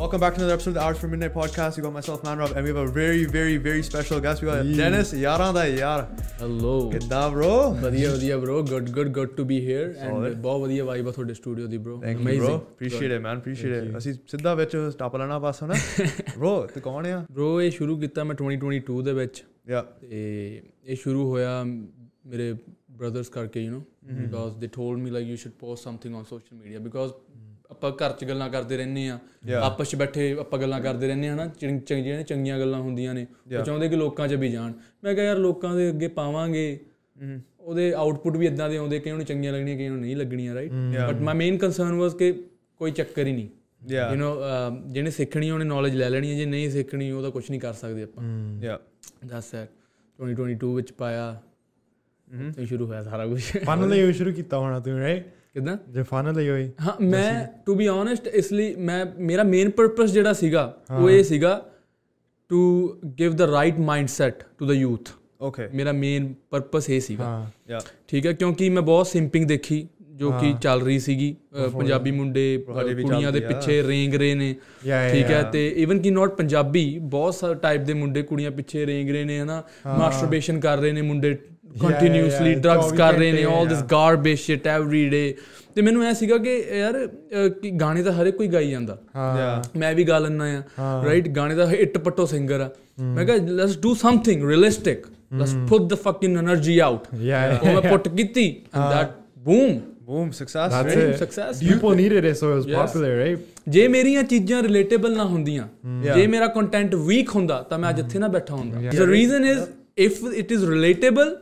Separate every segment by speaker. Speaker 1: Welcome back to another episode of the Hours for Midnight podcast. We got myself, Man Rob, and we have a very, very, very special guest. We got
Speaker 2: Yeah.
Speaker 1: Dennis Yaran da Yara.
Speaker 2: Hello
Speaker 1: Kidda, bro.
Speaker 2: ਵਧੀਆ ਵਧੀਆ bro good good good to be here and
Speaker 1: Solid.
Speaker 2: ਬਹੁਤ ਵਧੀਆ vibe ਆ ਤੁਹਾਡੇ studio ਦੀ bro
Speaker 1: Thank you, bro. Appreciate it, man. Appreciate
Speaker 2: Thank
Speaker 1: it.
Speaker 2: you.
Speaker 1: ਅਸੀਂ ਸਿੱਧਾ ਵਿੱਚ ਟੱਪ ਲੈਣਾ ਬਸ ਹੁਣ bro ਤੂੰ ਕੌਣ ਆ
Speaker 2: bro ਇਹ ਸ਼ੁਰੂ ਕੀਤਾ ਮੈਂ 2022 ਦੇ ਵਿੱਚ
Speaker 1: ਯਾ
Speaker 2: ਤੇ ਇਹ ਸ਼ੁਰੂ ਹੋਇਆ ਮੇਰੇ brothers ਕਰਕੇ you know because they told me like you should post something on social media because ਆਪਾਂ ਘਰ 'ਚ ਗੱਲਾਂ ਕਰਦੇ ਰਹਿੰਦੇ ਆ
Speaker 1: Yeah.
Speaker 2: ਆਪਸ 'ਚ ਬੈਠੇ ਆਪਾਂ ਗੱਲਾਂ ਕਰਦੇ ਰਹਿੰਦੇ ਆ ਨਾ ਚੰਗ- ਚੰਗੀਆਂ ਨੇ ਚੰਗੀਆਂ ਗੱਲਾਂ ਹੁੰਦੀਆਂ ਨੇ
Speaker 1: Yeah.
Speaker 2: ਉਹ ਚਾਹੁੰਦੇ ਕਿ ਲੋਕਾਂ 'ਚ ਵੀ ਜਾਣ ਮੈਂ ਕਿਹਾ ਯਾਰ ਲੋਕਾਂ ਦੇ ਅੱਗੇ ਪਾਵਾਂਗੇ ਉਹਦੇ ਆਊਟਪੁੱਟ ਵੀ ਇਦਾਂ ਦੇ ਆਉਂਦੇ ਕਈਆਂ ਨੂੰ ਚੰਗੀਆਂ ਲੱਗਣੀਆਂ ਕਈਆਂ ਨੂੰ ਨਹੀਂ ਲੱਗਣੀਆਂ right but my main concern was ਕਿ ਕੋਈ ਚੱਕਰ ਹੀ ਨਹੀਂ
Speaker 1: ਯਾ
Speaker 2: ਯੂ نو ਜਿਹਨੇ ਸਿੱਖਣੀ ਉਹਨੇ ਨੌਲੇਜ ਲੈ ਲੈਣੀ ਹੈ ਜੇ ਨਹੀਂ ਸਿੱਖਣੀ ਉਹਦਾ ਕੁਝ ਨਹੀਂ ਕਰ ਸਕਦੇ ਆਪਾਂ
Speaker 1: ਯਾ
Speaker 2: ਦੈਟਸ ਇਟ 2022 ਵਿੱਚ ਪਾਇਆ
Speaker 1: Mm-hmm.
Speaker 2: ਤੇ ਸ਼ੁਰੂ ਹੋਇਆ ਸਾਰਾ ਕੁਝ
Speaker 3: ਫਨ ਲਈ ਉਹ ਸ਼ੁਰੂ ਕੀਤਾ ਹੋਣਾ ਤੂੰ ਰਾਈਟ
Speaker 2: ਕਿਦਾਂ
Speaker 3: ਜੇ ਫਨ ਲਈ ਹੋਈ
Speaker 2: ਹਾਂ ਮੈਂ ਟੂ ਬੀ ਓਨੈਸਟ ਇਸ ਲਈ ਮੈਂ ਮੇਰਾ ਮੇਨ ਪਰਪਸ ਜਿਹੜਾ ਸੀਗਾ ਉਹ ਇਹ ਸੀਗਾ to give the right mindset to the youth
Speaker 1: okay
Speaker 2: ਮੇਰਾ ਮੇਨ ਪਰਪਸ ਇਹ ਸੀਗਾ
Speaker 3: ਹਾਂ
Speaker 1: ਯਾ
Speaker 2: ਠੀਕ ਹੈ ਕਿਉਂਕਿ ਮੈਂ ਬਹੁਤ ਸਿੰਪਿੰਗ ਦੇਖੀ ਜੋ ਕਿ ਚੱਲ ਰਹੀ ਸੀਗੀ ਅ, ਪੰਜਾਬੀ ਮੁੰਡੇ ਅ,
Speaker 1: ਹਜੇ ਵੀ
Speaker 2: ਕੁੜੀਆਂ ਦੇ
Speaker 1: ਚੱਲਦੀ ਆ।
Speaker 2: ਪਿੱਛੇ ਰੇਂਗ ਰਹੇ ਨੇ
Speaker 3: Yeah, yeah,
Speaker 2: ਠੀਕ ਹੈ ਤੇ ਇਵਨ ਕਿ ਨਾਟ ਪੰਜਾਬੀ ਬਹੁਤ ਸਾਰੇ ਟਾਈਪ ਦੇ ਮੁੰਡੇ ਕੁੜੀਆਂ ਪਿੱਛੇ ਰੇਂਗ ਰਹੇ ਨੇ ਹਨਾ ਮਾਸਟਰਬੇਸ਼ਨ ਕਰ ਰਹੇ ਨੇ ਮੁੰਡੇ
Speaker 3: yeah,
Speaker 2: ਕੰਟੀਨਿਊਸਲੀ
Speaker 3: yeah,
Speaker 2: ਡਰੱਗਸ ਕਰ ਰਹੇ ਨੇ
Speaker 3: yeah.
Speaker 2: 올 this garbage shit every day ਤੇ ਮੈਨੂੰ ਐ ਸੀਗਾ ਕਿ ਯਾਰ ਅ, ਕਿ ਗਾਣੇ ਤਾਂ ਹਰ ਇੱਕ ਕੋਈ ਗਾਈ ਜਾਂਦਾ
Speaker 3: Ah.
Speaker 1: ਯਾ
Speaker 2: ਮੈਂ ਵੀ ਗਾ ਲੈਣਾ ਆ ਰਾਈਟ ਗਾਣੇ ਦਾ ਇੱਟ ਪੱਟੋ ਸਿੰਗਰ ਆ ਮੈਂ ਕਿਹਾ let's do something realistic let's put the fucking energy out
Speaker 3: yeah
Speaker 2: ਉਹ ਮੈਂ ਪੁੱਟ ਕੀਤੀ and that boom
Speaker 1: boom success
Speaker 3: That's
Speaker 2: Dream
Speaker 3: it.
Speaker 2: success,
Speaker 3: People needed it, so it was
Speaker 2: Yes.
Speaker 3: popular, right?
Speaker 2: ਜੇ ਮੇਰੀਆਂ ਚੀਜ਼ਾਂ relatable ਨਾ ਹੁੰਦੀਆਂ
Speaker 1: Yeah.
Speaker 2: ਜੇ ਮੇਰਾ ਕੰਟੈਂਟ ਵੀਕ ਹੁੰਦਾ ਤਾਂ ਮੈਂ ਅੱਜ ਇੱਥੇ ਨਾ ਬੈਠਾ ਹੁੰਦਾ
Speaker 3: Yeah.
Speaker 2: The reason is if it is relatable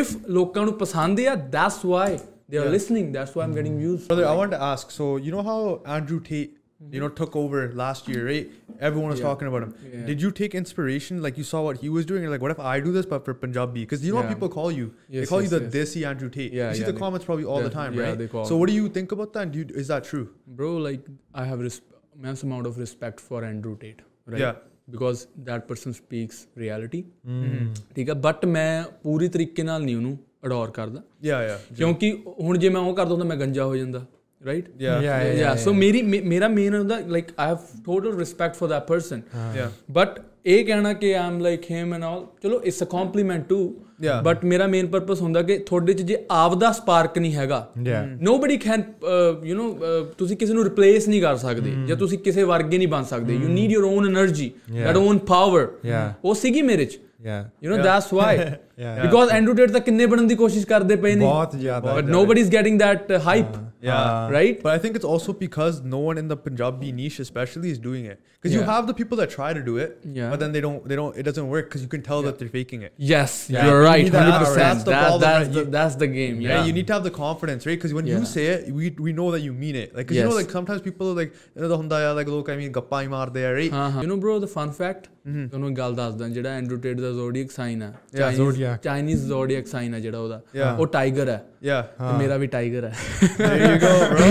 Speaker 2: if ਲੋਕਾਂ ਨੂੰ ਪਸੰਦ ਆ that's why they are listening that's why I'm getting views
Speaker 1: Brother, I wanted to ask. So you know how Andrew Tate, you know, took over last year, right? Everyone was
Speaker 2: Mm-hmm. Yeah.
Speaker 1: talking about him.
Speaker 2: Yeah.
Speaker 1: Did you take inspiration? Like you saw what he was doing, and like, what if I do this but for Punjabi? Because you know what
Speaker 2: Yeah.
Speaker 1: people call you. they
Speaker 2: Yes,
Speaker 1: call you
Speaker 2: yes,
Speaker 1: the desi Andrew Tate.
Speaker 2: Yeah,
Speaker 1: you see
Speaker 2: yeah,
Speaker 1: the
Speaker 2: they-
Speaker 1: comments probably all the
Speaker 2: they-
Speaker 1: time,
Speaker 2: yeah,
Speaker 1: right?
Speaker 2: they call
Speaker 1: so what do you think about that? And do you, is that true?
Speaker 2: bro like i have res- immense amount of respect for andrew tate right
Speaker 1: Yeah.
Speaker 2: because that person speaks reality
Speaker 1: Mm.
Speaker 2: ਠੀਕ ਹੈ but ਮੈਂ ਪੂਰੀ ਤਰੀਕੇ ਨਾਲ ਨਹੀਂ ਉਹਨੂੰ odour ਕਰਦਾ
Speaker 1: Yeah, yeah,
Speaker 2: ਕਿਉਂਕਿ ਹੁਣ ਜੇ ਮੈਂ ਉਹ ਕਰਦਾ ਹੁੰਦਾ ਮੈਂ ਗੰਜਾ ਹੋ ਜਾਂਦਾ ਰਾਈਟ
Speaker 1: yeah, yeah,
Speaker 3: Yeah.
Speaker 2: ਯਾ ਸੋ ਮੇਰੀ ਮੇ- ਮੇਰਾ ਮੇਨ ਹੁੰਦਾ like I have total respect for that person
Speaker 1: yeah.
Speaker 2: But ਇਹ ਕਹਿਣਾ ਕਿ I'm like him and all ਚਲੋ it's a compliment to
Speaker 1: Yeah.
Speaker 2: But ਮੇਰਾ ਮੇਨ ਪਰਪਸ ਹੁੰਦਾ ਕਿ ਤੁਹਾਡੇ ਚ ਜੇ ਆਪਦਾ ਸਪਾਰਕ ਨਹੀਂ ਹੈਗਾ
Speaker 3: Yeah.
Speaker 2: Nobody can
Speaker 3: uh,
Speaker 2: you نو ਤੁਸੀਂ ਕਿਸੇ ਨੂੰ ਰਿਪਲੇਸ ਨਹੀਂ ਕਰ ਸਕਦੇ
Speaker 3: Hmm.
Speaker 2: ਜਾਂ ਤੁਸੀਂ ਕਿਸੇ ਵਰਗੇ ਨਹੀਂ ਬਣ ਸਕਦੇ you need your own energy your own power
Speaker 3: Yeah.
Speaker 2: ਉਹ ਸੀਗੀ ਮੇਰੇ ਚ
Speaker 3: Yeah.
Speaker 2: You نو that's why
Speaker 3: Yeah.
Speaker 2: Because Andrew Tate ਤਾਂ ਕਿੰਨੇ ਬਣਨ ਦੀ ਕੋਸ਼ਿਸ਼ ਕਰਦੇ ਪਏ ਨੇ
Speaker 3: ਬਹੁਤ ਜ਼ਿਆਦਾ।
Speaker 2: But nobody is getting that
Speaker 3: uh,
Speaker 2: hype
Speaker 1: Yeah.
Speaker 2: Right
Speaker 1: But I think it's also because no one in the Punjabi niche, especially, is doing it. Because you
Speaker 2: Yeah.
Speaker 1: have the people that try to do it,
Speaker 2: Yeah.
Speaker 1: but then they don't. They don't. It doesn't work because you can tell that they're faking it.
Speaker 2: Yes,
Speaker 3: Yeah.
Speaker 2: you're
Speaker 3: You
Speaker 2: right.
Speaker 3: need that
Speaker 1: That's
Speaker 2: 100%. That's,
Speaker 1: the
Speaker 2: that,
Speaker 1: problem,
Speaker 2: that's,
Speaker 1: right?
Speaker 2: the,
Speaker 1: You-
Speaker 2: that's the game.
Speaker 1: Yeah.
Speaker 2: Yeah.
Speaker 1: you need to have the confidence, right? Because when you
Speaker 2: Yeah.
Speaker 1: say it, we we know that you mean it. Like 'cause you know,
Speaker 2: Yes.
Speaker 1: like sometimes people are like you know, the ਹੁੰਦਾ ਆ, like ਲੋਕ ਐਵੇਂ ਗੱਪਾਂ ਹੀ ਮਾਰਦੇ ਆ, right?
Speaker 2: ਹਾਂ ਹਾਂ you نو bro the fun fact ਤੁਹਾਨੂੰ ਇੱਕ ਗੱਲ ਦੱਸਦਾ ਜਿਹੜਾ ਐਂਡਰੂ ਟੇਟ ਦਾ ਜ਼ੋਡੀਅਕ ਸਾਈਨ ਹੈ
Speaker 1: Yeah,
Speaker 3: zodiac.
Speaker 2: Chinese zodiac sign ਹੈ ਜਿਹੜਾ ਉਹਦਾ
Speaker 1: Yeah.
Speaker 2: ਉਹ ਟਾਈਗਰ ਹੈ
Speaker 1: Yeah.
Speaker 2: ਤੇ ਮੇਰਾ ਵੀ ਟਾਈਗਰ ਹੈ
Speaker 1: There you go, bro.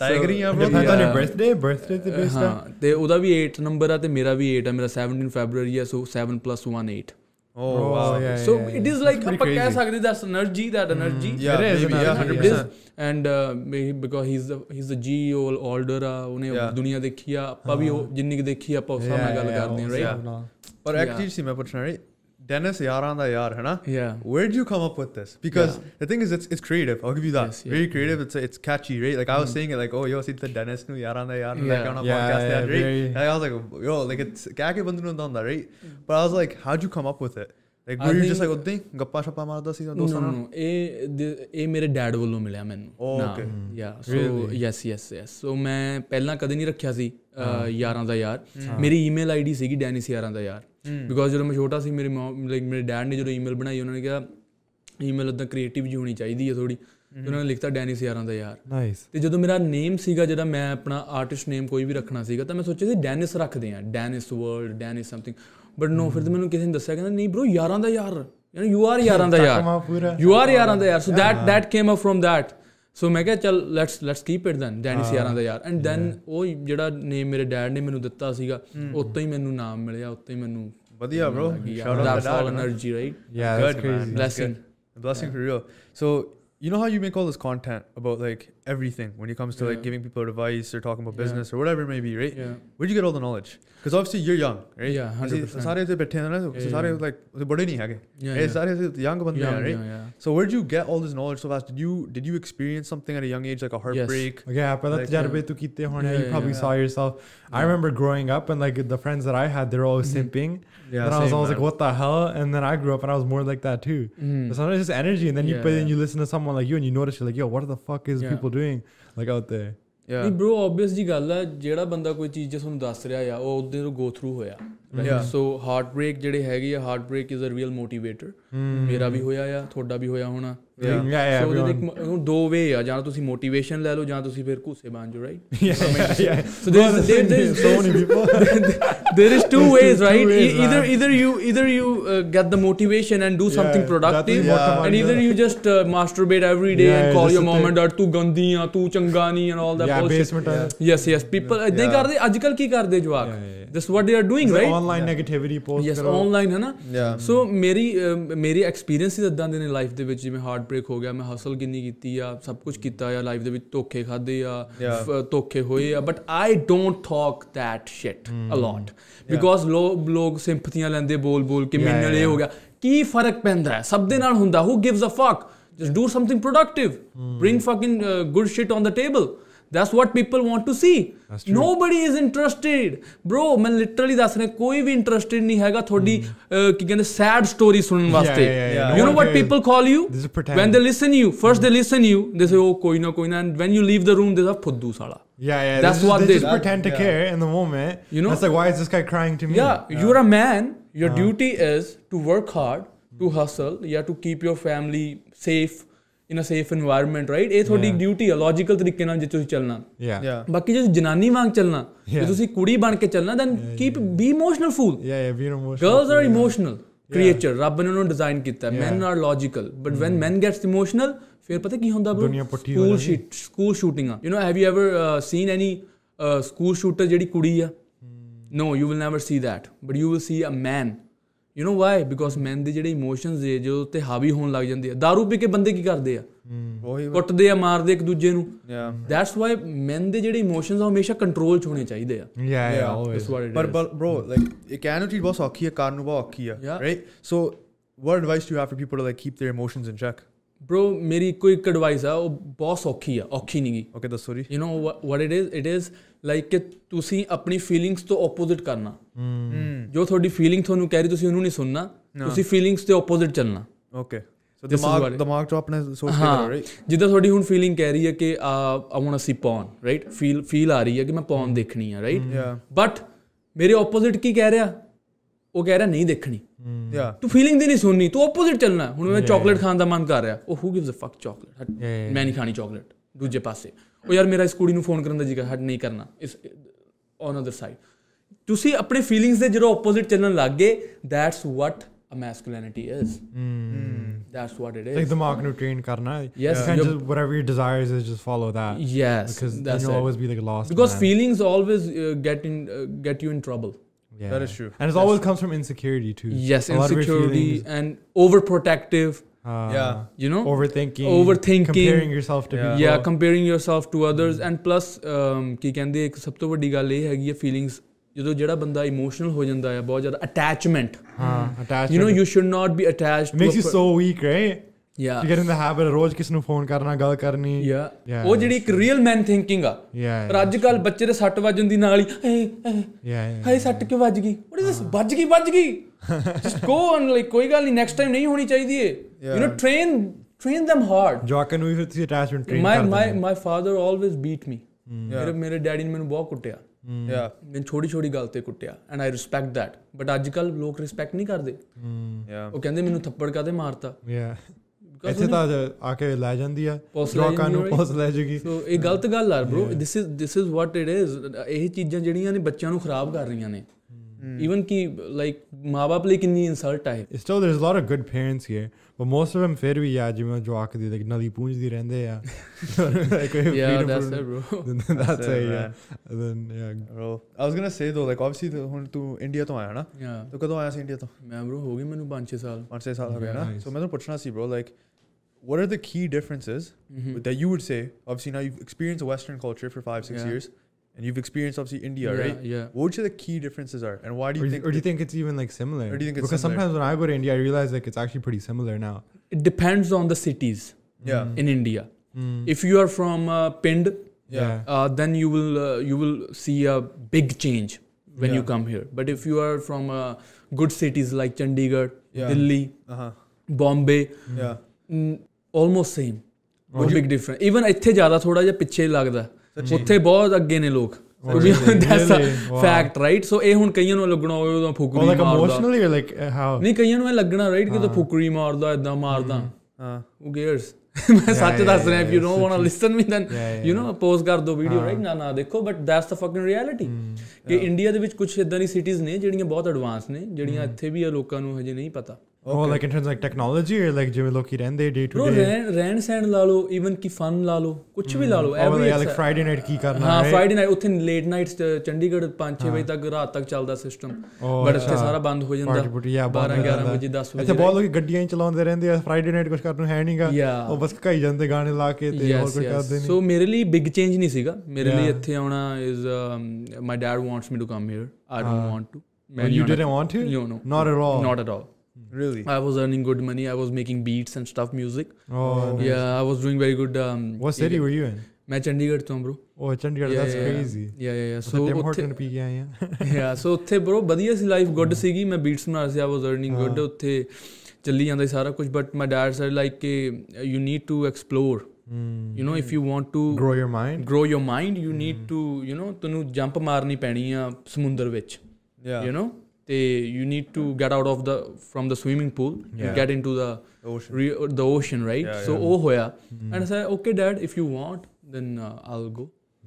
Speaker 1: Tiger ਹੀ ਆ, bro.
Speaker 3: Depends on
Speaker 2: Yeah.
Speaker 3: your birthday. Birthday the best time.
Speaker 2: ਹਾਂ ਤੇ ਉਹਦਾ ਵੀ 8 ਨੰਬਰ ਹੈ ਤੇ ਮੇਰਾ ਵੀ 8 ਹੈ ਮੇਰਾ 17 ਫੈਬਰੂਅਰੀ ਹੈ so 7 1 8
Speaker 1: Oh
Speaker 3: Bro,
Speaker 1: wow.
Speaker 3: yeah,
Speaker 2: so
Speaker 3: yeah,
Speaker 2: it
Speaker 3: yeah.
Speaker 2: Is like
Speaker 3: That's pretty
Speaker 2: ਆਪਾਂ ਕਹਿ
Speaker 3: crazy. Hmm.
Speaker 2: ਸਕਦੇ that's energy that energy
Speaker 1: Yeah,
Speaker 3: It is,
Speaker 1: maybe,
Speaker 3: man.
Speaker 1: yeah,
Speaker 3: It
Speaker 1: hundred
Speaker 3: is.
Speaker 1: percent.
Speaker 2: And because he is the he is the ਜੀ older ਆ ਉਹਨੇ
Speaker 1: Yeah.
Speaker 2: ਦੁਨੀਆ ਦੇਖੀ ਆ ਆਪਾਂ
Speaker 3: Uh-huh.
Speaker 2: ਵੀ ਉਹ ਜਿੰਨੀ ਕੁ ਦੇਖੀ ਆ ਆਪਾਂ ਉਸ ਹਿਸਾਬ ਨਾਲ ਗੱਲ ਕਰਦੇ ਹਾਂ right
Speaker 1: But
Speaker 2: Yeah.
Speaker 1: actually, see, ਮੈਂ ਪੁੱਛਣਾ, right? Dennis ਯਾਰਾਂ ਦਾ ਯਾਰ ਹੈ ਨਾ?
Speaker 2: Yeah.
Speaker 1: Where did you come up with this? Because the thing is, it's it's creative. I'll give you that.
Speaker 2: Yes, yeah. Hmm.
Speaker 1: Very creative. It's it's catchy, right? Like I was saying it, like, oh, yo, see the Dennis nu yaran da yaar, like
Speaker 2: Yeah.
Speaker 1: on a
Speaker 3: Yeah,
Speaker 1: podcast,
Speaker 3: yeah,
Speaker 1: yeah, right?
Speaker 3: very-
Speaker 1: And I was like, yo, like it's kya ke bande nu ਹੁੰਦਾ ਹੁੰਦਾ, right? But I was like, how'd you come up with it? Like,
Speaker 2: I
Speaker 1: were you just like "Oh,
Speaker 2: think-
Speaker 1: ਉਦਾਂ ਹੀ ਗੱਪਾਂ ਸ਼ੱਪਾਂ ਮਾਰਦਾ ਸੀ
Speaker 2: ਨੋ
Speaker 1: ਦੋਸਤਾਂ ਨਾਲ?
Speaker 2: ਨੋ ਇਹ ਦੇ- ਇਹ ਮੇਰੇ ਡੈਡ ਵੱਲੋਂ ਮਿਲਿਆ ਮੈਨੂੰ
Speaker 1: Oh,
Speaker 2: ਨਾ
Speaker 1: okay.
Speaker 2: Yeah so yes yes yes so ਮੈਂ ਪਹਿਲਾਂ ਕਦੇ ਨਹੀਂ ਰੱਖਿਆ ਸੀ ਅ, ਯਾਰਾਂ ਦਾ ਯਾਰ ਮੇਰੀ ਈਮੇਲ ਆਈਡੀ ਸੀਗੀ ਡੈਨਿਸ ਯਾਰਾਂ ਦਾ ਯਾਰ ਬਿਕੋਜ਼ ਜਦੋਂ ਮੈਂ ਛੋਟਾ ਸੀ ਮੇਰੇ ਲਾਈਕ ਮੇਰੇ ਡੈਡ ਨੇ ਜਦੋਂ ਈਮੇਲ ਬਣਾਈ ਉਹਨਾਂ ਨੇ ਕਿਹਾ ਈਮੇਲ ਉਦਾਂ ਕ੍ਰੀਏਟਿਵ ਜੀ ਹੋਣੀ ਚਾਹੀਦੀ ਹੈ ਥੋੜੀ ਉਹਨਾਂ ਨੇ ਲਿਖਤਾ ਡੈਨਿਸ ਯਾਰਾਂ ਦਾ ਯਾਰ
Speaker 3: Nice.
Speaker 2: ਤੇ ਜਦੋਂ ਮੇਰਾ ਨੇਮ ਸੀਗਾ ਜਿਹੜਾ ਮੈਂ ਆਪਣਾ ਆਰਟਿਸਟ ਨੇਮ ਕੋਈ ਵੀ ਰੱਖਣਾ ਸੀਗਾ ਤਾਂ ਮੈਂ ਸੋਚਿਆ ਸੀ ਡੈਨਿਸ ਰੱਖਦੇ ਆ Dennis world Dennis something but no ਫਿਰ ਤੇ ਮੈਨੂੰ ਕਿਸੇ ਨੇ ਦੱਸਿਆ ਕਹਿੰਦਾ ਨਹੀਂ bro ਯਾਰਾਂ ਦਾ ਯਾਰ ਯਾਨੀ ਯੂ ਆਰ ਯਾਰਾਂ ਦਾ
Speaker 3: ਕਮਾ
Speaker 2: ਯਾਰ
Speaker 3: ਪੂਰਾ।
Speaker 2: ਯੂ ਆਰ ਯਾਰਾਂ ਦਾ ਯਾਰ ਸੋ that that came up from that ਸੋ ਮੈਂ ਕਿਹਾ ਚੱਲ let's let's keep it then Dennis ਯਾਰਾਂ ਦਾ ਯਾਰ ਐਂਡ ਦੈਨ ਉਹ ਜਿਹੜਾ ਨੇਮ ਮੇਰੇ ਡੈਡ ਨੇ ਮੈਨੂੰ ਦਿੱਤਾ ਸੀਗਾ ਉੱਤੋਂ ਹੀ ਮੈਨੂੰ ਨਾਮ ਮਿਲਿਆ ਉੱਤੋਂ ਹੀ ਮੈਨੂੰ
Speaker 1: ਵਧੀਆ bro. Shout out to
Speaker 2: that's
Speaker 1: dad,
Speaker 2: all
Speaker 1: man.
Speaker 2: Energy right
Speaker 3: Yeah, that's
Speaker 1: Good, man.
Speaker 3: crazy.
Speaker 1: That's
Speaker 2: Blessing.
Speaker 1: good. A blessing for real. So you know how you make all this content about like everything when it comes to
Speaker 2: Yeah.
Speaker 1: like giving people advice or talking about
Speaker 2: Yeah.
Speaker 1: business or whatever it may be, right?
Speaker 2: yeah
Speaker 1: Where'd you get all the knowledge? Because obviously you're young, right?
Speaker 2: Yeah, 100%.
Speaker 1: ਅਸੀਂ ਸਾਰੇ ਤੇ ਬੈਠੇ ਹਾਂ ਨਾ
Speaker 2: yeah,
Speaker 1: ਸਾਰੇ
Speaker 2: yeah.
Speaker 1: like ਅਸੀਂ ਬੜੇ ਨਹੀਂ ਹੈਗੇ
Speaker 2: yeah
Speaker 1: ਇਹ ਸਾਰੇ ਅਸੀਂ Eh, young ਬੰਦੇ
Speaker 2: yeah,
Speaker 1: ਹਾਂ
Speaker 2: yeah,
Speaker 1: right
Speaker 2: yeah.
Speaker 1: so where'd you get all this knowledge so fast did you did you experience something at a young age like a heartbreak
Speaker 3: Okay, yeah, but
Speaker 1: Like,
Speaker 3: that's like, to kite horne.
Speaker 2: Yeah,
Speaker 3: you probably
Speaker 1: yeah.
Speaker 3: saw yourself. I remember growing up and like the friends that I had, they're always
Speaker 2: Mhm.
Speaker 3: simping.
Speaker 1: yeah
Speaker 3: and I was
Speaker 1: same,
Speaker 3: always
Speaker 1: man.
Speaker 3: like, what the hell? And then I grew up and I was more like that too.
Speaker 2: Mm.
Speaker 3: But sometimes it's just energy, and then you
Speaker 2: Yeah,
Speaker 3: but then
Speaker 2: yeah.
Speaker 3: you listen to someone like you and you notice you're like, yo, what the fuck is
Speaker 2: Yeah.
Speaker 3: people doing like out there?
Speaker 2: ਨਹੀਂ
Speaker 1: yeah
Speaker 2: bro obvious ਜੀ ਗੱਲ ਆ ਜਿਹੜਾ ਬੰਦਾ ਕੋਈ ਚੀਜ਼ ਜੇ ਤੁਹਾਨੂੰ ਦੱਸ ਰਿਹਾ ਆ ਉਹ ਉਹਦੇ ਤੋਂ ਗੋ ਥਰੂ ਹੋਇਆ
Speaker 1: Yeah.
Speaker 2: ਸੋ ਹਾਰਟ ਬ੍ਰੇਕ ਜਿਹੜੇ ਹੈਗੇ ਆ heartbreak is a real motivator
Speaker 1: Hmm.
Speaker 2: ਮੇਰਾ ਵੀ ਹੋਇਆ ਆ ਤੁਹਾਡਾ ਵੀ ਹੋਇਆ ਹੋਣਾ
Speaker 3: Yeah, yeah, yeah,
Speaker 2: ਸੋ ਉਹਦੇ ਇੱਕ
Speaker 3: everyone.
Speaker 2: ਮ- ਹੁਣ ਦੋ ਵੇ ਆ ਜਾਂ ਤੁਸੀਂ ਮੋਟੀਵੇਸ਼ਨ ਲੈ ਲਓ ਜਾਂ ਤੁਸੀਂ ਫਿਰ ਘੂਸੇ ਬਣ ਜਾਓ right
Speaker 3: yeah, yeah, yeah.
Speaker 2: So there's-
Speaker 3: Bro,
Speaker 2: there-
Speaker 3: there's
Speaker 2: there's-
Speaker 3: so many people.
Speaker 2: there is two
Speaker 3: There's two-
Speaker 2: ways
Speaker 3: two
Speaker 2: right
Speaker 3: ways,
Speaker 2: E- either
Speaker 3: man.
Speaker 2: either you either you uh, get the motivation and do something
Speaker 3: Yeah,
Speaker 2: productive
Speaker 3: that is what
Speaker 1: Yeah.
Speaker 3: I'm
Speaker 2: and either
Speaker 3: doing.
Speaker 2: you just uh, masturbate every day
Speaker 3: Yeah,
Speaker 2: and call
Speaker 3: that's
Speaker 2: your
Speaker 3: the
Speaker 2: mom
Speaker 3: thing.
Speaker 2: and dad ਤੂੰ ਗੰਦੀ ਆ ਤੂੰ ਚੰਗਾ ਨਹੀਂ and all that
Speaker 3: yeah,
Speaker 2: bullshit.
Speaker 3: basement.
Speaker 1: Yeah.
Speaker 3: Yeah.
Speaker 2: yes yes people ਇਦਾਂ ਹੀ
Speaker 1: Yeah.
Speaker 2: ਕਰਦੇ ਅੱਜ ਕੱਲ ਕੀ ਕਰਦੇ ਜਵਾਕ
Speaker 3: Yeah, yeah, yeah.
Speaker 2: this what they are doing
Speaker 3: Like
Speaker 2: right
Speaker 3: Online negativity posts.
Speaker 2: yes
Speaker 3: karo.
Speaker 2: online ਹੈ ਨਾ
Speaker 1: yeah
Speaker 2: ਸੋ ਮੇਰੀ ਅਮ, ਮੇਰੇ ਐਕਸਪੀਰੀਅੰਸਿਸ ਇਦਾਂ ਦੇ ਨੇ ਲਾਈਫ ਦੇ ਵਿੱਚ ਜਿਵੇਂ ਹਾਰਟ ਬ੍ਰੇਕ ਹੋ ਗਿਆ ਮੈਂ ਹਸਲ ਕਿੰਨੀ ਕੀਤੀ ਆ ਸਭ ਕੁਝ ਕੀਤਾ ਆ ਲਾਈਫ ਦੇ ਵਿੱਚ ਧੋਖੇ ਖਾਦੇ ਆ
Speaker 1: Yeah.
Speaker 2: ਫ- ਧੋਖੇ ਹੋਏ ਆ but I don't talk that shit
Speaker 1: Hmm.
Speaker 2: A lot because ਲੋਕ ਸਿੰਪਥੀਆਂ ਲੈਂਦੇ ਬੋਲ ਬੋਲ ਕੇ
Speaker 3: Yeah,
Speaker 2: ਮੇਰੇ ਨਾਲ ਇਹ
Speaker 3: yeah,
Speaker 2: ਹੋ ਗਿਆ ਕੀ ਫਰਕ ਪੈਂਦਾ ਹੈ? ਸਭ ਦੇ ਨਾਲ ਹੁੰਦਾ who gives a fuck just do something productive
Speaker 3: Hmm.
Speaker 2: Bring fucking good shit on the table That's what people want to see. Nobody is interested. Bro, ਮੈਂ literally ਦੱਸ ਰਿਹਾ ਕੋਈ ਵੀ interested ਨਹੀਂ ਹੈਗਾ ਤੁਹਾਡੀ ਅਹ, ਕੀ ਕਹਿੰਦੇ sad story ਸੁਣਨ
Speaker 3: Hmm. Yeah, yeah,
Speaker 2: ਵਾਸਤੇ.
Speaker 3: yeah, yeah.
Speaker 1: You
Speaker 2: You
Speaker 3: No
Speaker 2: know
Speaker 3: one
Speaker 2: what
Speaker 3: cares.
Speaker 2: people call you?
Speaker 3: This is
Speaker 2: When
Speaker 3: pretend. Hmm.
Speaker 2: they listen you, first they listen you, they say, oh, ਕੋਈ ਨਾ ਕੋਈ ਨਾ. And when you leave the room, they say, ਫੁੱਦੂ ਸਾਲਾ.
Speaker 3: Yeah, yeah.
Speaker 2: That's
Speaker 3: they just,
Speaker 2: what
Speaker 3: they
Speaker 2: they-
Speaker 3: just
Speaker 2: That-
Speaker 3: pretend to
Speaker 1: yeah.
Speaker 3: care in the moment.
Speaker 2: You know?
Speaker 3: that's like why is this guy crying to me?
Speaker 2: Yeah, you're a man. Your duty is to work hard, to hustle, yeah, to keep your family safe in a safe environment, right? ਇਹ ਤੁਹਾਡੀ
Speaker 3: Yeah.
Speaker 2: duty ਆ logical ਤਰੀਕੇ ਨਾਲ ਜੇ ਤੁਸੀਂ ਚੱਲਣਾ।
Speaker 3: yeah, yeah,
Speaker 1: yeah
Speaker 2: ਬਾਕੀ ਜੇ ਤੁਸੀਂ ਜਨਾਨੀ ਵਾਂਗ ਚੱਲਣਾ, ਜੇ
Speaker 3: Yeah.
Speaker 2: ਤੁਸੀਂ ਕੁੜੀ ਬਣ ਕੇ ਚੱਲਣਾ, then keep be emotional fool.
Speaker 3: yeah. being emotional.
Speaker 2: girls are emotional creature ਰੱਬ ਨੇ ਉਹਨਾਂ ਨੂੰ ਡਿਜ਼ਾਈਨ ਕੀਤਾ
Speaker 3: Oh, Yeah.
Speaker 2: men are logical but when men gets emotional ਫਿਰ ਪਤਾ ਕੀ ਹੁੰਦਾ
Speaker 3: ਦੁਨੀਆ ਪੁੱਠੀ ਹੋ
Speaker 2: ਸਕੂਲ
Speaker 3: ਜਾਂਦੀ।
Speaker 2: ਸ਼ੀਟ ਸਕੂਲ ਸ਼ੂਟਿੰਗਾਂ you نو have you ever seen any school shooter ਜਿਹੜੀ ਕੁੜੀ ਆ no you will never see that but you will see a man you know why because men ਦੇ ਜਿਹੜੇ emotions ਦੇ ਜੋ ਤੇ ਹਾਵੀ ਹੋਣ ਲੱਗ ਜਾਂਦੇ ਆ दारू ਪੀ ਕੇ ਬੰਦੇ ਕੀ ਕਰਦੇ ਆ
Speaker 1: ਉਹੀ
Speaker 2: ਕੁੱਟਦੇ ਆ ਮਾਰਦੇ ਇੱਕ ਦੂਜੇ ਨੂੰ
Speaker 1: yeah
Speaker 2: that's why men ਦੇ ਜਿਹੜੇ emotions ਆ ਉਹ ਹਮੇਸ਼ਾ ਕੰਟਰੋਲ ਚ ਹੋਣੇ ਚਾਹੀਦੇ ਆ
Speaker 3: Yeah, Oh, yeah,
Speaker 1: Yeah.
Speaker 3: always.
Speaker 2: that's what it
Speaker 1: but
Speaker 2: is
Speaker 1: but bro like ਇਹ ਕਹਿਣ ਨੂੰ ਚੀਜ਼ ਬਹੁਤ ਸੌਖੀ ਹੈ ਕਰਨ ਨੂੰ ਬਹੁਤ ਔਖੀ ਹੈ
Speaker 2: Yeah.
Speaker 1: right so what advice do you have for people to like keep their emotions in check
Speaker 2: bro ਮੇਰੀ ਇੱਕੋ ਇੱਕ ਐਡਵਾਈਸ ਆ ਉਹ ਬਹੁਤ ਸੌਖੀ ਆ ਔਖੀ ਨਹੀਂ ਗੀ
Speaker 1: okay ਦੱਸੋ ਜੀ
Speaker 2: you نو what it is it is like ਕਿ ਤੁਸੀਂ ਆਪਣੀ ਫੀਲਿੰਗਸ ਤੋਂ ਆਪੋਜ਼ਿਟ ਕਰਨਾ
Speaker 1: Mm.
Speaker 2: ਜੋ ਤੁਹਾਡੀ ਫੀਲਿੰਗ ਤੁਹਾਨੂੰ ਕਹਿ ਰਹੀ ਤੁਸੀਂ ਉਹਨੂੰ ਨਹੀਂ ਸੁਣਨਾ ਤੁਸੀਂ ਫੀਲਿੰਗਸ ਦੇ ਆਪੋਜ਼ਿਟ ਚੱਲਣਾ
Speaker 1: okay so
Speaker 2: This is
Speaker 1: ਦਿਮਾਗ
Speaker 2: what it- Uh-huh.
Speaker 1: ਦਿਮਾਗ ਚੋਂ ਆਪਣੇ ਸੋਚ ਕੇ
Speaker 2: ਹਾਂ
Speaker 1: ਕਰੋ right
Speaker 2: ਜਿੱਦਾਂ ਤੁਹਾਡੀ ਹੁਣ ਫੀਲਿੰਗ ਕਹਿ ਰਹੀ ਹੈ ਕਿ I want to see porn right feel feel ਆ ਰਹੀ ਹੈ ਕਿ ਮੈਂ ਪੌਨ ਦੇਖਣੀ ਆ ਰਾਈਟ
Speaker 1: yeah
Speaker 2: ਬਟ ਮੇਰੇ ਆਪੋਜ਼ਿਟ ਕੀ ਕਹਿ ਰਿਹਾ ਉਹ ਕਹਿ ਰਿਹਾ ਨਹੀਂ ਦੇਖਣੀ
Speaker 1: yeah
Speaker 2: ਤੂੰ ਫੀਲਿੰਗ ਦੀ ਨਹੀਂ ਸੁਣਨੀ ਤੂੰ ਆਪੋਜ਼ਿਟ ਚੱਲਣਾ ਹੁਣ ਮੈਂ ਚਾਕਲੇਟ ਖਾਣ ਦਾ ਮਨ ਕਰ ਰਿਹਾ ਉਹ who gives a fuck chocolate
Speaker 3: yeah, yeah.
Speaker 2: ਮੈਂ ਨਹੀਂ ਖਾਣੀ ਚਾਕਲੇਟ ਦੂਜੇ ਪਾਸੇ ਉਹ ਯਾਰ ਮੇਰਾ ਇਸ ਕੁੜੀ ਨੂੰ ਫੋਨ ਕਰਨ ਦਾ ਜਿਗਰ ਹਟ ਨਹੀਂ ਕਰਨਾ ਇਸ ਔਨ ਅਦਰ ਸਾਈਡ ਤੁਸੀਂ ਆਪਣੇ ਫੀਲਿੰਗਸ ਦੇ ਜਿਹੜਾ ਆਪੋਜ਼ਿਟ ਚੱਲਣ ਲੱਗ ਗਏ that's what a masculinity is that's what it
Speaker 3: Mm. Like
Speaker 2: is
Speaker 3: the mark nutrient karna.
Speaker 2: Yes,
Speaker 3: you can't
Speaker 2: you're-
Speaker 3: just whatever your desires is, just follow that.
Speaker 2: Yes
Speaker 3: because then
Speaker 2: that's
Speaker 3: you'll always be like lost.
Speaker 2: Because
Speaker 3: man.
Speaker 2: Feelings always get in get you in trouble
Speaker 3: yeah.
Speaker 1: That is true.
Speaker 3: and it always comes from insecurity too.
Speaker 2: Yes
Speaker 3: Mm. A lot of your
Speaker 2: insecurity
Speaker 3: feelings,
Speaker 2: and over ਪ੍ਰੋਟੈਕਟਿv
Speaker 3: uh,
Speaker 1: Yeah.
Speaker 2: You نو
Speaker 3: overthinking,
Speaker 2: Overthinking.
Speaker 3: comparing yourself to
Speaker 1: Yeah.
Speaker 3: people.
Speaker 2: Yeah comparing yourself to others and plus um, ਕੀ ਕਹਿੰਦੇ ਇੱਕ ਸਭ ਤੋਂ ਵੱਡੀ ਗੱਲ ਇਹ ਹੈਗੀ ਹੈ feelings ਜਦੋਂ ਜਿਹੜਾ ਬੰਦਾ ਇਮੋਸ਼ਨਲ ਹੋ ਜਾਂਦਾ ਹੈ ਬਹੁਤ ਜ਼ਿਆਦਾ attachment
Speaker 3: uh, attachment.
Speaker 2: You نو you should not be attached
Speaker 3: it makes you so weak, right?
Speaker 2: Yeah
Speaker 3: You get in the habit of ਰੋਜ਼ ਕਿਸ ਨੂੰ phone ਕਰਨਾ ਗੱਲ ਕਰਨੀ
Speaker 2: ਯਾ
Speaker 3: Yeah,
Speaker 2: ਉਹ
Speaker 3: that's
Speaker 2: ਜਿਹੜੀ ਇੱਕ ਰੀਅਲ ਮੈਨ ਥਿੰਕਿੰਗ ਆ
Speaker 3: yeah
Speaker 2: ਪਰ ਅੱਜ ਕੱਲ ਬੱਚੇ ਦੇ ਸੱਟ ਵੱਜਣ ਦੀ ਨਾਲ ਹੀ "ਹੇ, ਹੇ,
Speaker 3: yeah yeah
Speaker 2: ਹਾਏ ਸੱਟ ਕਿਉਂ ਵੱਜ ਗਈ ਵਾਟ ਇਜ਼ ਦਿਸ ਵੱਜ ਗਈ ਵੱਜ ਗਈ ਗੋ ਔਨ ਲਾਈਕ ਕੋਈ ਗੱਲ ਨਹੀਂ ਨੈਕਸਟ ਟਾਈਮ ਨਹੀਂ ਹੋਣੀ ਚਾਹੀਦੀ ਏ you نو train train them hard
Speaker 3: ਜਵਾਕਾਂ ਨੂੰ ਵੀ ਫਿਰ ਤੁਸੀਂ ਅਟੈਚਮੈਂਟ ਟ੍ਰੇਨ
Speaker 2: my
Speaker 3: ਕਰਦੇ
Speaker 2: my my father always beat me ਮੇਰੇ ਮੇਰੇ ਡੈਡੀ ਨੇ ਮੈਨੂੰ ਬਹੁਤ ਕੁੱਟਿਆ
Speaker 1: yeah
Speaker 2: ਮੈਨੂੰ ਛੋਟੀ ਛੋਟੀ ਗੱਲ ਤੇ ਕੁੱਟਿਆ and I respect that but ਅੱਜ ਕੱਲ ਲੋਕ ਰਿਸਪੈਕਟ ਨਹੀਂ ਕਰਦੇ
Speaker 3: Hmm,
Speaker 1: yeah
Speaker 2: ਉਹ ਕਹਿੰਦੇ ਮੈਨੂੰ ਥੱਪੜ ਕਾਤੇ ਮਾਰਤਾ
Speaker 3: ਯਾ
Speaker 2: Because
Speaker 3: ਇੱਥੇ ਤਾਂ ਆ ਕੇ ਲੈ ਜਾਂਦੀ ਆ
Speaker 2: ਪੋਸਟ ਲੈ
Speaker 3: ਜਵਾਕਾਂ ਨੂੰ
Speaker 2: ਜਾਂਦੀ ਆ,
Speaker 3: ਪੋਸ ਲੈ ਜੂਗੀ
Speaker 2: ਸੋ ਇਹ ਗਲਤ ਗੱਲ ਆ bro this is this is what it is ਇਹ ਚੀਜ਼ਾਂ ਜਿਹੜੀਆਂ ਨੇ ਬੱਚਿਆਂ ਨੂੰ ਖਰਾਬ ਕਰ ਰਹੀਆਂ ਨੇ
Speaker 1: Hmm. Mm.
Speaker 2: even ਕਿ like ਮਾਪੇ ਲਈ ਕਿੰਨੀ ਇਨਸਲਟ ਆ ਇਹ
Speaker 3: still there's a lot of good parents here but most of them ਫਿਰ ਵੀ ਆ ਜਿਵੇਂ ਜਵਾਕ ਦੀ like ਨਲੀ ਪੂੰਝਦੀ ਰਹਿੰਦੇ ਆ
Speaker 2: yeah that's it bro
Speaker 3: that's
Speaker 1: it,
Speaker 3: it yeah
Speaker 1: man.
Speaker 3: and then yeah
Speaker 1: bro i was gonna say though like obviously ਤੂੰ- ਹੁਣ ਤੂੰ India ਤੋਂ ਆਇਆ ਨਾ
Speaker 2: yeah
Speaker 1: ਤੂੰ ਕਦੋਂ ਆਇਆ ਸੀ ਇੰਡੀਆ ਤੋਂ
Speaker 2: ਮੈਂ bro ਹੋ ਗਈ ਮੈਨੂੰ 5-6 ਸਾਲ
Speaker 1: ਪੰਜ ਛੇ ਸਾਲ ਹੋ ਗਏ
Speaker 3: Yeah,
Speaker 1: ਨਾ
Speaker 3: nice.
Speaker 1: ਸੋ ਮੈਂ ਤੁਹਾਨੂੰ ਪੁੱਛਣਾ ਸੀ bro like what are the key differences
Speaker 2: Mm-hmm.
Speaker 3: Hmm.
Speaker 1: that you would say? Obviously, now you've experienced Western culture for five, six
Speaker 2: Yeah.
Speaker 1: years, and you've experienced obviously India,
Speaker 2: Yeah,
Speaker 1: right?
Speaker 2: yeah.
Speaker 1: What would you say the key differences are, and why do
Speaker 3: or,
Speaker 1: you
Speaker 3: do-
Speaker 1: think?
Speaker 3: or do you
Speaker 1: that-
Speaker 3: think it's even like similar?
Speaker 1: Or do you think it's
Speaker 3: because
Speaker 1: similar?
Speaker 3: sometimes when I go to India, I realize like it's actually pretty similar now. Mm.
Speaker 2: It depends on the cities
Speaker 1: yeah,
Speaker 2: in India. If you are from uh, Pind,
Speaker 1: yeah,
Speaker 2: uh, then you will uh, you will see a big change when you
Speaker 1: Yeah.
Speaker 2: come here. But if you are from uh, good cities like Chandigarh,
Speaker 1: Yeah.
Speaker 2: Delhi,
Speaker 1: uh huh,
Speaker 2: Bombay,
Speaker 3: Hmm.
Speaker 1: yeah.
Speaker 2: mm, almost same. ਕੋਈ big difference even ਇੱਥੇ ਜ਼ਿਆਦਾ ਥੋੜਾ ਜਿਹਾ ਪਿੱਛੇ ਲੱਗਦਾ ਉੱਥੇ ਬਹੁਤ ਅੱਗੇ ਨੇ ਲੋਕ
Speaker 3: really?
Speaker 2: That's
Speaker 3: Really? Wow.
Speaker 2: Fact right so ਇਹ ਹੁਣ ਕਈਆਂ ਨੂੰ ਲੱਗਣਾ ਹੋਵੇ ਉਦੋਂ
Speaker 3: Or
Speaker 2: ਫੁਕਰੀ
Speaker 3: like
Speaker 2: ਮਾਰਦਾ
Speaker 3: emotionally or like uh, how?
Speaker 2: ਨਹੀਂ ਕਈਆਂ ਨੂੰ ਇਹ ਲੱਗਣਾ ਰਾਈਟ ਕਿ ਤੂੰ ਫੁਕਰੀ ਮਾਰਦਾ ਇਦਾਂ ਮਾਰਦਾ
Speaker 1: Uh,
Speaker 2: ਹੂ ਕੇਅਰਸ ਮੈਂ ਸੱਚ
Speaker 3: yeah,
Speaker 2: ਦੱਸ ਰਿਹਾ
Speaker 3: yeah,
Speaker 2: if you don't want to listen me then
Speaker 3: Yeah, yeah,
Speaker 2: you نو pause ਕਰ ਦੋ ਵੀਡੀਓ ਰਾਈਟ ਨਾ ਨਾ ਦੇਖੋ but that's the fucking reality
Speaker 3: Mm.
Speaker 2: ਕਿ ਇੰਡੀਆ ਦੇ ਵਿੱਚ ਕੁਝ ਇਦਾਂ ਦੀ ਸਿਟੀਜ਼ ਨੇ ਜਿਹੜੀਆਂ ਬਹੁਤ ਐਡਵਾਂਸ ਨੇ ਜਿਹੜੀਆਂ
Speaker 3: Mm.
Speaker 2: ਇੱਥੇ ਵੀ ਆ ਲੋਕਾਂ ਨੂੰ ਹਜੇ ਨਹੀਂ ਪਤਾ
Speaker 3: Oh, like in terms of like technology or like ਜਿਵੇਂ ਲੋਕੀ ਰਹਿੰਦੇ day to
Speaker 2: ਬ్రో
Speaker 3: day.
Speaker 2: ਰਹਿਣ ਰਹਿਣ ਸਹਿਣ ਲਾ ਲਓ ਇਵਨ ਕਿ ਫਨ ਲਾ ਲਓ ਕੁਝ ਵੀ ਲਾ ਲਓ
Speaker 3: Oh,
Speaker 2: every
Speaker 3: like, like Friday night ਕੀ ਕਰਨਾ
Speaker 2: ਹਾਂ
Speaker 3: right?
Speaker 2: ਫਰਾਈਡੇ ਨਾਈਟ ਉੱਥੇ ਲੇਟ ਨਾਈਟ ਚੰਡੀਗੜ੍ਹ 5-6 ਵਜੇ ਤੱਕ ਰਾਤ ਤੱਕ ਚੱਲਦਾ ਸਿਸਟਮ
Speaker 3: Oh,
Speaker 2: ਬਟ ਇੱਥੇ
Speaker 3: ਅੱਛਾ।
Speaker 2: ਸਾਰਾ ਬੰਦ ਹੋ ਜਾਂਦਾ
Speaker 3: Party ਪੂਟੀ, yeah, ਬੰਦ
Speaker 2: 12
Speaker 3: ਹੋ
Speaker 2: 11
Speaker 3: ਜਾਂਦਾ।
Speaker 2: ਵਜੇ 10 ਵਜੇ
Speaker 3: ਇੱਥੇ ਬਹੁਤ ਲੋਕੀ ਗੱਡੀਆਂ ਹੀ ਚਲਾਉਂਦੇ ਰਹਿੰਦੇ ਆ ਫਰਾਈਡੇ ਨਾਈਟ ਕੁਝ ਕਰਨ ਨੂੰ ਹੈ ਨਹੀਂਗਾ
Speaker 2: Yeah.
Speaker 3: ਉਹ ਬਸ ਘਾਈ ਜਾਂਦੇ ਗਾਣੇ ਲਾ ਕੇ ਤੇ ਹੋਰ ਕੁਝ ਕਰਦੇ ਨਹੀਂ
Speaker 2: ਸੋ ਮੇਰੇ ਲਈ ਬਿਗ ਚੇਂਜ ਨਹੀਂ ਸੀਗਾ ਮੇਰੇ ਲਈ
Speaker 3: Yeah.
Speaker 2: ਇੱਥੇ ਆਉਣਾ um, is my dad wants me to come here I don't want to
Speaker 3: But you didn't want to?
Speaker 2: No, no.
Speaker 3: Not at all.
Speaker 2: not at all
Speaker 1: really?
Speaker 2: i was earning good money i was making beats and stuff music
Speaker 3: Oh,
Speaker 2: yeah i was doing very good um
Speaker 3: what city were you in?
Speaker 2: ਮੈਂ ਚੰਡੀਗੜ੍ਹ ਤੋਂ bro
Speaker 3: Oh, Chandigarh.
Speaker 2: Yeah,
Speaker 3: That's
Speaker 2: yeah,
Speaker 3: crazy.
Speaker 2: yeah yeah yeah
Speaker 3: So
Speaker 2: so
Speaker 3: Tim
Speaker 2: ਉੱਥੇ
Speaker 3: Horton ਪੀ ਕੇ ਆਏ ਆ।
Speaker 2: ਯਾ ਸੋ ਉੱਥੇ bro ਵਧੀਆ ਸੀ life good ਸੀਗੀ ਮੈਂ ਬੀਟਸ ਬਣਾ ਰਿਹਾ ਸੀ ਆ ਵਾਸ ਅਰਨਿੰਗ ਗੁੱਡ ਉੱਥੇ ਚੱਲੀ ਜਾਂਦਾ ਸੀ ਸਾਰਾ ਕੁਝ but my dad said like ਕਿ you need to explore you نو if you want to
Speaker 3: Hmm. Grow your mind. Hmm.
Speaker 2: Grow your mind you need to you نو ਤੈਨੂੰ ਜੰਪ ਮਾਰਨੀ ਪੈਣੀ ਆ ਸਮੁੰਦਰ ਵਿੱਚ
Speaker 1: Yeah,
Speaker 2: ਯੂ نو ਤੇ you need to get out of the from the swimming pool you
Speaker 3: Yeah.
Speaker 2: Get into the
Speaker 1: ocean.
Speaker 2: the ocean right
Speaker 1: Yeah,
Speaker 2: so oh,
Speaker 1: yeah.
Speaker 2: ਉਹ ਹੋਇਆ
Speaker 3: Hmm.
Speaker 2: And I okay dad if you want then uh, i'll go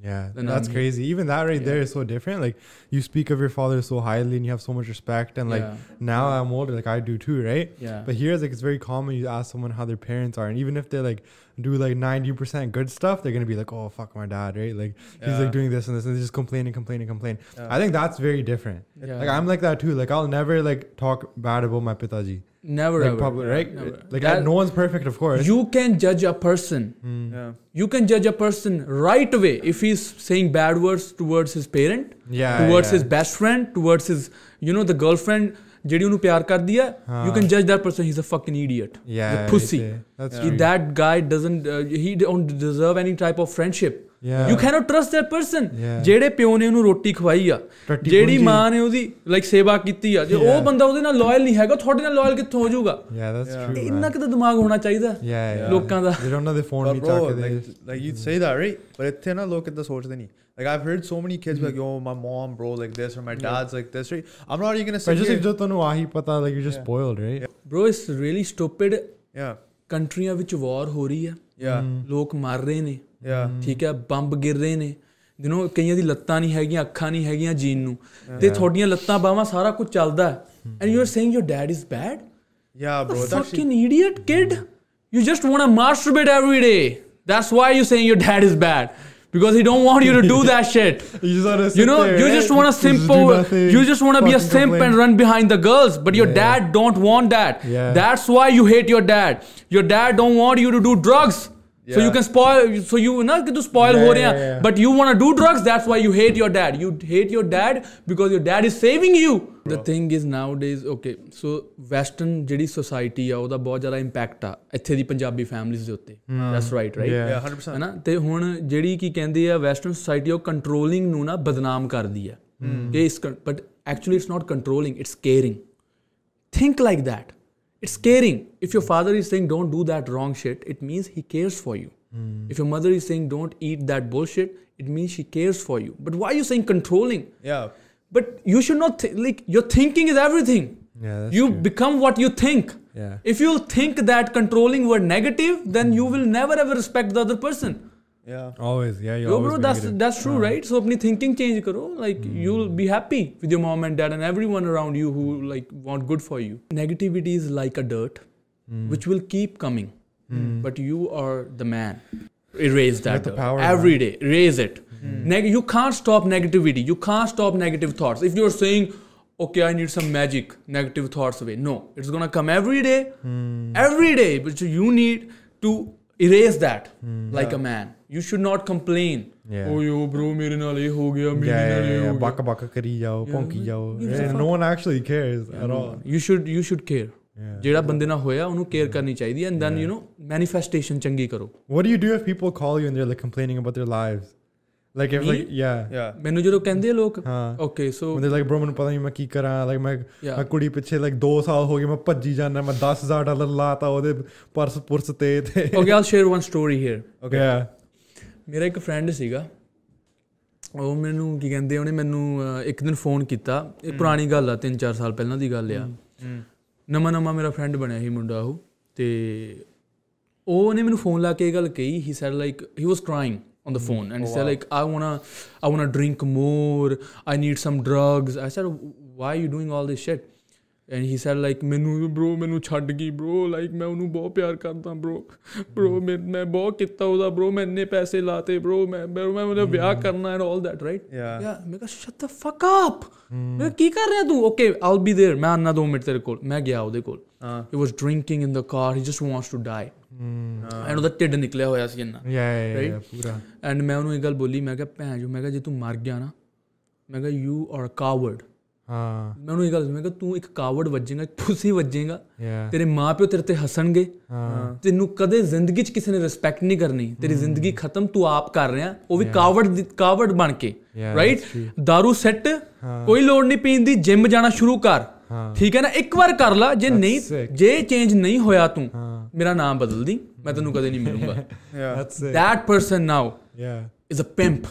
Speaker 3: Yeah,
Speaker 2: Then
Speaker 3: that's
Speaker 2: I'm-
Speaker 3: crazy. Even that right there is so different. Like you speak of your father so highly, and you have so much respect. And like
Speaker 2: Yeah.
Speaker 3: now I'm older, like I do too, right?
Speaker 2: Yeah.
Speaker 3: But here, it's like it's very common. You ask someone how their parents are, and even if they like do like ninety percent good stuff, they're gonna be like, "Oh fuck, my dad," right? Like he's
Speaker 1: Yeah.
Speaker 3: like doing this and this, and they just complain and complain and complain.
Speaker 1: Yeah.
Speaker 3: I think that's very different.
Speaker 2: Yeah.
Speaker 3: Like I'm like that too. Like I'll never like talk bad about my pitaji.
Speaker 2: never
Speaker 3: Like
Speaker 2: ever
Speaker 3: probably right.
Speaker 2: Never.
Speaker 3: Like
Speaker 2: That-
Speaker 3: no one's perfect, of course. Mm.
Speaker 2: you can judge a person
Speaker 1: yeah,
Speaker 2: you can judge a person right away if he's saying bad words towards his parent
Speaker 3: Yeah,
Speaker 2: towards
Speaker 3: yeah.
Speaker 2: his best friend towards his you know the girlfriend ਜਿਹੜੀ ਉਹਨੂੰ ਪਿਆਰ ਕਰਦੀ ਹੈ
Speaker 3: Ah.
Speaker 2: you can judge that person he's a fucking idiot
Speaker 3: yeah,
Speaker 2: he's a
Speaker 3: right
Speaker 2: pussy
Speaker 3: there. That's
Speaker 2: He-
Speaker 3: true.
Speaker 2: that guy doesn't uh, he don't deserve any type of friendship
Speaker 3: Yeah.
Speaker 2: you cannot trust that person
Speaker 3: Yeah.
Speaker 2: ਜਿਹੜੇ ਪਿਓ ਨੇ ਉਹਨੂੰ ਰੋਟੀ ਖਵਾਈ ਆ
Speaker 3: ਟੱਟੀ
Speaker 2: ਜਿਹੜੀ
Speaker 3: ਪੂੰਜੀ।
Speaker 2: ਮਾਂ ਨੇ ਉਹਦੀ ਲਾਈਕ ਸੇਵਾ ਕੀਤੀ ਆ ਜੇ ਉਹ
Speaker 3: Yeah.
Speaker 2: ਬੰਦਾ ਉਹਦੇ ਨਾਲ ਲਾਇਲ ਨਹੀਂ ਹੈਗਾ ਤੁਹਾਡੇ ਨਾਲ ਲਾਇਲ ਕਿੱਥੋਂ ਹੋ ਜਾਊਗਾ
Speaker 3: yeah, that's
Speaker 1: Yeah.
Speaker 3: true.
Speaker 2: ਤੇ
Speaker 3: man.
Speaker 2: ਇੰਨਾ ਕੁ ਤਾਂ ਦਿਮਾਗ ਹੋਣਾ ਚਾਹੀਦਾ
Speaker 3: Yeah, yeah.
Speaker 2: ਲੋਕਾਂ ਦਾ
Speaker 3: They don't know they phone
Speaker 1: But
Speaker 3: me
Speaker 1: bro,
Speaker 3: talk they
Speaker 1: like,
Speaker 3: just-
Speaker 1: like you'd say that, right? But it's na look at the source then. Like I've heard so many kids be like,
Speaker 3: Hmm.
Speaker 1: yo, my mom, bro, like this, or my dad's like this, right? I'm not even gonna
Speaker 3: But
Speaker 1: say
Speaker 3: just like ਜੋ ਤੁਹਾਨੂੰ ਆਹੀ ਪਤਾ like you're just spoiled, right?
Speaker 2: bro it's really stupid
Speaker 1: Yeah,
Speaker 2: ਕੰਟਰੀਆਂ ਵਿੱਚ ਵਾਰ ਹੋ ਰਹੀ ਆ
Speaker 1: yeah,
Speaker 3: Hmm.
Speaker 2: ਲੋਕ ਮਰ ਰਹੇ ਨੇ
Speaker 1: yeah,
Speaker 2: ਠੀਕ ਹੈ ਬੰਬ ਗਿਰ ਰਹੇ ਨੇ ਯੂ نو ਕਈਆਂ ਦੀ ਲੱਤਾਂ ਨਹੀਂ ਹੈਗੀਆਂ ਅੱਖਾਂ ਨਹੀਂ ਹੈਗੀਆਂ ਜੀਣ ਨੂੰ ਤੇ ਤੁਹਾਡੀਆਂ ਲੱਤਾਂ ਬਾਹਾਂ ਸਾਰਾ ਕੁਝ ਚੱਲਦਾ
Speaker 3: Hmm.
Speaker 2: And you are saying your dad is bad
Speaker 1: yeah, bro. It's actually
Speaker 2: fucking idiot kid you just want to masturbate every day that's why you saying your dad is bad because he don't want you to do that shit
Speaker 3: You just wanna
Speaker 2: You
Speaker 3: sit
Speaker 2: know,
Speaker 3: there,
Speaker 2: you
Speaker 3: right?
Speaker 2: just want a
Speaker 3: Just do
Speaker 2: simp. over-
Speaker 3: nothing,
Speaker 2: You just want to be a
Speaker 3: fucking
Speaker 2: simp and
Speaker 3: complain.
Speaker 2: run behind the girls, but your
Speaker 3: Yeah.
Speaker 2: dad don't want that.
Speaker 3: Yeah.
Speaker 2: That's why you hate your dad. Your dad don't want you to do drugs. So you
Speaker 1: Yeah.
Speaker 2: can spoil. So you not get to spoil
Speaker 3: Yeah,
Speaker 2: ho rahe
Speaker 3: yeah,
Speaker 2: hain,
Speaker 3: yeah.
Speaker 2: but you want to do drugs. That's why you hate your dad. You hate your dad because your dad is saving you. The thing is nowadays, okay. So Western ਜਿਹੜੀ society ਆ ਉਹਦਾ ਬਹੁਤ ਜ਼ਿਆਦਾ impact ਆ ਇੱਥੇ ਦੀ Punjabi families ਦੇ ਉੱਤੇ.
Speaker 3: Hmm.
Speaker 2: That's right, right?
Speaker 3: Yeah.
Speaker 1: yeah, hundred percent.
Speaker 2: ਹਨਾ ਤੇ ਹੁਣ ਜਿਹੜੀ ਕੀ ਕਹਿੰਦੇ ਆ ਵੈਸਟਰਨ ਸੁਸਾਇਟੀ ਉਹ ਕੰਟਰੋਲਿੰਗ ਨੂੰ ਨਾ ਬਦਨਾਮ ਕਰਦੀ ਆ ਕਿ ਇਸ but actually it's not controlling it's caring think like that it's caring if your father is saying don't do that wrong shit it means he cares for you if your mother is saying don't eat that bullshit it means she cares for you but why you saying controlling
Speaker 1: Yeah,
Speaker 2: but you should not like your thinking is everything
Speaker 3: Yeah, that's
Speaker 2: you
Speaker 3: true.
Speaker 2: become what you think
Speaker 3: Yeah.
Speaker 2: if you think that controlling were negative then you will never ever respect the other person
Speaker 1: yeah,
Speaker 3: always yeah you
Speaker 2: yo
Speaker 3: always
Speaker 2: bro
Speaker 3: make
Speaker 2: that's
Speaker 3: it. Uh-huh. Hmm.
Speaker 2: that's true right so apni thinking change karo like you'll be happy with your mom and dad and everyone around you who like want good for you negativity is like a dirt
Speaker 3: Hmm.
Speaker 2: which will keep coming but you are the man erase that
Speaker 3: the
Speaker 2: dirt.
Speaker 3: power, Hmm.
Speaker 2: every day erase it Neg- you can't stop negativity you can't stop negative thoughts if you're saying okay i need some
Speaker 3: Hmm.
Speaker 2: magic negative thoughts away no it's gonna come every day every day but you need to erase that
Speaker 3: Hmm.
Speaker 2: like a man you should not complain
Speaker 3: Yeah.
Speaker 2: oh yo bro mere naal ye ho gaya mere
Speaker 3: yeah,
Speaker 2: naal
Speaker 3: yeah,
Speaker 2: ye
Speaker 3: yeah,
Speaker 2: ho
Speaker 3: yeah.
Speaker 2: gaya."
Speaker 3: Baka baka kari jao,
Speaker 2: Yeah,
Speaker 3: ponki
Speaker 2: but
Speaker 3: jao.
Speaker 2: gives a
Speaker 3: Yeah, no
Speaker 2: fuck?
Speaker 3: one actually cares at
Speaker 2: No,
Speaker 3: all.
Speaker 2: you should you should care
Speaker 3: Yeah.
Speaker 2: ਜਿਹੜਾ ਬੰਦੇ ਨਾਲ ਹੋਇਆ ਉਹਨੂੰ care ਕਰਨੀ ਚਾਹੀਦੀ and then you نو manifestation ਚੰਗੀ ਕਰੋ
Speaker 3: What do you do if people call you and they're like complaining about their lives? Like if
Speaker 2: Me?
Speaker 3: like yeah.
Speaker 1: yeah
Speaker 2: ਮੈਨੂੰ ਜਦੋਂ ਕਹਿੰਦੇ ਆ ਲੋਕ
Speaker 3: Huh.
Speaker 2: Okay so
Speaker 3: When they're like, bro, ਮੈਨੂੰ ਪਤਾ ਨਹੀਂ ਮੈਂ ਕੀ ਕਰਾਂ like ਮੈਂ
Speaker 2: Yeah.
Speaker 3: ਮੈਂ ਕੁੜੀ ਪਿੱਛੇ like 2 ਸਾਲ ਹੋ ਗਏ ਮੈਂ ਭੱਜੀ ਜਾਂਦਾ ਮੈਂ 10000 ਡਾਲਰ ਲਾਤਾ ਉਹਦੇ ਪਰਸ ਪੁਰਸ ਤੇ ਤੇ
Speaker 2: okay all share one story here
Speaker 3: okay yeah
Speaker 2: ਮੇਰਾ ਇੱਕ ਫਰੈਂਡ ਸੀਗਾ ਉਹ ਮੈਨੂੰ ਕੀ ਕਹਿੰਦੇ ਉਹਨੇ ਮੈਨੂੰ ਅਹ, ਇੱਕ ਦਿਨ ਫੋਨ ਕੀਤਾ
Speaker 3: Hmm.
Speaker 2: ਇਹ ਪੁਰਾਣੀ ਗੱਲ ਆ 3-4 ਸਾਲ ਪਹਿਲਾਂ ਦੀ ਗੱਲ ਆ ਨਵਾਂ ਨਵਾਂ ਮੇਰਾ ਫਰੈਂਡ ਬਣਿਆ ਸੀ ਮੁੰਡਾ ਉਹ ਤੇ ਉਹਨੇ ਮੈਨੂੰ ਫੋਨ ਲਾ ਕੇ ਇਹ ਗੱਲ ਕਹੀ he said like he was crying on the phone and he said like I want I want drink more I need some drugs I said why you doing all this shit and he said like ਮੈਨੂੰ bro ਮੈਨੂੰ ਛੱਡ ਗਈ bro like ਮੈਂ ਉਹਨੂੰ ਬਹੁਤ ਪਿਆਰ ਕਰਦਾ bro bro ਮੈਂ ਮੈਂ ਬਹੁਤ ਕੀਤਾ ਉਹਦਾ bro ਮੈਂ ਇੰਨੇ ਪੈਸੇ ਲਾਤੇ bro ਮੈਂ ਮੈਂ ਮੈਂ ਉਹਦਾ ਵਿਆਹ ਕਰਨਾ and all that right
Speaker 1: yeah
Speaker 2: ਯਾ ਮੈਂ ਕਿਹਾ ਸ਼ਟ ਦ ਫੱਕ ਅਪ ਮੈਂ ਕਿਹਾ, ਕੀ ਕਰ ਰਿਹਾ ਤੂੰ okay I will be there ਮੈਂ ਆਨਾ ਦੋ ਮਿੰਟ ਤੇਰੇ ਕੋਲ ਮੈਂ ਗਿਆ ਉਹਦੇ ਕੋਲ
Speaker 1: ਹਾਂ।
Speaker 2: He was drinking in the car he just wants to die and ਉਹਦਾ ਢਿੱਡ ਨਿਕਲਿਆ ਹੋਇਆ ਸੀ ਇੰਨਾ
Speaker 3: yeah yeah, yeah,
Speaker 2: Right?
Speaker 3: yeah ਪੂਰਾ
Speaker 2: ਐਂਡ ਮੈਂ ਉਹਨੂੰ ਇਹ ਗੱਲ ਬੋਲੀ ਮੈਂ ਕਿਹਾ ਭੈਣ ਜੋ ਮੈਂ ਕਿਹਾ ਜੇ ਤੂੰ ਮਰ ਗਿਆ ਨਾ ਮੈਂ ਕਿਹਾ ਯੂ ਆਰ ਅ ਕਾਵਰਡ
Speaker 3: ਹਾਂ
Speaker 2: ਮੈਂ ਉਹਨੂੰ ਇਹ ਗੱਲ ਮੈਂ ਕਿਹਾ ਤੂੰ ਇੱਕ ਕਾਵਰਡ ਵੱਜੇਗਾ ਇੱਕ ਪੁੱਸੀ ਵੱਜੇਗਾ
Speaker 3: yeah
Speaker 2: ਤੇਰੇ ਮਾਪਿਓ ਤੇਰੇ ਤੇ ਹੱਸਣਗੇ
Speaker 3: ਹਾਂ
Speaker 2: ਤੈਨੂੰ ਕਦੇ ਜ਼ਿੰਦਗੀ 'ਚ ਕਿਸੇ ਨੇ ਰਿਸਪੈਕਟ ਨਹੀਂ ਕਰਨੀ ਤੇਰੀ ਜ਼ਿੰਦਗੀ ਖਤਮ ਤੂੰ ਆਪ ਕਰ ਰਿਹਾ ਉਹ ਵੀ ਕਾਵੜ ਦੀ- ਕਾਵੜ ਬਣ ਕੇ
Speaker 3: Yeah,
Speaker 2: ਰਾਈਟ
Speaker 3: that's true.
Speaker 2: दारू ਸੈੱਟ ਕੋਈ ਲੋੜ ਨਹੀਂ ਪੀਣ ਦੀ ਜਿਮ ਜਾਣਾ ਸ਼ੁਰੂ ਕਰ
Speaker 3: ਹਾਂ।
Speaker 2: ਠੀਕ ਹੈ ਨਾ ਇੱਕ ਵਾਰ ਕਰ ਲੈ ਜੇ ਨਹੀਂ
Speaker 3: sick.
Speaker 2: ਜੇ ਚੇਂਜ ਨਹੀਂ ਹੋਇਆ ਤੂੰ
Speaker 3: ਹਾਂ।
Speaker 2: ਮੇਰਾ ਨਾਮ ਬਦਲ ਦੀ ਮੈਂ ਤੈਨੂੰ ਕਦੇ ਨਹੀਂ ਮਿਲੂੰਗਾ
Speaker 1: yeah
Speaker 3: that's it
Speaker 2: that person now
Speaker 3: yeah
Speaker 2: is a pimp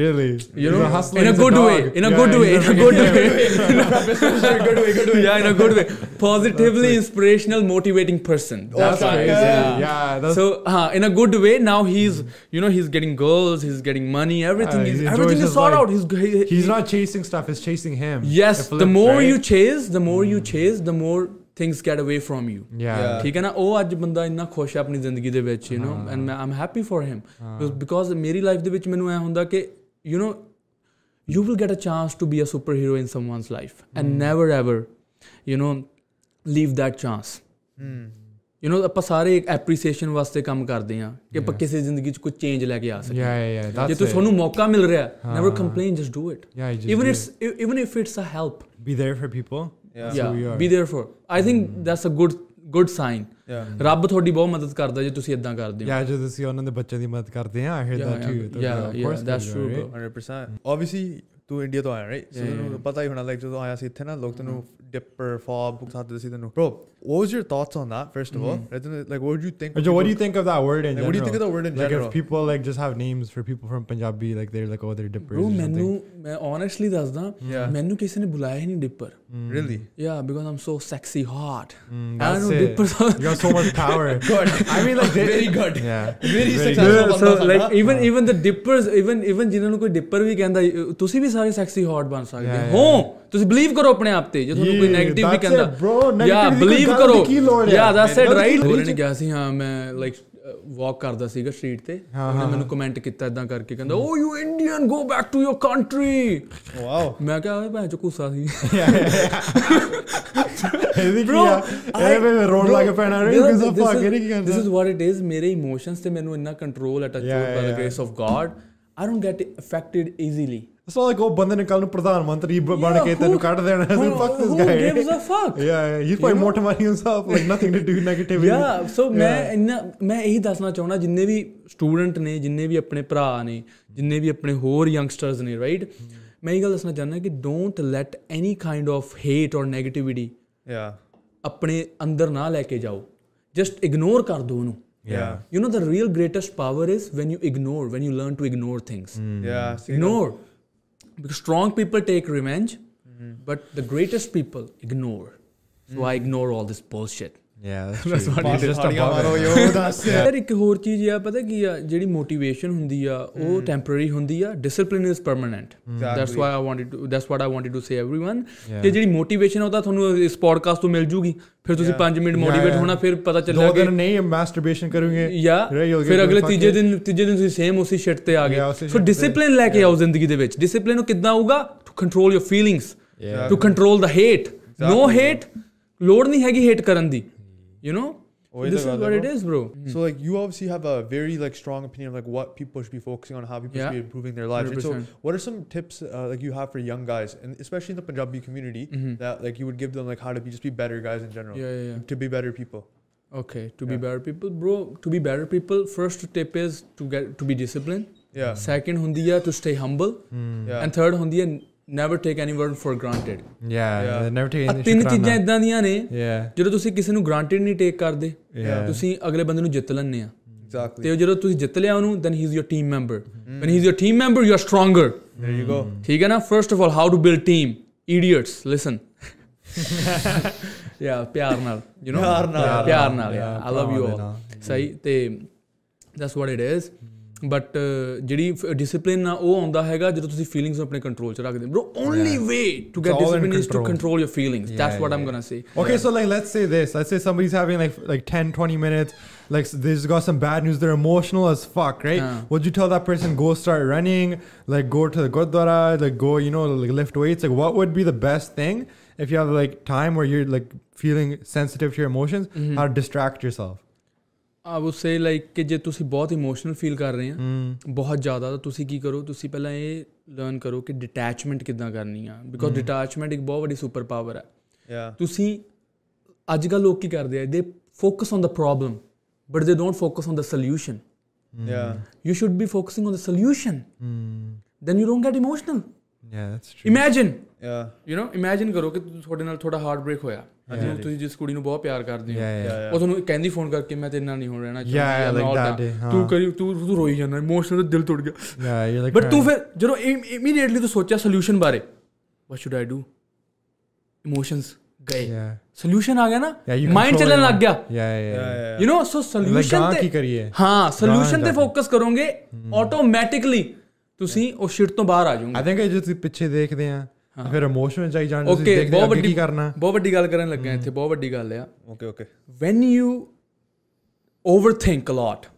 Speaker 3: really
Speaker 2: you know
Speaker 3: hustler,
Speaker 2: in a
Speaker 3: he's
Speaker 2: good way
Speaker 3: dog.
Speaker 2: in a
Speaker 3: Yeah,
Speaker 2: good
Speaker 3: he's
Speaker 2: way in a
Speaker 3: like-
Speaker 2: good way good way good way yeah in a good way positively inspirational motivating person
Speaker 3: that's
Speaker 1: Yeah.
Speaker 3: crazy
Speaker 1: Yeah.
Speaker 3: yeah that's
Speaker 2: so uh, in a good way now he's you know he's getting girls he's getting money everything
Speaker 3: Yeah,
Speaker 2: is
Speaker 3: he enjoys
Speaker 2: everything is
Speaker 3: his
Speaker 2: sought
Speaker 3: life.
Speaker 2: out he's, he,
Speaker 3: he's not chasing stuff it's chasing him
Speaker 2: yes
Speaker 3: It
Speaker 2: the
Speaker 3: flips,
Speaker 2: more
Speaker 3: right?
Speaker 2: you chase the more you chase the more things get away from you
Speaker 3: yeah
Speaker 1: Yeah.
Speaker 2: ਠੀਕ ਹੈ ਨਾ ਉਹ ਅੱਜ ਬੰਦਾ ਇੰਨਾ ਖੁਸ਼ ਹੈ ਆਪਣੀ ਜ਼ਿੰਦਗੀ ਦੇ ਵਿੱਚ ਯੂ نو ਐਂਡ ਮੈਂ am happy for him because ਮੇਰੀ ਲਾਈਫ ਦੇ ਵਿੱਚ ਮੈਨੂੰ ਐ ਹੁੰਦਾ ਕਿ you نو you will get a chance to be a superhero in someone's life and never ever you نو leave that chance
Speaker 1: Hmm.
Speaker 2: You نو ਆਪਾਂ ਸਾਰੇ ਇੱਕ ਐਪਰੀਸੀਏਸ਼ਨ ਵਾਸਤੇ ਕੰਮ ਕਰਦੇ ਆ ਕਿ ਆਪਾਂ ਕਿਸੇ ਜ਼ਿੰਦਗੀ 'ਚ ਕੋਈ ਚੇਂਜ ਲੈ ਕੇ ਆ ਸਕੀਏ
Speaker 3: yeah yeah yeah
Speaker 2: ਜੇ
Speaker 3: that's
Speaker 2: ਤੂੰ
Speaker 3: it.
Speaker 2: ਤੁਹਾਨੂੰ ਮੌਕਾ ਮਿਲ ਰਿਹਾ never complain just do it
Speaker 3: yeah you just
Speaker 2: even
Speaker 3: do
Speaker 2: it's even if it's a help
Speaker 3: it. be there for people
Speaker 1: yeah
Speaker 3: who we
Speaker 2: ਯਾ
Speaker 3: are. Mm-hmm।
Speaker 2: Be there for I think that's a good good sign
Speaker 1: yeah
Speaker 2: ਰੱਬ ਤੁਹਾਡੀ ਬਹੁਤ ਮਦਦ ਕਰਦਾ ਜੇ ਤੁਸੀਂ ਇਦਾਂ ਕਰਦੇ ਹੋ
Speaker 3: yeah just to see ਉਹਨਾਂ ਦੇ ਬੱਚਿਆਂ ਦੀ ਮਦਦ ਕਰਦੇ ਆ i heard
Speaker 2: Yeah,
Speaker 3: that
Speaker 2: yeah,
Speaker 3: too They're
Speaker 2: yeah,
Speaker 3: like, of
Speaker 2: yeah,
Speaker 3: course they
Speaker 2: that's
Speaker 3: do,
Speaker 2: true,
Speaker 3: right?
Speaker 2: bro.
Speaker 1: 100% obviously ਤੂੰ ਇੰਡੀਆ ਤੋਂ ਆਇਆ ਰਾਈਟ ਸੋ
Speaker 2: Yeah,
Speaker 1: ਤੈਨੂੰ
Speaker 2: yeah.
Speaker 1: ਪਤਾ ਹੀ ਹੋਣਾ ਲਾਈਕ ਜਦੋਂ ਆਇਆ ਸੀ ਇੱਥੇ ਨਾ ਲੋਕ ਤੈਨੂੰ
Speaker 3: Mm-hmm.
Speaker 1: ਡਿੱਪਰ ਫੌਬ ਸਾਥ ਸੀ ਤੈਨੂੰ bro what was your thoughts on that first of all like what would you think
Speaker 3: Raja, Mm-hmm. what do you think of that word in
Speaker 1: like,
Speaker 3: general?
Speaker 1: what do you think of the word in
Speaker 3: like
Speaker 1: general
Speaker 3: if people like just have names for people from Punjabi, like they're like oh they're dippers.
Speaker 2: bro
Speaker 3: or something.
Speaker 2: ਮੈਨੂੰ ਮੈਂ honestly ਦੱਸਦਾ
Speaker 1: Yeah.
Speaker 3: Mm-hmm.
Speaker 2: ਮੈਨੂੰ ਕਿਸੇ ਨੇ ਬੁਲਾਇਆ ਹੀ ਨਹੀਂ ਡਿੱਪਰ
Speaker 1: really
Speaker 2: yeah because I'm so sexy hot
Speaker 3: Mm,
Speaker 2: I
Speaker 3: that's
Speaker 2: know
Speaker 3: it.
Speaker 2: dippers are-
Speaker 3: You got so much power.
Speaker 1: good
Speaker 3: I mean, like they,
Speaker 1: very good
Speaker 3: Yeah.
Speaker 1: very
Speaker 3: Very
Speaker 1: successful
Speaker 2: so
Speaker 1: ਬੰਦਾ
Speaker 2: like
Speaker 1: ਸਾਡਾ।
Speaker 2: even even the dippers even even ਜਿਨ੍ਹਾਂ ਨੂੰ ਕੋਈ dipper ਵੀ ਕਹਿੰਦਾ ਅਹ, ਤੁਸੀਂ ਵੀ ਸਾਰੇ sexy hot ਬਣ ਸਕਦੇ
Speaker 3: Yeah,
Speaker 2: ਹੋ ਤੁਸੀਂ ਬਲੀਵ ਕਰੋ ਆਪਣੇ ਆਪ ਤੇ ਜੇ ਤੁਹਾਨੂੰ ਕੋਈ
Speaker 3: Yeah,
Speaker 2: 네ਗੇਟਿਵ ਵੀ
Speaker 3: that's it, bro.
Speaker 2: ਕਹਿੰਦਾ ਯਾ
Speaker 3: Negativity ਦੀ ਕੋਈ
Speaker 2: ਬਲੀਵ
Speaker 3: ਗੱਲ
Speaker 2: ਕਰੋ
Speaker 3: ਦੀ ਕੀ ਲੋੜ ਹੈ?
Speaker 2: ਯਾ ਦੈਟਸ ਇਟ
Speaker 3: ਗਲਤ ਕੀ
Speaker 2: ਰਾਈਟ
Speaker 3: ਲੋੜ
Speaker 2: ਉਹਨੇ
Speaker 3: ਹੈ?
Speaker 2: ਕਿਹਾ ਸੀ ਹਾਂ ਮੈਂ ਲਾਈਕ ਵਾਕ ਕਰਦਾ ਸੀਗਾ ਸਟਰੀਟ ਤੇ
Speaker 3: ਹਾਂ,
Speaker 2: ਉਹਨੇ
Speaker 3: ਹਾਂ,
Speaker 2: ਮੈਨੂੰ ਕਮੈਂਟ ਕੀਤਾ ਇਦਾਂ ਕਰਕੇ ਕਹਿੰਦਾ "Oh, oh you Indian go back to your country
Speaker 1: wow
Speaker 2: ਮੈਂ ਕਿਹਾ ਓਏ ਭੈਣ ਚ ਘੁੱਸਾ ਸੀ
Speaker 3: bro, I, road like a fan. I don't give a fuck. ਇਹਨੇ ਕੀ ਕਰਨਾ?
Speaker 2: This is what it is ਮੇਰੇ ਇਮੋਸ਼ਨਸ ਤੇ ਮੈਨੂੰ ਇੰਨਾ ਕੰਟਰੋਲ ਅਟੈਚ
Speaker 3: Yeah,
Speaker 2: ਹੋਇਆ by
Speaker 3: yeah.
Speaker 2: Grace of God I don't get affected easily
Speaker 3: It's not like oh ਬੰਦੇ ਨੇ ਕੱਲ ਨੂੰ ਪ੍ਰਧਾਨ ਮੰਤਰੀ ਬ- ਬਣ ਕੇ ਤੈਨੂੰ ਕੱਢ ਦੇਣਾ ਹੈ fuck this guy.
Speaker 2: Who gives a fuck?
Speaker 3: Yeah, yeah, he's probably
Speaker 2: know?
Speaker 3: motivating himself like nothing to do negativity.
Speaker 2: ਯਾ ਸੋ ਮੈਂ
Speaker 3: Yeah.
Speaker 2: ਇੰਨਾ ਮੈਂ ਇਹੀ ਦੱਸਣਾ ਚਾਹੁੰਦਾ ਜਿੰਨੇ ਵੀ ਸਟੂਡੈਂਟ ਨੇ ਜਿੰਨੇ ਵੀ ਆਪਣੇ ਭਰਾ ਨੇ ਜਿੰਨੇ ਵੀ ਆਪਣੇ ਹੋਰ ਯੰਗਸਟਰਸ ਨੇ ਰਾਈਟ ਮੈਂ ਇਹ ਗੱਲ ਦੱਸਣਾ ਚਾਹੁੰਦਾ ਕਿ don't let any kind of hate or negativity
Speaker 1: yeah
Speaker 2: ਆਪਣੇ ਅੰਦਰ ਨਾ ਲੈ ਕੇ ਜਾਓ ਜਸਟ ਇਗਨੋਰ ਕਰ ਦਿਓ ਉਹਨੂੰ
Speaker 1: yeah
Speaker 3: Mm-hmm.
Speaker 2: You know, the real greatest power is when you ignore, when you learn to ignore things.
Speaker 3: Hmm.
Speaker 1: yeah see,
Speaker 2: Ignore. Because strong people take revenge, but the greatest people ignore. So I ignore all this bullshit.
Speaker 3: Yeah, that's, that's
Speaker 2: what
Speaker 1: pass
Speaker 3: Just
Speaker 1: ਹਾੜੀਆਂ
Speaker 3: above
Speaker 1: ਮਾਰੋ
Speaker 3: it.
Speaker 1: ਯੋ ਦੱਸ
Speaker 2: ਯਾਰ ਇੱਕ ਹੋਰ ਚੀਜ਼ ਆ ਪਤਾ ਕੀ ਆ ਜਿਹੜੀ ਮੋਟੀਵੇਸ਼ਨ ਹੁੰਦੀ ਆ ਉਹ
Speaker 3: Hmm.
Speaker 2: ਟੈਂਪਰੇਰੀ ਹੁੰਦੀ ਆ discipline is permanent that's why I wanted to that's what I wanted to say everyone
Speaker 3: Yeah.
Speaker 2: ਕਿ ਜਿਹੜੀ ਮੋਟੀਵੇਸ਼ਨ ਉਹ ਤਾਂ ਤੁਹਾਨੂੰ ਇਸ ਪੋਡਕਾਸਟ ਤੋਂ ਮਿਲ ਜੂਗੀ ਫਿਰ ਤੁਸੀਂ 5 ਮਿੰਟ
Speaker 3: Yeah,
Speaker 2: ਮੋਟੀਵੇਟ
Speaker 3: yeah.
Speaker 2: ਹੋਣਾ ਫਿਰ ਪਤਾ
Speaker 3: ਦੋ
Speaker 2: ਚੱਲਿਆ ਕਿ
Speaker 3: ਦਿਨ ਨਹੀਂ ਮੈਸਟਰਬੇਸ਼ਨ ਕਰੂੰਗੇ
Speaker 2: ਯਾ
Speaker 3: Right, you'll
Speaker 2: ਫਿਰ
Speaker 3: get
Speaker 2: ਅਗਲੇ
Speaker 3: fucking-
Speaker 2: ਤੀਜੇ ਦਿਨ ਤੀਜੇ ਦਿਨ ਤੁਸੀਂ ਸੇਮ ਉਸੇ ਸ਼ਿਟ ਤੇ ਆ
Speaker 3: Yeah,
Speaker 2: ਗਏ
Speaker 3: ਉਸੇ
Speaker 2: ਸੋ
Speaker 3: shit ਤੇ।
Speaker 2: ਡਿਸਪਲਿਨ ਲੈ ਕੇ ਆਓ ਜ਼ਿੰਦਗੀ ਦੇ ਵਿੱਚ ਡਿਸਪਲਿਨ ਨੂੰ ਕਿੱਦਾਂ ਆਊਗਾ to control your feelings
Speaker 3: Yeah.
Speaker 2: To control the hate no hate ਲੋੜ ਨਹੀਂ ਹੈਗੀ ਹੇਟ ਕਰਨ ਦੀ ਯੂ نو
Speaker 1: वही तो
Speaker 2: this is
Speaker 1: बात है,
Speaker 2: what it
Speaker 1: bro.
Speaker 2: is bro
Speaker 1: So like you obviously have a very like strong opinion of like what people should be focusing on, how people
Speaker 2: Yeah.
Speaker 1: should be improving their lives. And so
Speaker 2: 100%.
Speaker 1: what are some tips uh, like you have for young guys and especially in the Punjabi community
Speaker 2: Mhm.
Speaker 1: that like you would give them like how to be just be better guys in general,
Speaker 2: yeah yeah, yeah.
Speaker 1: to be better people.
Speaker 2: Okay, to be
Speaker 1: Yeah.
Speaker 2: better people, bro. To be better people, first tip is to get to be disciplined.
Speaker 1: Yeah.
Speaker 2: Second, hundi hai to stay humble.
Speaker 3: Hmm.
Speaker 1: Yeah.
Speaker 2: Mm. And third, hundi hai never take anyone for granted.
Speaker 3: Yeah,
Speaker 1: Yeah.
Speaker 3: yeah. Never take
Speaker 2: ਆਹ ਤਿੰਨ ਚੀਜ਼ਾਂ
Speaker 3: anything.
Speaker 2: ਇਦਾਂ ਦੀਆਂ ਨੇ
Speaker 3: Yeah.
Speaker 2: ਜਦੋਂ ਤੁਸੀਂ ਕਿਸੇ ਨੂੰ ਗranted ਨਹੀਂ ਟੇਕ ਕਰਦੇ
Speaker 3: Yeah.
Speaker 2: ਤੁਸੀਂ ਅਗਲੇ ਬੰਦੇ ਨੂੰ ਜਿੱਤ ਲੈਣੇ ਆ
Speaker 1: Exactly.
Speaker 2: ਤੇ ਉਹ ਜਦੋਂ ਤੁਸੀਂ ਜਿੱਤ ਲਿਆ ਉਹਨੂੰ then he is your team member when he is your team member you are stronger
Speaker 1: There you go.
Speaker 3: Mm.
Speaker 2: ਠੀਕ ਹੈ ਨਾ first of all how to build team idiots listen yeah ਪਿਆਰ ਨਾਲ you know
Speaker 1: ਪਿਆਰ ਨਾਲ।
Speaker 2: ਪਿਆਰ ਨਾਲ
Speaker 3: Yeah,
Speaker 2: yeah i love you
Speaker 3: ਭਰਾਵਾਂ
Speaker 2: all
Speaker 3: ਦੇ ਨਾਲ।
Speaker 2: ਸਹੀ ਤੇ that's what it is but ਜਿਹੜੀ ਡਿਸਪਲਿਨ ਆ ਉਹ ਆਉਂਦਾ ਹੈਗਾ ਜਦੋਂ ਤੁਸੀਂ ਫੀਲਿੰਗਸ ਨੂੰ ਆਪਣੇ ਕੰਟਰੋਲ ਚ ਰੱਖਦੇ bro only way to get
Speaker 3: all in
Speaker 2: discipline is to
Speaker 3: control.
Speaker 2: control your feelings that's
Speaker 3: Yeah,
Speaker 2: what i'm
Speaker 3: yeah.
Speaker 2: going to say
Speaker 3: Okay, so like let's say this. Let's say somebody's having like like 10, 20 minutes, like s- they just got some bad news, they're emotional as fuck, right?
Speaker 2: Yeah.
Speaker 3: Would you tell that person go start running, like go to the gurdwara, like go, you know, like lift weights? Like what would be the best thing if you have like time where you're like feeling sensitive to your emotions, how to distract yourself?
Speaker 2: ਆ ਉਹ ਸੇ like ਕਿ ਜੇ ਤੁਸੀਂ ਬਹੁਤ emotional feel ਕਰ ਰਹੇ ਆ ਬਹੁਤ ਜ਼ਿਆਦਾ ਤਾਂ ਤੁਸੀਂ ਕੀ ਕਰੋ ਤੁਸੀਂ ਪਹਿਲਾਂ ਇਹ ਲਰਨ ਕਰੋ ਕਿ ਡਿਟੈਚਮੈਂਟ ਕਿੱਦਾਂ ਕਰਨੀ ਆ ਬਿਕੋਜ਼ ਡਿਟੈਚਮੈਂਟ ਇੱਕ ਬਹੁਤ ਵੱਡੀ ਸੁਪਰ ਪਾਵਰ ਆ
Speaker 1: Yeah.
Speaker 2: ਤੁਸੀਂ ਅੱਜ ਕੱਲ੍ਹ ਲੋਕ ਕੀ ਕਰਦੇ ਆ they focus on the problem but they don't focus on the solution Mm.
Speaker 1: Yeah.
Speaker 2: You should be focusing on the solution then you don't get emotional
Speaker 3: Mm, Yeah, that's true.
Speaker 2: Imagine
Speaker 1: Yeah.
Speaker 2: You نو imagine ਕਰੋ ਕਿ ਤੁਹਾਡੇ ਨਾਲ ਥੋੜਾ heart break ਹੋਇਆ ਜਿਹਨੂੰ ਤੁਸੀਂ ਜਿਸ ਕੁੜੀ ਨੂੰ ਬਹੁਤ ਪਿਆਰ ਕਰਦੇ ਹੋ
Speaker 3: Yeah, yeah.
Speaker 1: Yeah.
Speaker 2: ਉਹ ਤੁਹਾਨੂੰ ਕਹਿੰਦੀ ਫੋਨ ਕਰਕੇ ਮੈਂ ਤੇਰੇ ਨਾਲ ਨਹੀਂ ਹੋ ਰਹਿਣਾ
Speaker 3: Yeah,
Speaker 2: ਮੈਂ
Speaker 3: yeah, like
Speaker 2: all
Speaker 3: that
Speaker 2: done.
Speaker 3: day, ਹਾਂ।
Speaker 2: ਤੂੰ ਕਰੀ ਤੂੰ ਤੂੰ ਰੋਈ ਜਾਂਦਾ ਇਮੋਸ਼ਨਲ ਦਿਲ ਟੁੱਟ ਗਿਆ
Speaker 3: Yeah, you're like
Speaker 2: ਬਟ ਤੂੰ
Speaker 3: crying.
Speaker 2: ਫਿਰ ਜਦੋਂ ਇਮੀਡੀਏਟਲੀ ਤੂੰ ਸੋਚਿਆ ਸੋਲੂਸ਼ਨ ਬਾਰੇ what should I do emotions ਗਏ
Speaker 3: Yeah.
Speaker 2: ਸੋਲੂਸ਼ਨ ਆ ਗਿਆ ਨਾ
Speaker 3: Yeah, you
Speaker 2: ਮਾਈਂਡ
Speaker 3: control
Speaker 2: ਚੱਲਣ
Speaker 3: your
Speaker 2: ਲੱਗ
Speaker 3: mind.
Speaker 2: ਗਿਆ
Speaker 3: Yeah, yeah,
Speaker 1: Yeah,
Speaker 3: yeah.
Speaker 1: yeah,
Speaker 2: you نو so
Speaker 3: Like
Speaker 2: solution
Speaker 3: गा की
Speaker 2: ਤੇ
Speaker 3: करिए.
Speaker 2: ਹਾਂ ਸੋਲੂਸ਼ਨ ਤੇ
Speaker 3: जाके।
Speaker 2: ਫੋਕਸ ਕਰੋਗੇ
Speaker 3: Hmm.
Speaker 2: ਆਟੋਮੈਟਿਕਲੀ ਤੁਸੀਂ ਉਹ ਸ਼ਿਟ ਤੋਂ ਬਾਹਰ ਆ ਜਾਓਗੇ
Speaker 3: I think I just ਪਿੱਛੇ ਦੇਖਦੇ ਆ ਫਿਰ ਇਮੋਸ਼ਨ ਚ ਆਈ ਜਾਣ ਤੁਸੀਂ
Speaker 2: ਓਕੇ
Speaker 3: ਦੇਖਦੇ
Speaker 2: ਬਹੁਤ
Speaker 3: ਆ ਕੀ
Speaker 2: ਵੱਡੀ
Speaker 3: ਕਰਨਾ Hmm.
Speaker 2: ਬਹੁਤ ਵੱਡੀ ਗੱਲ ਕਰਨ ਲੱਗਾ ਇੱਥੇ ਬਹੁਤ ਵੱਡੀ ਗੱਲ ਆ
Speaker 1: Okay. Okay.
Speaker 2: when you overthink a lot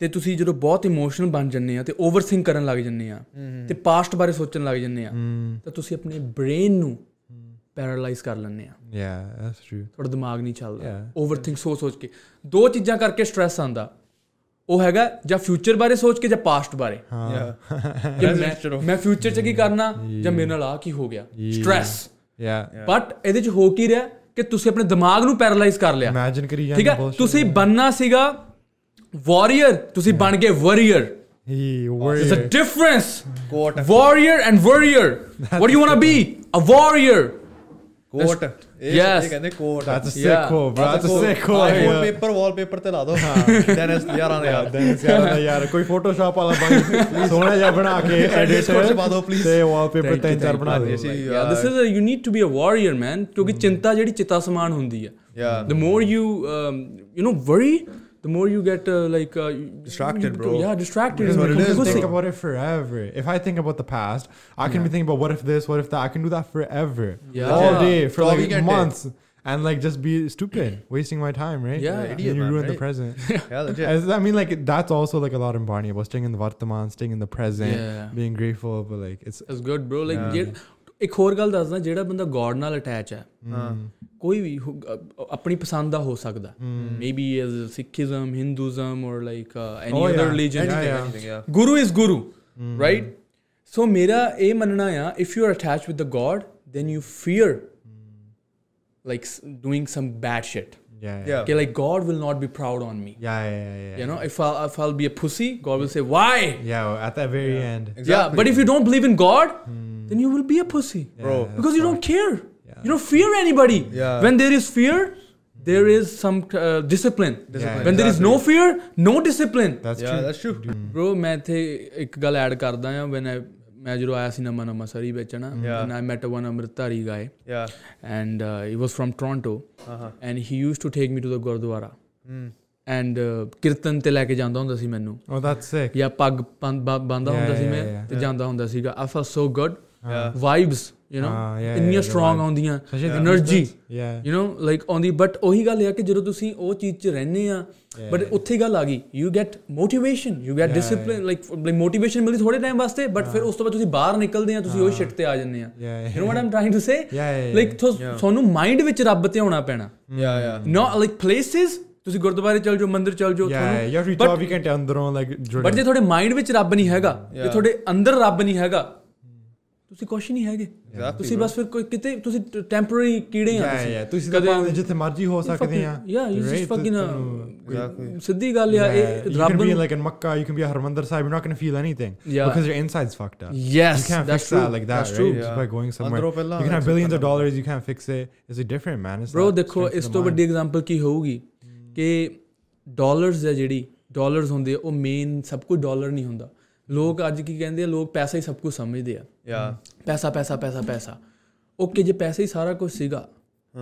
Speaker 2: ਤੇ ਤੁਸੀਂ ਜਦੋਂ ਬਹੁਤ ਇਮੋਸ਼ਨਲ ਬਣ ਜੰਨੇ ਆ ਤੇ ਓਵਰਥਿੰਕ ਕਰਨ ਲੱਗ ਜੰਨੇ ਆ ਤੇ ਪਾਸਟ ਬਾਰੇ ਸੋਚਣ ਲੱਗ ਜੰਨੇ ਆ ਤਾਂ ਤੁਸੀਂ ਆਪਣੇ ਬ੍ਰੇਨ ਨੂੰ ਪੈਰਾਲਾਈਜ਼ ਕਰ ਲੈਂਦੇ ਆ
Speaker 3: Yeah, that's true.
Speaker 2: ਤੁਹਾਡਾ ਦਿਮਾਗ ਨਹੀਂ ਚੱਲਦਾ
Speaker 3: Yeah.
Speaker 2: ਓਵਰਥਿੰਕ ਸੋਚ ਸੋਚ ਕੇ ਦੋ ਚੀਜ਼ਾਂ ਕਰਕੇ ਸਟ੍ਰੈਸ ਆਂਦਾ ਉਹ ਹੈਗਾ ਜਾਂ ਫਿਊਚਰ ਬਾਰੇ ਸੋਚ ਕੇ ਜਾਂ ਪਾਸਟ ਬਾਰੇ
Speaker 3: Ah.
Speaker 1: Yeah.
Speaker 2: ਕਿ
Speaker 1: That's
Speaker 2: ਮੈਂ-
Speaker 1: true.
Speaker 2: ਮੈਂ ਫਿਊਚਰ ਚ ਕੀ ਕਰਨਾ ਜਾਂ ਮੇਰੇ ਨਾਲ ਆ ਕੀ ਹੋ ਗਿਆ ਸਟ੍ਰੈਸ
Speaker 3: Yeah.
Speaker 2: ਬਟ ਇਹਦੇ ਚ ਹੋ ਕੀ ਰਿਹਾ ਕਿ ਤੁਸੀਂ ਆਪਣੇ ਦਿਮਾਗ ਨੂੰ ਪੈਰਾਲਾਈਜ਼ ਕਰ ਲਿਆ
Speaker 3: Imagine ਕਰੀ ਜਾਂਦੇ
Speaker 2: ਠੀਕ ਹੈ
Speaker 3: bullshit.
Speaker 2: ਤੁਸੀਂ ਬਣਨਾ ਸੀਗਾ ਵਾਰੀਅਰ ਤੁਸੀਂ ਬਣ ਗਏ warrior
Speaker 3: He
Speaker 2: it's a
Speaker 3: warrior.
Speaker 2: Difference
Speaker 1: Quote.
Speaker 2: Warrior and warrior what you want to be a warrior
Speaker 1: Quote.
Speaker 2: Yes.
Speaker 1: ਇਹ ਕਹਿੰਦੇ quote
Speaker 3: That's a sick
Speaker 2: Yeah.
Speaker 3: quote, bro. That's a sick Ah. quote.
Speaker 1: IPhone
Speaker 3: Yeah.
Speaker 1: Paper wallpaper ਤੇ ਲਾ ਦੋ Danish ਯਾਰਾਂ ਦੇ ਯਾਰ
Speaker 3: Dennis ਯਾਰ ਦਾ ਯਾਰ ਕੋਈ ਫੋਟੋਸ਼ਾਪ ਵਾਲਾ ਬਣ ਸੋਹਣਾ ਜਿਹਾ ਬਣਾ ਕੇ
Speaker 1: Edit
Speaker 3: ਐਡਿਟ
Speaker 1: ਕੁਛ ਪਾ ਦਿਓ, please.
Speaker 3: ਤੇ ਵਾਲਪੇਪਰ
Speaker 2: Thank you,
Speaker 3: ਤਿੰਨ ਚਾਰ
Speaker 2: thank
Speaker 3: ਬਣਾ
Speaker 2: you.
Speaker 3: ਦਿਓ
Speaker 1: ਅਸੀਂ-
Speaker 2: ਯਾ this is you need to be a warrior man ਕਿਉਂਕਿ
Speaker 1: Hmm.
Speaker 2: ਚਿੰਤਾ ਜਿਹੜੀ ਚਿਤਾ ਸਮਾਨ ਹੁੰਦੀ ਹੈ
Speaker 1: Yeah.
Speaker 2: The more you you نو worry the more you get like
Speaker 1: Distracted, bro.
Speaker 2: ਯਾ distracted
Speaker 1: That's what it is,
Speaker 3: Think
Speaker 1: bro.
Speaker 3: about it forever. If I think about the past, I can be thinking about what if this, what if that. I can do that forever,
Speaker 2: Yeah.
Speaker 3: all
Speaker 2: Yeah.
Speaker 3: day for
Speaker 1: Doggy
Speaker 3: like
Speaker 1: get day.
Speaker 3: months, and like just be stupid, wasting my time, right?
Speaker 2: Yeah.
Speaker 3: and
Speaker 1: Idiot,
Speaker 3: you
Speaker 1: man,
Speaker 3: ruin the
Speaker 1: right?
Speaker 3: present.
Speaker 1: Yeah, legit.
Speaker 3: As- I mean, like that's also like a lot in Barney about staying in the Vartaman, staying in the present,
Speaker 2: Yeah.
Speaker 3: being grateful, but like it's
Speaker 2: it's good bro like ਇੱਕ ਹੋਰ ਗੱਲ ਦੱਸਦਾ ਜਿਹੜਾ ਬੰਦਾ God ਨਾਲ attach ਹੈ
Speaker 1: Uh-huh.
Speaker 2: ਕੋਈ ਵੀ ਹੋ- ਅ- ਆਪਣੀ ਪਸੰਦ ਦਾ ਹੋ ਸਕਦਾ
Speaker 3: Hmm.
Speaker 2: Maybe as Sikhism Hinduism or like any
Speaker 3: Oh,
Speaker 2: other
Speaker 3: yeah.
Speaker 2: Religion
Speaker 3: Yeah, yeah. Hmm.
Speaker 1: Anything, yeah.
Speaker 2: Guru is guru right so ਮੇਰਾ ਇਹ ਮੰਨਣਾ ਆ if you are attach with the God then you fear like doing some bad shit
Speaker 3: yeah,
Speaker 1: Yeah.
Speaker 2: ਕਿ like God will not be proud on me
Speaker 3: yeah, yeah, yeah, yeah.
Speaker 2: You نو if I if I be a pussy God will say why
Speaker 3: Yeah, at that very end. Hmm.
Speaker 2: Yeah, but if you don't believe in God, then you will be a pussy.
Speaker 1: Bro.
Speaker 3: Yeah,
Speaker 2: Because you don't care.
Speaker 3: Yeah.
Speaker 2: You don't fear anybody.
Speaker 1: Yeah.
Speaker 2: When there is fear, there is some uh, discipline.
Speaker 1: Discipline,
Speaker 2: When there is no fear, no discipline.
Speaker 3: That's
Speaker 1: yeah,
Speaker 3: true. Hmm.
Speaker 1: that's true.
Speaker 2: Bro, ਮੈਂ ਇੱਥੇ ਇੱਕ ਗੱਲ add ਕਰਦਾ ਆ when I ਮੈਂ ਜਦੋਂ ਆਇਆ ਸੀ ਨਮਾ ਨਮਾ ਸਰੀ ਵਿੱਚ ਨਾ
Speaker 1: Yeah.
Speaker 2: and I met one Amritari guy
Speaker 1: Yeah.
Speaker 2: and uh, he was from Toronto
Speaker 1: Uh-huh.
Speaker 2: and he used to take me to the Gurdwara
Speaker 1: Mm.
Speaker 2: and uh, ਕੀਰਤਨ ਤੇ ਲੈ ਕੇ ਜਾਂਦਾ ਹੁੰਦਾ ਸੀ ਮੈਨੂੰ
Speaker 3: Oh, that's sick.
Speaker 2: ਜਾਂ ਪੱਗ ਬੰਦਾ
Speaker 3: Yeah,
Speaker 2: ਹੁੰਦਾ ਸੀ
Speaker 3: yeah,
Speaker 2: ਮੈਂ
Speaker 3: yeah.
Speaker 2: ਤੇ ਜਾਂਦਾ ਹੁੰਦਾ ਸੀਗਾ I feel so good
Speaker 1: Yeah.
Speaker 2: Vibes you
Speaker 3: ਹਾਂ,
Speaker 2: نو
Speaker 3: yeah,
Speaker 2: ਇੰਨੀਆਂ
Speaker 3: yeah, the
Speaker 2: ਸਟਰੋਂਗ
Speaker 3: vibes.
Speaker 2: ਆਉਂਦੀਆਂ
Speaker 3: Especially the
Speaker 2: energy
Speaker 3: movements. Yeah.
Speaker 2: You نو like ਆਉਂਦੀ ਬਟ ਉਹੀ ਗੱਲ ਇਹ ਆ ਕਿ ਜਦੋਂ ਤੁਸੀਂ ਉਹ ਚੀਜ਼ 'ਚ ਰਹਿੰਦੇ ਆ ਬਟ ਉੱਥੇ ਗੱਲ ਆ ਗਈ you get motivation you get
Speaker 3: Yeah,
Speaker 2: discipline like motivation ਮਿਲੀ ਥੋੜੇ ਟਾਈਮ ਵਾਸਤੇ ਬਟ ਫਿਰ ਉਸ ਤੋਂ ਬਾਅਦ ਤੁਸੀਂ ਬਾਹਰ ਨਿਕਲਦੇ ਆ ਤੁਸੀਂ ਉਹ ਸ਼ਿਟ ਤੇ ਆ ਜਾਂਦੇ ਆ
Speaker 3: Yeah, yeah.
Speaker 2: You نو what Aam trying to say
Speaker 3: Yeah, yeah,
Speaker 2: like
Speaker 3: yeah. Mm.
Speaker 2: ਤੁਹਾਨੂੰ ਮਾਈਂਡ ਵਿੱਚ ਰੱਬ ਤੇ ਆਉਣਾ ਪੈਣਾ
Speaker 1: Yeah, yeah.
Speaker 2: ਨਾ ਲਾਈਕ ਪਲੇਸਿਸ ਤੁਸੀਂ ਗੁਰਦੁਆਰੇ ਚਲ ਜਾਓ ਮੰਦਿਰ ਚਲ ਜਾਓ
Speaker 3: Yeah, you have to reach
Speaker 2: but-
Speaker 3: out. We can tell their own like. Jordan.
Speaker 2: But ਜੇ ਤੁਹਾਡੇ ਮਾਈਂਡ ਵਿੱਚ ਰੱਬ ਨਹੀਂ ਹੈਗਾ ਜੇ
Speaker 1: Yeah.
Speaker 2: ਤੁਹਾਡੇ ਅੰਦਰ ਰੱਬ ਨਹੀਂ ਹੈਗਾ
Speaker 3: Mm.
Speaker 2: ਤੁਸੀਂ ਕੁਛ ਨਹੀਂ ਹੈਗੇ
Speaker 1: Exactly,
Speaker 2: ਤੁਸੀਂ
Speaker 1: bro.
Speaker 2: ਬਸ ਫਿਰ ਕੋਈ ਕਿਤੇ ਤੁਸੀਂ ਟੈਂਪਰੇਰੀ ਕੀੜੇ ਆ
Speaker 3: yeah, yeah. ਤੁਸੀਂ ਤਾਂ ਭਾਵੇਂ ਜਿੱਥੇ ਮਰਜ਼ੀ ਹੋ ਸਕਦੇ ਆ
Speaker 2: ਯਾ ਯੂ
Speaker 3: Right?
Speaker 2: ਜਸਟ
Speaker 3: ਤੁਹਾਨੂੰ-
Speaker 2: uh,
Speaker 1: Exactly.
Speaker 2: ਫਕਿੰਗ ਸਿੱਧੀ ਗੱਲ ਆ ਇਹ
Speaker 3: you
Speaker 2: ਰੱਬ
Speaker 3: can be
Speaker 2: ਨੂੰ
Speaker 3: like in Makkah, you can be at Harmandir Sahib, you're not going to feel anything
Speaker 2: Yeah.
Speaker 3: because your inside's fucked up.
Speaker 2: Yes
Speaker 3: You can't
Speaker 2: that's
Speaker 3: fix
Speaker 2: true
Speaker 3: that like that,
Speaker 2: that's
Speaker 3: right?
Speaker 2: true.
Speaker 3: Just
Speaker 1: Yeah.
Speaker 3: by going somewhere.
Speaker 1: Andhra
Speaker 3: You
Speaker 1: Pella,
Speaker 3: can have
Speaker 1: that's
Speaker 3: billions
Speaker 1: it.
Speaker 3: of dollars, you can't fix it. It's like different, man. It's
Speaker 2: bro
Speaker 3: that
Speaker 2: ਦੇਖੋ
Speaker 3: strength of
Speaker 2: ਇਸ
Speaker 3: the
Speaker 2: ਤੋਂ
Speaker 3: mind.
Speaker 2: ਵੱਡੀ example ਕੀ ਹੋਊਗੀ ਕਿ dollars ਹੈ ਜਿਹੜੀ dollars ਹੁੰਦੇ ਆ, ਉਹ ਮੇਨ ਸਭ ਕੁਝ ਡਾਲਰ ਨਹੀਂ ਹੁੰਦਾ ਲੋਕ ਅੱਜ ਕੀ ਕਹਿੰਦੇ ਆ ਲੋਕ ਪੈਸਾ ਹੀ ਸਭ ਕੁਝ ਸਮਝਦੇ ਆ
Speaker 1: Yeah.
Speaker 2: ਪੈਸਾ ਪੈਸਾ ਪੈਸਾ ਪੈਸਾ ਓਕੇ ਜੇ ਪੈਸਾ ਹੀ ਸਾਰਾ ਕੁਝ ਸੀਗਾ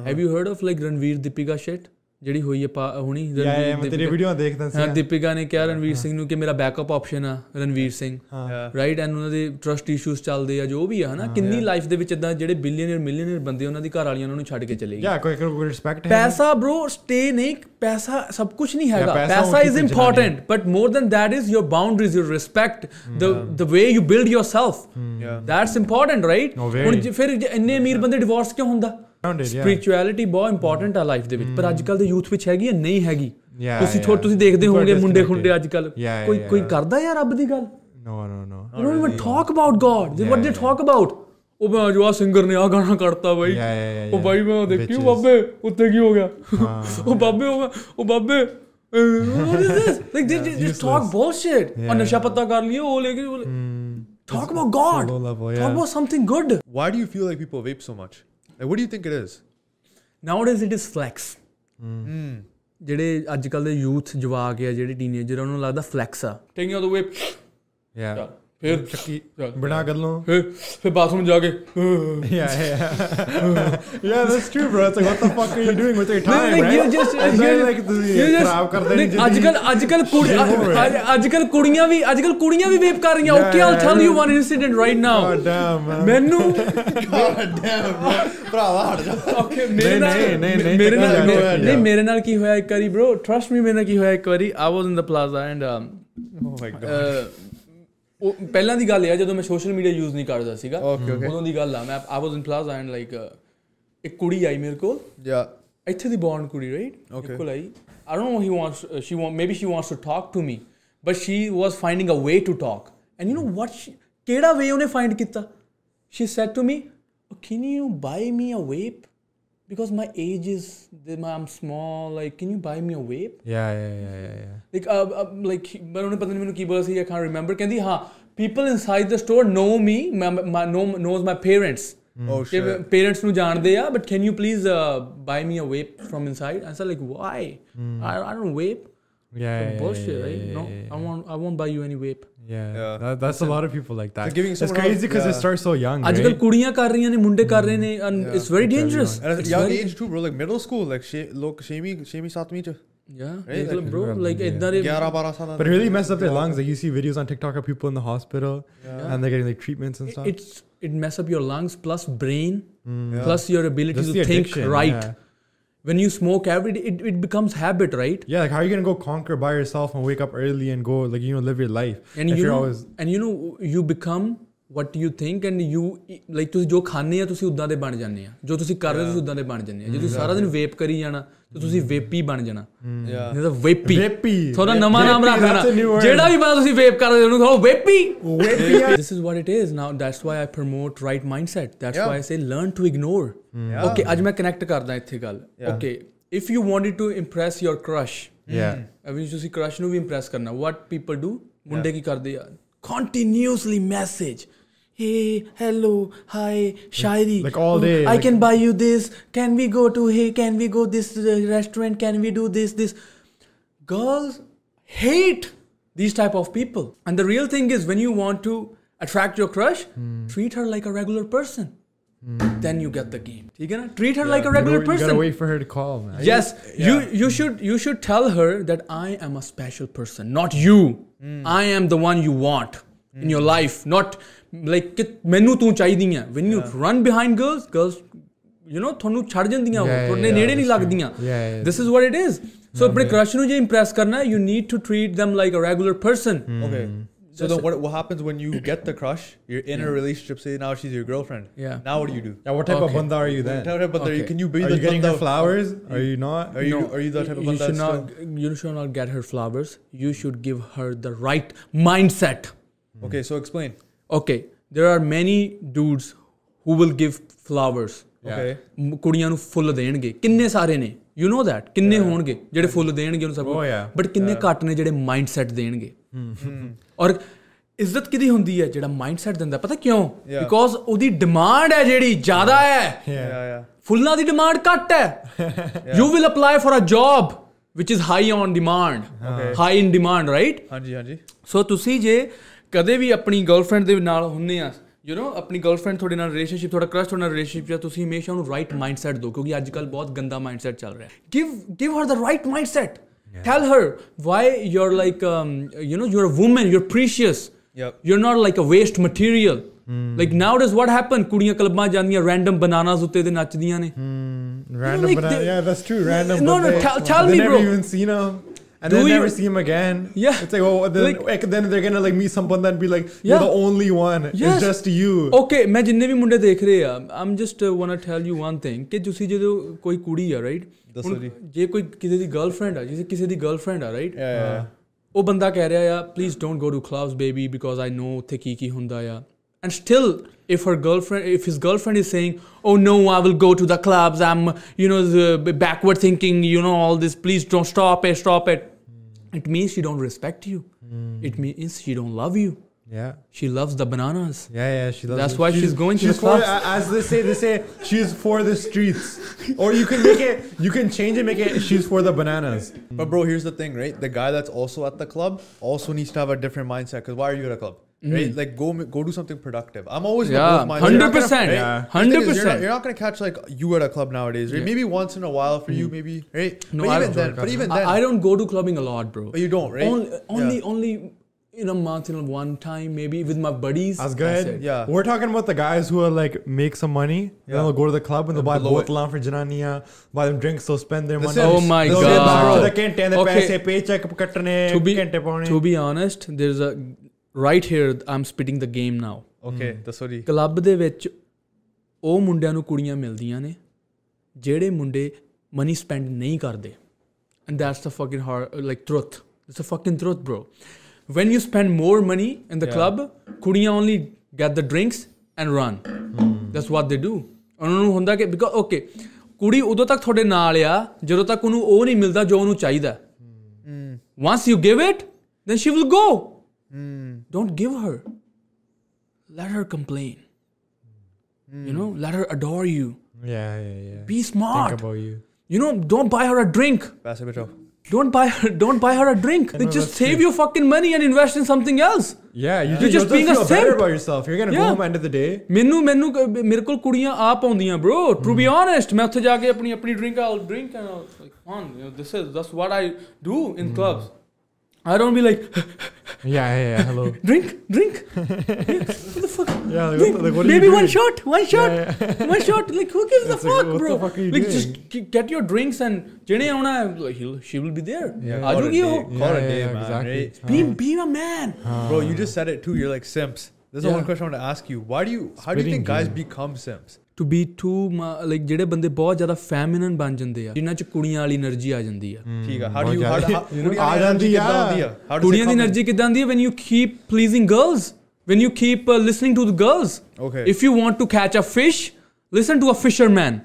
Speaker 2: have you heard of like Ranveer Deepika shit ਜਿਹੜੀ ਹੋਈ ਹੈ ਪਾ- ਹੁਣੀ
Speaker 3: Yeah, yeah, ਮੈਂ
Speaker 2: ਦੀਪਿਕਾ-
Speaker 3: ਤੇਰੀ ਵੀਡੀਓ ਦੇਖਦਾ ਸੀ
Speaker 2: ਹਾਂ ਦੀਪਿਕਾ ਨੇ ਕਿਹਾ ਰਣਵੀਰ ਸਿੰਘ ਨੂੰ ਕਿ ਮੇਰਾ ਬੈਕਅਪ ਆਪਸ਼ਨ ਆ Ranveer Singh
Speaker 1: Yeah.
Speaker 2: Right and ਉਹਨਾਂ ਦੇ ਟਰਸਟ ਇਸ਼ੂਸ ਚੱਲਦੇ ਆ ਜੋ ਵੀ ਆ ਹਨਾ ਕਿੰਨੀ ਲਾਈਫ ਦੇ ਵਿੱਚ ਇਦਾਂ ਜਿਹੜੇ ਬਿਲੀਅਨਰ ਮਿਲੀਅਨਰ ਬੰਦੇ ਉਹਨਾਂ ਦੀ ਘਰ ਵਾਲੀਆਂ ਉਹਨਾਂ ਨੂੰ ਛੱਡ ਕੇ ਚਲੇ ਗਏ
Speaker 3: Yeah, ਕੋਈ ਕੋਈ ਰਿਸਪੈਕਟ ਹੈ
Speaker 2: ਪੈਸਾ bro ਸਟੇ ਨਹੀਂ ਪੈਸਾ ਸਭ ਕੁਝ ਨਹੀਂ ਹੈਗਾ
Speaker 3: ਪੈਸਾ
Speaker 2: ਪੈਸਾ
Speaker 3: ਉਹੀ
Speaker 2: ਇਜ਼
Speaker 3: ਕੁਝ
Speaker 2: important but more than that is your boundaries your respect the the way you build yourself
Speaker 1: Yeah.
Speaker 2: that's important right
Speaker 3: Hmm. No, very.
Speaker 2: ਹੁਣ ਜੇ- ਫਿਰ ਜੇ ਇੰਨੇ ਅਮੀਰ ਬੰਦੇ ਡਿਵੋਰਸ ਕਿਉਂ ਹੁੰਦਾ
Speaker 3: Grounded, yeah. Hmm.
Speaker 2: ਸਪਿਰਚੁਅਲਿਟੀ ਬਹੁਤ ਇੰਪੋਰਟੈਂਟ ਆ ਲਾਈਫ ਦੇ ਵਿੱਚ ਪਰ ਅੱਜ ਕੱਲ ਦੇ ਯੂਥ ਵਿੱਚ ਹੈਗੀ ਹੈ ਨਹੀਂ ਹੈਗੀ
Speaker 3: Yeah,
Speaker 2: ਤੁਸੀਂ ਥੋੜਾ
Speaker 3: yeah.
Speaker 2: ਤੁਸੀਂ ਦੇਖਦੇ
Speaker 3: People are
Speaker 2: ਹੋਵੋਗੇ ਮੁੰਡੇ
Speaker 3: disconnected.
Speaker 2: ਖੁੰਡੇ ਅੱਜ ਕੱਲ
Speaker 3: Yeah, yeah,
Speaker 2: ਕੋਈ ਕੋਈ
Speaker 3: yeah.
Speaker 2: ਕਰਦਾ ਯਾਰ ਰੱਬ ਦੀ ਗੱਲ
Speaker 3: No, no, no.
Speaker 2: they don't even talk about God. They, what they talk about? "Oh, ਉਹ ਬਾ ਜੋ ਆ ਸਿੰਗਰ ਨੇ ਆ ਗਾਣਾ ਕੱਢਤਾ ਬਾਈ
Speaker 3: Yeah, yeah, yeah,
Speaker 2: ਉਹ ਬਾਈ
Speaker 3: yeah.
Speaker 2: ਮੈਂ ਦੇਖਿਓ
Speaker 3: Bitches.
Speaker 2: ਬਾਬੇ ਉੱਤੇ ਕੀ ਹੋ ਗਿਆ ਉਹ ਬਾਬੇ ਉਹ ਉਹ ਬਾਬੇ what is this like they just talk bullshit
Speaker 3: Yeah. Hmm.
Speaker 2: ਔਰ ਨਸ਼ਾ ਪੱਤਾ ਕਰ ਲਿਓ ਉਹ ਲੈ ਕੇ talk about God
Speaker 3: low
Speaker 2: talk
Speaker 3: level, oh, yeah.
Speaker 2: About something good
Speaker 1: Why do you feel like people vape so much? Like, what do you think it is?
Speaker 2: Nowadays it is flex
Speaker 3: Hmm.
Speaker 2: ਜਿਹੜੇ ਅੱਜ ਕੱਲ ਦੇ youth ਜਵਾਕ ਆ ਜਿਹੜੇ teenager ਉਹਨਾਂ ਨੂੰ ਲੱਗਦਾ ਫਲੈਕਸ ਆ taking out the way
Speaker 3: Yeah.
Speaker 2: ਫਿਰ
Speaker 3: ਚੱਕੀ
Speaker 2: ਚੱਲ।
Speaker 3: ਬਣਾ ਗੱਲੋਂ
Speaker 2: ਫਿਰ ਫਿਰ ਬਾਥਰੂਮ ਜਾ ਕੇ
Speaker 3: Yeah, yeah. yeah, that's true, bro. It's like, what the fuck are you doing with your time,
Speaker 2: ਨਹੀਂ,
Speaker 3: right?
Speaker 2: you just-
Speaker 3: It's
Speaker 2: you-
Speaker 3: not like ਤੁਸੀਂ
Speaker 2: you just-
Speaker 3: ਖਰਾਬ ਕਰ ਦੇਣੀ
Speaker 2: ਨਹੀਂ, ਅੱਜ ਕੱਲ ਅੱਜ ਕੱਲ ਕੁੜੀ
Speaker 3: Shame over it.
Speaker 2: ਅੱਜ ਕੱਲ ਕੁੜੀਆਂ ਵੀ ਅੱਜ ਕੱਲ ਕੁੜੀਆਂ ਵੀ ਵੇਪ ਕਰ ਰਹੀਆਂ
Speaker 3: Yeah,
Speaker 2: okay all
Speaker 3: yeah,
Speaker 2: tell
Speaker 3: yeah.
Speaker 2: You one incident right
Speaker 3: Oh,
Speaker 2: now
Speaker 3: damn, man.
Speaker 2: ਮੈਨੂੰ
Speaker 1: God damn, bro. Bravo, hard.
Speaker 2: Okay ਮੇਰੇ
Speaker 3: ਨਹੀਂ,
Speaker 2: ਨਾਲ
Speaker 3: ਨਹੀਂ, ਨਹੀਂ, ਨਹੀਂ,
Speaker 2: ਮੇਰੇ ਨਾਲ
Speaker 3: ਚੱਕਰ
Speaker 2: ਮੇਰੇ-
Speaker 3: ਲਗਾਇਆ
Speaker 2: ਨਹੀਂ ਮੇਰੇ ਨਾਲ ਕੀ ਹੋਇਆ ਇੱਕ ਵਾਰੀ bro trust me ਮੇਰੇ ਨਾਲ ਕੀ ਹੋਇਆ ਇੱਕ ਵਾਰੀ i was in the plaza and um, uh,
Speaker 1: Oh my god.
Speaker 2: ਅਹ, ਉਹ ਪਹਿਲਾਂ ਦੀ ਗੱਲ ਇਹ ਆ ਜਦੋਂ ਮੈਂ ਸੋਸ਼ਲ ਮੀਡੀਆ ਯੂਜ਼ ਨਹੀਂ ਕਰਦਾ ਸੀਗਾ
Speaker 1: Okay, okay.
Speaker 2: ਉਦੋਂ ਦੀ ਗੱਲ ਆ ਮੈਂ i was in plaza and like uh, ਅਹ, ਇੱਕ ਕੁੜੀ ਆਈ ਮੇਰੇ ਕੋਲ
Speaker 1: Yeah.
Speaker 2: ਇੱਥੇ ਦੀ ਬੌਂਡ ਕੁੜੀ ਰਾਈਟ
Speaker 1: Okay.
Speaker 2: ਕੋਲ I I don't know he wants she want maybe she wants to talk to me but she was finding a way to talk and you know what ਕਿਹੜਾ ਵੇ ਉਹਨੇ find ਕੀਤਾ she said to me can you buy me a vape because my age is I am small like can you buy me a vape
Speaker 3: Yeah, yeah, yeah, yeah, yeah.
Speaker 2: Like like ਮੈਂ ਉਹਨੇ ਪਤਾ ਨਹੀਂ ਮੈਨੂੰ ਕੀ ਬੋਲਿਆ ਸੀ I can remember ਕਹਿੰਦੀ ਹਾਂ people inside the store know me no knows my parents
Speaker 1: Oh
Speaker 2: ਕਿ
Speaker 1: shit.
Speaker 2: ਪੇਰੈਂਟਸ ਨੂੰ ਜਾਣਦੇ ਆ but can you please buy me a vape from inside and sir like why
Speaker 1: Hmm.
Speaker 2: I I don't vape
Speaker 3: Yeah, yeah,
Speaker 2: bullshit
Speaker 3: yeah,
Speaker 2: right
Speaker 3: yeah,
Speaker 2: no
Speaker 3: yeah, yeah.
Speaker 2: i won't i won't buy you any vape
Speaker 3: Yeah,
Speaker 1: Yeah.
Speaker 3: That, that's a lot of people like that.
Speaker 1: They're giving
Speaker 3: it's
Speaker 1: someone else-
Speaker 3: crazy because it
Speaker 1: yeah.
Speaker 3: starts so young.
Speaker 2: ਅੱਜ ਕੱਲ
Speaker 3: Right?
Speaker 2: ਕੁੜੀਆਂ ਕਰ ਰਹੀਆਂ ਨੇ ਮੁੰਡੇ ਕਰ ਰਹੇ
Speaker 1: Hmm.
Speaker 2: ਨੇ and it's very dangerous
Speaker 1: And at a young age too, bro. Like middle school, like she, look, shamey, shamey, satmi ch.
Speaker 2: Yeah
Speaker 1: Right,
Speaker 2: ਦੇਖ ਲਓ
Speaker 1: like-
Speaker 2: bro like ਇਦਾਂ ਦੇ
Speaker 1: 11, 12 ਸਾਲਾਂ
Speaker 3: But it really messes up their lungs. Like you see videos on TikTok of people in the hospital and they're getting like treatments and stuff.
Speaker 2: it's it mess up your lungs plus brain
Speaker 1: Hmm.
Speaker 2: plus your ability to
Speaker 3: Just the
Speaker 2: think
Speaker 3: addiction,
Speaker 2: right
Speaker 3: yeah.
Speaker 2: when you smoke every day it, it becomes habit right
Speaker 3: yeah, like how are you gonna go conquer by yourself and wake up early and go like you know live your life?
Speaker 2: and
Speaker 3: if
Speaker 2: you
Speaker 3: are
Speaker 2: know
Speaker 3: always
Speaker 2: and you know you become what you think and you like ਤੁਸੀਂ ਜੋ ਖਾਂਦੇ ਆ ਤੁਸੀਂ ਉਦਾਂ ਦੇ ਬਣ ਜਾਂਦੇ ਆ ਜੋ ਤੁਸੀਂ ਕਰ ਰਹੇ ਹੋ, ਤੁਸੀਂ ਉਦਾਂ ਦੇ ਬਣ ਜਾਂਦੇ ਆ
Speaker 3: Mm,
Speaker 2: ਜੇ ਤੁਸੀਂ ਸਾਰਾ ਦਿਨ ਵੇਪ ਕਰੀ ਜਾਣਾ ਤਾਂ ਤੁਸੀਂ ਵੇਪੀ ਬਣ ਜਾਣਾ
Speaker 1: Yeah.
Speaker 2: ਨਹੀਂ ਤਾਂ ਵੇਪੀ
Speaker 3: Mm. Vapey.
Speaker 2: ਤੁਹਾਡਾ ਨਵਾਂ
Speaker 3: Vapey,
Speaker 2: ਨਾਮ ਰੱਖ
Speaker 3: that's
Speaker 2: ਦੇਣਾ
Speaker 3: a new word.
Speaker 2: ਜਿਹੜਾ ਵੀ ਬੰਦਾ ਤੁਸੀਂ ਵੇਪ ਕਰਦੇ ਹੋ, ਉਹਨੂੰ ਕਹੋ ਵੇਪੀ this is what it is now that's why i promote right mindset that's
Speaker 1: Yeah.
Speaker 2: why i say learn to ignore
Speaker 3: Mm.
Speaker 1: Yeah.
Speaker 2: okay ਅੱਜ ਮੈਂ connect ਕਰਦਾ ਇੱਥੇ ਗੱਲ
Speaker 1: Yeah.
Speaker 2: okay if you wanted to impress your crush
Speaker 3: yeah,
Speaker 2: ਅਵਿਨ ਤੁਸੀਂ crush ਨੂੰ ਵੀ impress ਕਰਨਾ what people do ਮੁੰਡੇ ਕੀ ਕਰਦੇ ਆ continuously message Hey, hello, hi, Shairi.
Speaker 3: like all day,
Speaker 2: I
Speaker 3: like-
Speaker 2: can buy you this. Can we go to hey? Can we go this uh, restaurant? Can we do this? This girls hate these type of people and the real thing is when you want to attract your crush
Speaker 3: Hmm.
Speaker 2: treat her like a regular person then you get the game ठीक है ना? treat her like a regular
Speaker 3: you gotta
Speaker 2: person
Speaker 3: wait for her to call, man.
Speaker 2: yes you you should you should
Speaker 3: Hmm.
Speaker 2: tell her that i am a special person not you i am the one you want in your life not like ਕਿ ਮੈਨੂੰ ਤੂੰ ਚਾਹੀਦੀ ਹੈ when you run behind girls girls you know ਤੁਹਾਨੂੰ ਛੱਡ ਜਾਂਦੀਆਂ ਉਹ
Speaker 3: Yeah,
Speaker 2: ਤੁਹਾਡੇ
Speaker 3: yeah,
Speaker 2: ਨੇੜੇ ਨਹੀਂ
Speaker 3: that's true.
Speaker 2: ਲੱਗਦੀਆਂ
Speaker 3: Yeah, yeah,
Speaker 2: this is what it is so ਆਪਣੇ crush ਨੂੰ ਜੇ impress ਕਰਨਾ ਹੈ, you need to treat them like a regular person
Speaker 3: Hmm.
Speaker 1: Okay. So
Speaker 2: That's
Speaker 1: then what, what happens when you get the crush? You're in a relationship, say now she's your girlfriend.
Speaker 2: Yeah.
Speaker 1: Now what do you do?
Speaker 3: Yeah, what type
Speaker 2: Okay.
Speaker 3: of banda are you
Speaker 1: Then
Speaker 3: then?
Speaker 1: tell her, but there-
Speaker 2: Okay.
Speaker 1: can you be
Speaker 3: Are
Speaker 1: the
Speaker 3: you getting
Speaker 1: banda-
Speaker 3: her flowers? Are you not?
Speaker 1: Are you are you that type of
Speaker 2: you
Speaker 1: banda
Speaker 2: should
Speaker 1: still?
Speaker 2: not you should not get her flowers you should give her the right mindset
Speaker 1: Okay, so explain.
Speaker 2: okay there are many dudes who will give flowers
Speaker 1: Okay.
Speaker 2: ਮ- ਕੁੜੀਆਂ ਨੂੰ ਫੁੱਲ ਦੇਣਗੇ ਕਿੰਨੇ ਸਾਰੇ ਨੇ you نو that ਕਿੰਨੇ ਹੋਣਗੇ ਜਿਹੜੇ ਫੁੱਲ ਦੇਣਗੇ ਉਹਨੂੰ ਸਭ
Speaker 3: Oh, yeah.
Speaker 2: ਬਟ ਕਿੰਨੇ ਘੱਟ ਨੇ ਜਿਹੜੇ ਮਾਈਂਡ ਸੈਟ ਦੇਣਗੇ ਔਰ ਇੱਜ਼ਤ ਕਿਹਦੀ ਹੁੰਦੀ ਹੈ ਜਿਹੜਾ ਮਾਈਂਡ ਸੈਟ ਦਿੰਦਾ ਪਤਾ ਕਿਉਂ
Speaker 1: Yeah.
Speaker 2: ਬਿਕੋਜ਼ ਉਹਦੀ ਡਿਮਾਂਡ ਹੈ ਜਿਹੜੀ ਜ਼ਿਆਦਾ ਹੈ
Speaker 1: Yeah,
Speaker 3: Yeah.
Speaker 1: yeah.
Speaker 2: ਫੁੱਲਾਂ ਦੀ ਡਿਮਾਂਡ ਘੱਟ ਹੈ you will apply for a job which is high on demand high in demand right
Speaker 1: Hanji, Hanji.
Speaker 2: So ਤੁਸੀਂ ਜੇ ਕਦੇ ਵੀ ਆਪਣੀ ਗਰਲਫ੍ਰੈਂਡ ਦੇ ਨਾਲ ਹੁੰਨੇ ਆ ਯੂ نو ਆਪਣੀ ਗਰਲਫ੍ਰੈਂਡ ਤੁਹਾਡੇ ਨਾਲ ਰਿਲੇਸ਼ਨਸ਼ਿਪ ਤੁਹਾਡਾ ਕ੍ਰਸ਼ ਤੁਹਾਡੇ ਨਾਲ ਰਿਲੇਸ਼ਨਸ਼ਿਪ ਜਾਂ ਤੁਸੀਂ ਹਮੇਸ਼ਾ ਉਹਨੂੰ ਰਾਈਟ ਮਾਈਂਡਸੈਟ ਦਿਓ ਕਿਉਂਕਿ ਅੱਜ ਕੱਲ ਬਹੁਤ ਗੰਦਾ ਮਾਈਂਡਸੈਟ ਚੱਲ ਰਿਹਾ ਹੈ give give her the right mindset tell her why you are like you نو you are a woman you are precious
Speaker 1: Yep.
Speaker 2: you're not like a waste material like nowadays what happened ਕੁੜੀਆਂ ਕਲੱਬਾਂ ਜਾਂਦੀਆਂ random bananas ਉੱਤੇ ਦੇ ਨੱਚਦੀਆਂ ਨੇ
Speaker 3: Random
Speaker 2: like
Speaker 3: banana.
Speaker 2: the-
Speaker 3: yeah, that's true. Random.
Speaker 2: No,
Speaker 3: but
Speaker 2: no,
Speaker 3: they-
Speaker 2: tell- tell
Speaker 3: they
Speaker 2: me,
Speaker 3: never
Speaker 2: bro.
Speaker 3: even seen him. And
Speaker 2: Do
Speaker 3: then
Speaker 2: you-
Speaker 3: never see him again.
Speaker 2: Yeah.
Speaker 3: It's like, oh, then,
Speaker 2: Like-
Speaker 3: like, then they're gonna like meet someone then be like,
Speaker 2: Yeah.
Speaker 3: you're the only one.
Speaker 2: Yes. Oh.
Speaker 3: It's just you.
Speaker 2: Okay ਮੈਂ ਜਿੰਨੇ ਵੀ ਮੁੰਡੇ ਦੇਖ ਰਹੇ ਆ uh, I'm just want to tell you one thing ਕਿ ਤੁਸੀਂ ਜਦੋਂ ਕੋਈ ਕੁੜੀ ਆ ਰਾਈਟ
Speaker 1: ਦੱਸੋ ਜੀ।
Speaker 2: ਜੇ ਕੋਈ ਕਿਸੇ ਦੀ ਗਰਲਫ੍ਰੈਂਡ ਆ ਜਿਵੇਂ ਕਿਸੇ ਦੀ ਗਰਲਫ੍ਰੈਂਡ ਆ ਰਾਈਟ
Speaker 1: Yeah, yeah, yeah.
Speaker 2: ਉਹ ਬੰਦਾ ਕਹਿ ਰਿਹਾ ਆ please don't go to clubs baby because I know ਉੱਥੇ ਕੀ ਕੀ ਹੁੰਦਾ ਆ and still if her girlfriend if his girlfriend is saying oh no I will go to the clubs Aam you know backward thinking you know all this please don't stop it stop it it means she don't respect you
Speaker 1: Hmm.
Speaker 2: It means she don't love you
Speaker 3: Yeah.
Speaker 2: She loves the bananas
Speaker 3: Yeah, yeah, she loves.
Speaker 2: That's
Speaker 3: it.
Speaker 2: why she's going to the
Speaker 3: for,
Speaker 2: clubs.
Speaker 3: a- As they say, they say she's for the streets, or you can make it. You can change it, make it. She's for the bananas.
Speaker 1: But bro, here's the thing, right? The guy that's also at the club also needs to have a different mindset. Because why are you at a club? Right? Like go go do something productive. I'm always in the
Speaker 2: Mm-hmm. Yeah,
Speaker 1: growth mindset.
Speaker 2: 100%,
Speaker 1: Right?
Speaker 3: yeah.
Speaker 1: The thing is, You're not,
Speaker 2: 100%.
Speaker 1: you're not gonna catch like you at a club nowadays, right?
Speaker 2: Yeah. Mm-hmm.
Speaker 1: Maybe once in a while for you, maybe right.
Speaker 2: No,
Speaker 1: but
Speaker 2: I
Speaker 1: even
Speaker 2: don't
Speaker 1: then,
Speaker 2: join
Speaker 1: but even
Speaker 2: I-
Speaker 1: then,
Speaker 2: I, don't go to clubbing a lot, bro.
Speaker 1: But you don't, right?
Speaker 2: Only, only,
Speaker 1: Yeah.
Speaker 2: only in a month, in one time, maybe with my buddies.
Speaker 3: That's
Speaker 2: That's
Speaker 3: good.
Speaker 2: it.
Speaker 1: Yeah.
Speaker 3: We're talking about the guys who are like make some money,
Speaker 1: Yeah.
Speaker 3: then they'll go to the club and they'll buy
Speaker 1: blow it.
Speaker 3: botlan for janania, buy them drinks, they'll spend their money.
Speaker 1: is- Oh
Speaker 2: my
Speaker 3: they'll get back
Speaker 2: God.
Speaker 3: to the kente, the
Speaker 2: Okay.
Speaker 3: paise, paycheck kattne,
Speaker 2: To be
Speaker 3: kente paune.
Speaker 2: to be honest, there's a right here. I'm spitting the game now.
Speaker 1: okay, that's what he.
Speaker 2: Club ਦੇ ਵਿੱਚ ਉਹ ਮੁੰਡਿਆਂ ਨੂੰ ਕੁੜੀਆਂ ਮਿਲਦੀਆਂ ਨੇ ਜਿਹੜੇ ਮੁੰਡੇ ਮਨੀ ਸਪੈਂਡ ਨਹੀਂ ਕਰਦੇ ਐਂਡ ਦੈਟਸ ਦ ਫਕਿੰਗ ਹਾਰ like truth it's a fucking truth bro when you spend more money in the club ਕੁੜੀਆਂ only get the drinks and run that's what they do ਉਹਨਾਂ ਨੂੰ ਹੁੰਦਾ ਕਿ because okay ਕੁੜੀ ਉਦੋਂ ਤੱਕ ਤੁਹਾਡੇ ਨਾਲ ਆ ਜਦੋਂ ਤੱਕ ਉਹਨੂੰ ਉਹ ਨਹੀਂ ਮਿਲਦਾ ਜੋ ਉਹਨੂੰ ਚਾਹੀਦਾ once you give it then she will go don't give her let her complain you know let her adore you
Speaker 3: Yeah, yeah, yeah.
Speaker 2: be smart
Speaker 3: Hmm. Think about you.
Speaker 2: you know don't buy her a drink
Speaker 1: Pass it, bro.
Speaker 2: don't buy her don't buy her a drink then just
Speaker 3: that's
Speaker 2: save your fucking money and invest in something else
Speaker 3: Yeah, you
Speaker 2: You're just
Speaker 3: you'll
Speaker 2: being a
Speaker 3: feel better
Speaker 2: simp.
Speaker 3: about yourself. You're gonna go
Speaker 2: Yeah.
Speaker 3: home end of the day.
Speaker 2: ਮੈਨੂੰ ਮੈਨੂੰ ਕ- ਮੇਰੇ ਕੋਲ ਕੁੜੀਆਂ ਆਪ ਆਉਂਦੀਆਂ bro to be
Speaker 3: Hmm.
Speaker 2: honest ਮੈਂ ਉੱਥੇ ਜਾ ਕੇ ਆਪਣੀ ਆਪਣੀ drink I'll drink and I'll like on you know this is that's what I do in
Speaker 3: Hmm.
Speaker 2: clubs I don't be like
Speaker 3: Yeah, yeah, yeah. Hello.
Speaker 2: drink drink what the fuck
Speaker 3: yeah, like,
Speaker 2: Drink.
Speaker 3: what, like, what are you
Speaker 2: Maybe one
Speaker 3: doing?
Speaker 2: shot, one shot, one shot. Like who gives a
Speaker 3: It's like,
Speaker 2: fuck,
Speaker 3: what the
Speaker 2: bro?
Speaker 3: fuck are you
Speaker 2: like
Speaker 3: doing?
Speaker 2: just g- get your drinks and Jane auna, like, he'll, she will be there. Yeah,
Speaker 1: Call it a day,
Speaker 2: Ajugiyo,
Speaker 1: call it
Speaker 3: Yeah,
Speaker 1: a day,
Speaker 3: yeah,
Speaker 1: man,
Speaker 3: exactly.
Speaker 1: right?
Speaker 2: be be a man.
Speaker 1: Bro, you just said it too. You're like simps. This is
Speaker 2: Ah. Yeah.
Speaker 1: one question I want to ask you. Why do you? How do you
Speaker 3: Spitting
Speaker 1: think guys
Speaker 3: game.
Speaker 1: become simps?
Speaker 2: to be too mu- like ਜਿਹੜੇ ਬੰਦੇ ਬਹੁਤ ਜ਼ਿਆਦਾ feminine ਬਣ ਜਾਂਦੇ ਆ ਜਿਨ੍ਹਾਂ ਚ ਕੁੜੀਆਂ ਵਾਲੀ એનર્ਜੀ ਆ ਜਾਂਦੀ
Speaker 3: Hmm.
Speaker 2: ਆ
Speaker 1: Tiga, how do
Speaker 3: बहुत
Speaker 1: you? How,
Speaker 3: ज्यादा-
Speaker 1: how,
Speaker 3: You know,
Speaker 1: कुड़ियां की
Speaker 3: आ जाती
Speaker 1: energy
Speaker 3: है।
Speaker 1: कितना होती है? How does it
Speaker 2: ਕੁੜੀਆਂ ਦੀ
Speaker 1: come in?
Speaker 2: એનર્ਜੀ ਕਿਦਾਂ ਦੀ ਹੈ when you keep pleasing girls when you keep uh, listening to the girls
Speaker 1: Okay.
Speaker 2: if you want to catch a fish listen to a fisherman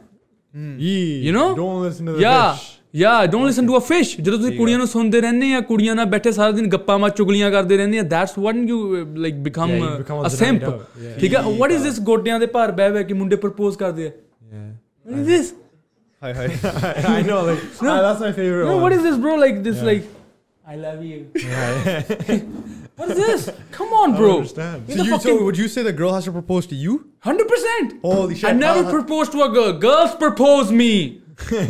Speaker 3: Yee,
Speaker 2: You know?
Speaker 3: Don't listen to the
Speaker 2: ਯਾ
Speaker 3: fish.
Speaker 2: ਯਾ don't listen to a fish ਜਦੋਂ ਤੁਸੀਂ ਕੁੜੀਆਂ ਨੂੰ ਸੁਣਦੇ ਰਹਿੰਦੇ ਆ ਕੁੜੀਆਂ ਨਾਲ ਬੈਠੇ ਸਾਰਾ ਦਿਨ ਗੱਪਾਂ ਮਾਰ ਚੁਗਲੀਆਂ ਕਰਦੇ ਰਹਿੰਦੇ ਆ that's one you like become
Speaker 3: Yeah, you become a
Speaker 2: a
Speaker 3: zanied
Speaker 2: simp
Speaker 3: out. Yeah.
Speaker 2: ਠੀਕ ਆ ਵਾਟ ਇਜ਼ ਦਿਸ ਗੋਡਿਆਂ ਦੇ ਭਾਰ ਬਹਿ ਬਹਿ ਕੇ ਮੁੰਡੇ ਪ੍ਰਪੋਜ਼ ਕਰਦੇ ਆ
Speaker 3: Yeah.
Speaker 2: What is this
Speaker 1: Hi, hi.
Speaker 3: I know, like
Speaker 2: No.
Speaker 3: ah, that's my favorite
Speaker 2: no
Speaker 3: one.
Speaker 2: What is this bro like this like I love you what is this come on
Speaker 3: I don't
Speaker 2: bro
Speaker 3: understand.
Speaker 1: So, you, so would you say the girl has to propose to you?
Speaker 2: 100%
Speaker 1: Holy shit.
Speaker 2: I never
Speaker 1: how-
Speaker 2: proposed to a girl. Girls propose me.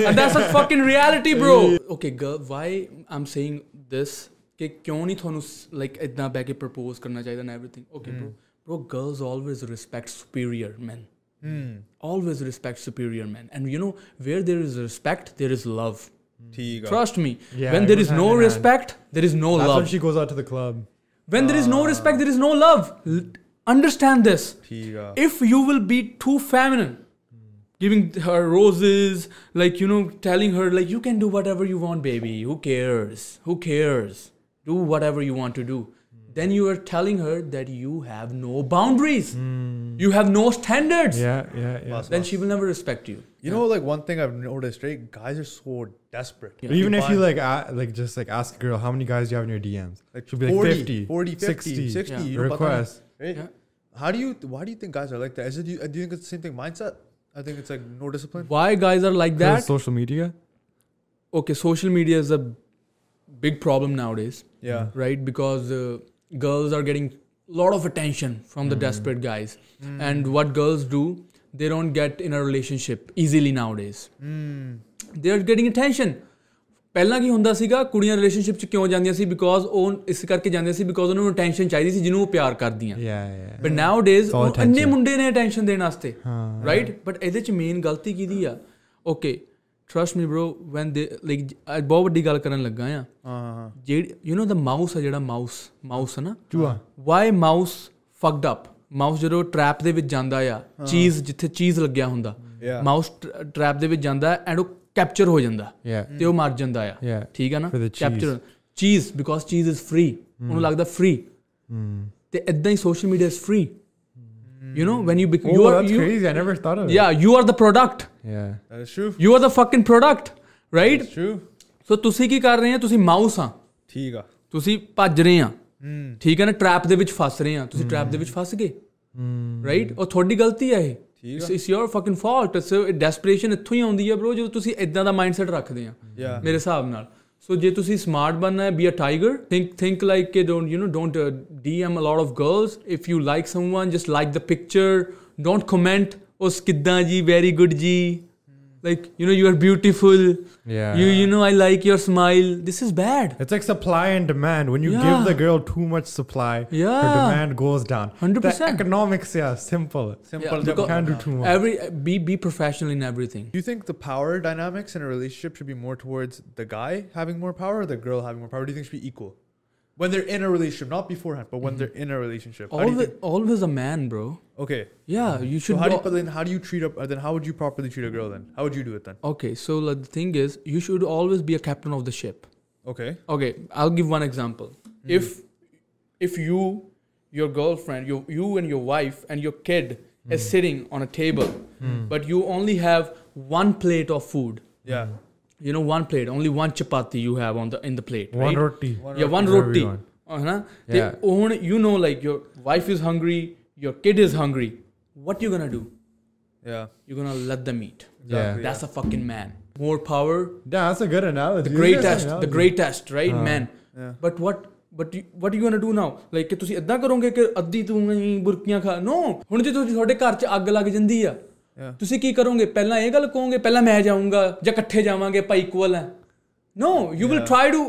Speaker 2: and that's a fucking reality, bro. Okay, girl, why I'm saying this ਕਿ ਕਿਉਂ ਨਹੀਂ ਤੁਹਾਨੂੰ like ਇਦਾਂ ਬੈ ਕੇ propose ਕਰਨਾ ਚਾਹੀਦਾ ਨਾ everything okay bro bro girls always respect superior men Hmm. always respect superior men and you know where there is respect there is love
Speaker 1: ठीक है
Speaker 2: trust me
Speaker 3: Yeah,
Speaker 2: when
Speaker 3: it
Speaker 2: there
Speaker 3: goes
Speaker 2: is
Speaker 3: hand
Speaker 2: no
Speaker 3: in hand.
Speaker 2: respect there is no
Speaker 3: That's when
Speaker 2: love
Speaker 3: she goes out to the club.
Speaker 2: when there is no respect there is no love L- understand this
Speaker 1: ठीक है
Speaker 2: if you will be too feminine giving her roses like you know telling her like you can do whatever you want baby who cares who cares do whatever you want to do then you are telling her that you have no boundaries you have no standards
Speaker 3: Yeah, yeah, yeah.
Speaker 1: Must-
Speaker 2: then she will never respect you
Speaker 1: You know, like one thing I've noticed, right? Guys are so desperate.
Speaker 2: Yeah.
Speaker 3: But even if you
Speaker 1: Fine.
Speaker 3: like, a like just like ask a girl how many guys do you have in your DMs,
Speaker 1: like
Speaker 3: she'll be like
Speaker 1: 40,
Speaker 3: 50,
Speaker 1: 40, 50, 60,
Speaker 3: 60,
Speaker 2: Yeah.
Speaker 1: you know,
Speaker 3: requests.
Speaker 1: Right?
Speaker 2: Yeah.
Speaker 1: How do you? Why do you think guys are like that? Is it? Do you, do you think it's the same thing? Mindset. I think it's like no discipline.
Speaker 2: why guys are like that
Speaker 3: social media.
Speaker 2: okay social media is a big problem nowadays
Speaker 1: Yeah.
Speaker 2: right because uh, girls are getting a lot of attention from the desperate guys and what girls do they don't get in a relationship easily nowadays they are getting attention ਪਹਿਲਾਂ ਕੀ ਹੁੰਦਾ ਸੀਗਾ ਕੁੜੀਆਂ relationship ਚ ਕਿਉਂ ਜਾਂਦੀਆਂ ਸੀ because ਉਹ ਇਸ ਕਰਕੇ ਜਾਂਦੀਆਂ ਸੀ ਬਿਕੋਜ਼ ਉਹਨਾਂ ਨੂੰ ਅਟੈਂਸ਼ਨ ਚਾਹੀਦੀ ਸੀ ਜਿਹਨੂੰ ਉਹ ਪਿਆਰ ਕਰਦੀਆਂ
Speaker 3: Yeah, yeah.
Speaker 2: But nudes
Speaker 3: It's all
Speaker 2: ਉਹ ਅੰਨੇ
Speaker 3: attention.
Speaker 2: oh, ਮੁੰਡੇ ਨੇ ਅਟੈਂਸ਼ਨ ਦੇਣ ਵਾਸਤੇ ਰਾਈਟ ਬਟ ਇਹਦੇ ਚ ਮੇਨ ਗਲਤੀ ਕਿਹਦੀ ਆ okay trust me bro when they like ਅੱਜ ਬਹੁਤ ਵੱਡੀ ਗੱਲ ਕਰਨ ਲੱਗਾ ਆ
Speaker 1: Uh,
Speaker 2: ਜਿਹੜੀ ਯੂ نو ਦਾ ਮਾਊਸ ਆ ਜਿਹੜਾ ਮਾਊਸ ਮਾਊਸ ਹੈ ਨਾ
Speaker 3: ਚੂਹਾ।
Speaker 2: Why mouse fucked up mouse ਜਦੋਂ ਟ੍ਰੈਪ ਦੇ ਵਿੱਚ ਜਾਂਦਾ ਆ ਚੀਜ਼ ਜਿੱਥੇ ਚੀਜ਼ ਲੱਗਿਆ ਹੁੰਦਾ
Speaker 1: Yeah.
Speaker 2: ਮਾਊਸ ਟ੍ਰੈਪ ਦੇ ਵਿੱਚ ਜਾਂਦਾ ਐਂਡ ਉਹ ਕੈਪਚਰ ਹੋ ਜਾਂਦਾ
Speaker 3: Yeah. Oh,
Speaker 2: ਤੇ ਉਹ ਮਰ ਜਾਂਦਾ ਆ
Speaker 3: Yeah.
Speaker 2: ਠੀਕ ਆ ਨਾ
Speaker 3: For the cheese. Hmm.
Speaker 2: Capture cheese because cheese is free ਉਹਨੂੰ ਲੱਗਦਾ ਫ੍ਰੀ ਤੇ ਇਦਾਂ ਹੀ social media is free you نو when you
Speaker 3: Oh,
Speaker 2: you are
Speaker 3: that's
Speaker 2: you
Speaker 3: crazy. I never thought of
Speaker 2: yeah you are the product
Speaker 3: it. Yeah.
Speaker 1: that is true.
Speaker 2: You are the fucking product right
Speaker 1: True.
Speaker 2: So ਤੁਸੀਂ ਕੀ ਕਰ ਰਹੇ ਆ ਤੁਸੀਂ mouse ਆ
Speaker 1: ठीक है.
Speaker 2: ਤੁਸੀਂ ਭੱਜ ਰਹੇ ਆ ਠੀਕ ਹੈ ਨਾ ਟ੍ਰੈਪ ਦੇ ਵਿੱਚ ਫਸ ਰਹੇ ਆ ਤੁਸੀਂ ਟ੍ਰੈਪ ਦੇ ਵਿੱਚ ਫਸ ਗਏ ਰਾਈਟ ਔਰ ਤੁਹਾਡੀ ਗਲਤੀ ਹੈ ਇਹ
Speaker 1: ਠੀਕ ਆ।
Speaker 2: It's your fucking fault so desperation ਇੱਥੋਂ ਹੀ ਆਉਂਦੀ ਹੈ bro ਜਦੋਂ ਤੁਸੀਂ ਇਦਾਂ ਦਾ ਮਾਈਂਡਸੈਟ ਰੱਖਦੇ ਆ
Speaker 1: Yeah.
Speaker 2: ਮੇਰੇ ਹਿਸਾਬ ਨਾਲ ਸੋ ਜੇ ਤੁਸੀਂ ਸਮਾਰਟ ਬਣਨਾ ਹੈ be a tiger think think like ਕਿ don't you نو don't DM a lot of girls if you like someone just like the picture don't comment ਉਸ ਕਿੱਦਾਂ ਜੀ ਵੈਰੀ ਗੁੱਡ ਜੀ like you نو you are beautiful
Speaker 3: Yeah.
Speaker 2: You you نو I like your smile this is bad
Speaker 3: It's like supply and demand. When you
Speaker 2: Yeah.
Speaker 3: give the girl too much supply,
Speaker 2: Yeah.
Speaker 3: her demand goes down.
Speaker 2: 100%.
Speaker 3: The economics, yeah, simple.
Speaker 1: Simple.
Speaker 2: Yeah,
Speaker 1: Yeah,
Speaker 3: You
Speaker 2: because-
Speaker 3: can't do too much.
Speaker 2: every be be professional in everything
Speaker 1: do you think the power dynamics in a relationship should be more towards the guy having more power or the girl having more power? Do you think it should be equal when they're in a relationship, not beforehand, but
Speaker 2: Mm-hmm.
Speaker 1: when they're in a relationship? How do you
Speaker 2: always
Speaker 1: think-
Speaker 2: always a man bro
Speaker 1: okay.
Speaker 2: yeah you should
Speaker 1: So how do you,
Speaker 2: al-
Speaker 1: but then how do you treat up? uh, Then how would you properly treat a girl? Then how would you do it? Then
Speaker 2: okay so like, the thing is you should always be a captain of the ship
Speaker 1: okay.
Speaker 2: okay i'll give one example
Speaker 1: Mm-hmm.
Speaker 2: if if you your girlfriend you you and your wife and your kid
Speaker 1: Mm-hmm.
Speaker 2: is sitting on a table but you only have one plate of food
Speaker 1: Yeah.
Speaker 2: you know one plate only one chapati you have on the in the plate
Speaker 3: One
Speaker 2: right?
Speaker 3: roti.
Speaker 2: yeah one
Speaker 3: for
Speaker 2: roti
Speaker 3: everyone.
Speaker 2: uh-huh. they
Speaker 3: Yeah.
Speaker 2: own you know like your wife is hungry your kid is hungry what you gonna do
Speaker 1: Yeah.
Speaker 2: you're gonna let them eat
Speaker 1: Exactly,
Speaker 2: that's a fucking man more power
Speaker 3: Yeah, that's a good analogy.
Speaker 2: the
Speaker 3: That's a good
Speaker 2: greatest the
Speaker 3: analogy.
Speaker 2: greatest right man
Speaker 1: Yeah.
Speaker 2: but what but you, what you gonna do now like ਕਿ ਤੁਸੀਂ ਇਦਾਂ ਕਰੋਗੇ ਕਿ ਅੱਧੀ ਤੂੰ ਹੀ ਬੁਰਕੀਆਂ ਖਾ ਨੋ ਹੁਣ ਜੇ ਤੁਸੀਂ ਤੁਹਾਡੇ ਘਰ 'ਚ ਅੱਗ ਲੱਗ ਜਾਂਦੀ ਆ
Speaker 1: Yeah.
Speaker 2: ਤੁਸੀਂ ਕੀ ਕਰੋਗੇ ਪਹਿਲਾਂ ਇਹ ਗੱਲ ਕਹੋਗੇ ਪਹਿਲਾਂ ਮੈਂ ਜਾਊਂਗਾ ਜਾਂ ਇਕੱਠੇ ਜਾਵਾਂਗੇ ਆਪਾਂ ਇਕੁਅਲ ਆ no you will try to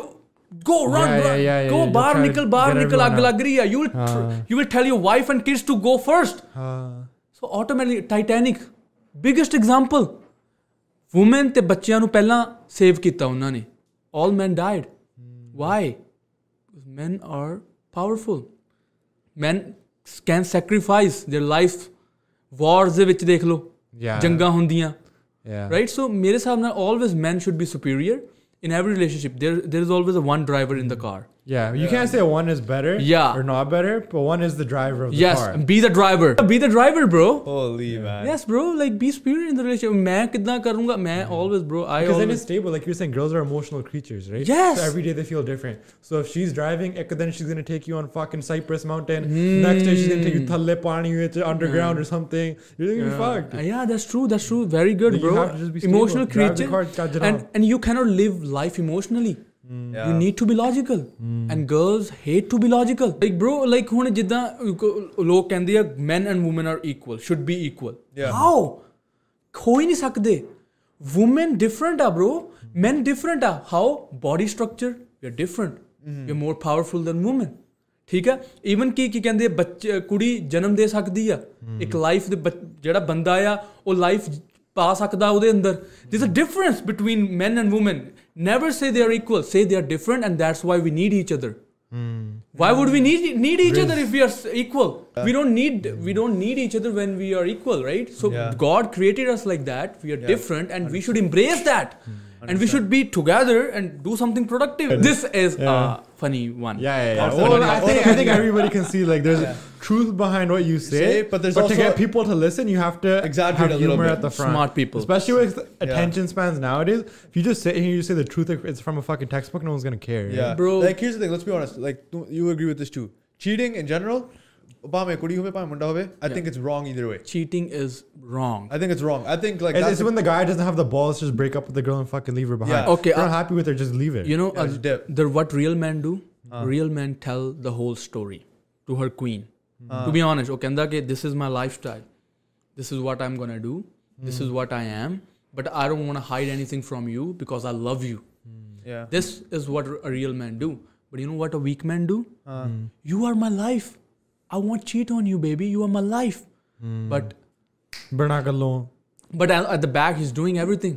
Speaker 2: go
Speaker 3: Yeah, yeah, yeah,
Speaker 2: run
Speaker 3: yeah,
Speaker 2: go
Speaker 3: you'll
Speaker 2: ਬਾਹਰ
Speaker 3: try to
Speaker 2: ਨਿਕਲ ਬਾਹਰ
Speaker 3: get
Speaker 2: ਨਿਕਲ ਅੱਗ
Speaker 3: everyone out.
Speaker 2: ਲੱਗ ਰਹੀ ਆ ਯੂ ਵਿਲ
Speaker 3: ਹਾਂ।
Speaker 2: You will tell your wife and kids to go first
Speaker 3: Ah.
Speaker 2: So automatic Titanic biggest example woman ਤੇ ਬੱਚਿਆਂ ਨੂੰ ਪਹਿਲਾਂ ਸੇਵ ਕੀਤਾ ਉਹਨਾਂ ਨੇ 올 men died why men are powerful men can sacrifice their life wars ਦੇ ਵਿੱਚ ਦੇਖ ਲਓ
Speaker 3: Yeah.
Speaker 2: ਜੰਗਾਂ ਹੁੰਦੀਆਂ
Speaker 3: yeah.
Speaker 2: ਰਾਈਟ ਸੋ ਮੇਰੇ ਹਿਸਾਬ ਨਾਲ always men should be superior in every relationship there there is always a one driver in the car
Speaker 3: Yeah, you can't say one is better
Speaker 2: Yeah.
Speaker 3: or not better, but one is the driver of the
Speaker 2: yes
Speaker 3: car.
Speaker 2: be the driver be the driver bro
Speaker 1: Holy man.
Speaker 2: yes bro like be superior in the relationship ਮੈਂ ਕਿੱਦਾਂ ਕਰੂੰਗਾ ਮੈਂ always bro i
Speaker 3: Hmm. Because then
Speaker 2: always
Speaker 3: it's stable. Like you're saying, girls are emotional creatures, right?
Speaker 2: Yes.
Speaker 3: So every day they feel different. So if she's driving, ek- then she's gonna take you on fucking Cypress Mountain. Next day she's gonna take you thalle pani it's underground or something. You're gonna be fucked.
Speaker 2: Uh, yeah, that's true. That's true. Very good,
Speaker 3: Like, you
Speaker 2: bro.
Speaker 3: have to just be stable.
Speaker 2: Emotional
Speaker 3: Drive the
Speaker 2: creature,
Speaker 3: car, charge it Hmm.
Speaker 2: and
Speaker 3: up.
Speaker 2: and you cannot live life emotionally. You need to be logical,
Speaker 3: Hmm.
Speaker 2: and girls hate to be logical. Like, bro, like ਹੁਣ ਜਿੱਦਾਂ ਕੋ- ਲੋਕ ਕਹਿੰਦੇ ਆ men and women are equal, should be equal.
Speaker 1: Yeah.
Speaker 2: How? ਹੋ ਹੀ ਨਹੀਂ ਸਕਦੇ. Women different ਆ bro, men different ਆ. How? Body structure, we are different. You more powerful than woman ਠੀਕ ਹੈ ਈਵਨ ਕਿ ਕੀ ਕਹਿੰਦੇ ਆ, ਬੱਚੇ ਕੁੜੀ ਜਨਮ ਦੇ ਸਕਦੀ ਆ ਇੱਕ ਲਾਈਫ ਦੇ ਬੱਚ- ਜਿਹੜਾ ਬੰਦਾ ਆ ਉਹ ਲਾਈਫ ਪਾ ਸਕਦਾ ਉਹਦੇ ਅੰਦਰ this a difference between men and women never say they are equal say they are different and that's why we need each other Why would we need need each other if we are s- equal? we don't need we don't need each other when we are equal, right? So
Speaker 1: Yeah.
Speaker 2: God created us like that. We are different, and we should embrace that,
Speaker 3: Hmm.
Speaker 2: and we should be together and do something productive. This is a funny one.
Speaker 3: Yeah, yeah, yeah.
Speaker 1: Or
Speaker 3: Well,
Speaker 1: the-
Speaker 3: I,
Speaker 1: or
Speaker 3: think,
Speaker 1: the-
Speaker 3: I think everybody can see like there's
Speaker 1: Yeah.
Speaker 3: truth behind what you say,
Speaker 1: say, but there's
Speaker 3: to
Speaker 1: also-
Speaker 3: get people to listen, you have to
Speaker 1: Exaggerate
Speaker 3: have
Speaker 1: a little
Speaker 3: humor
Speaker 1: bit.
Speaker 3: at the front.
Speaker 2: Smart people.
Speaker 3: especially with attention spans nowadays. If you just sit here and you say the truth, if it's from a fucking textbook, no one's gonna care. right?
Speaker 1: Yeah,
Speaker 2: Bro.
Speaker 1: Like here's the thing. Let's be honest. Like you- you agree with this too. Cheating in general, ਭਾਵੇਂ ਕੁੜੀ ਹੋਵੇ ਭਾਵੇਂ ਮੁੰਡਾ ਹੋਵੇ, I think it's wrong either way.
Speaker 2: Cheating is wrong.
Speaker 1: I think it's wrong. I think like
Speaker 3: It's,
Speaker 1: that's
Speaker 3: it's
Speaker 1: a-
Speaker 3: when the guy doesn't have the balls to just break up with the girl and fucking leave her behind.
Speaker 1: Yeah.
Speaker 2: Okay,
Speaker 3: If you're not
Speaker 2: uh,
Speaker 3: happy with her, just leave it.
Speaker 2: You know,
Speaker 1: Yeah, it's
Speaker 2: uh,
Speaker 1: dip.
Speaker 2: the, what real men do?
Speaker 3: Uh.
Speaker 2: Real men tell the whole story to her queen.
Speaker 3: Uh.
Speaker 2: To be honest, okay, ਕਹਿੰਦਾ ਕਿ this is my lifestyle. This is what I'm gonna do.
Speaker 3: Hmm.
Speaker 2: This is what I am. But I don't want to hide anything from you because I love you.
Speaker 1: yeah.
Speaker 2: This is what a real man do. But you know what a weak man do?
Speaker 1: Uh,
Speaker 2: You are my life. I won't cheat on you, baby. You are my life. But
Speaker 3: Bernard Galon.
Speaker 2: but at at the back, he's doing everything.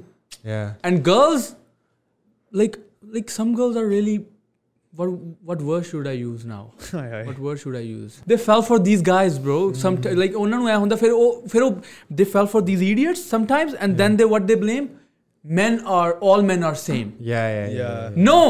Speaker 3: Yeah.
Speaker 2: And girls, like like some girls are really. What what word should I use now?
Speaker 1: aye, aye.
Speaker 2: what word should I use? They fell for these guys, bro. Some like oh, ਉਹਨਾਂ ਨੂੰ ਐ ਹੁੰਦਾ ਫਿਰ ਉਹ ਫਿਰ ਉਹ they fell for these idiots sometimes and then they what they blame men are all men are same.
Speaker 3: Yeah, yeah,
Speaker 1: Yeah.
Speaker 3: yeah.
Speaker 2: No,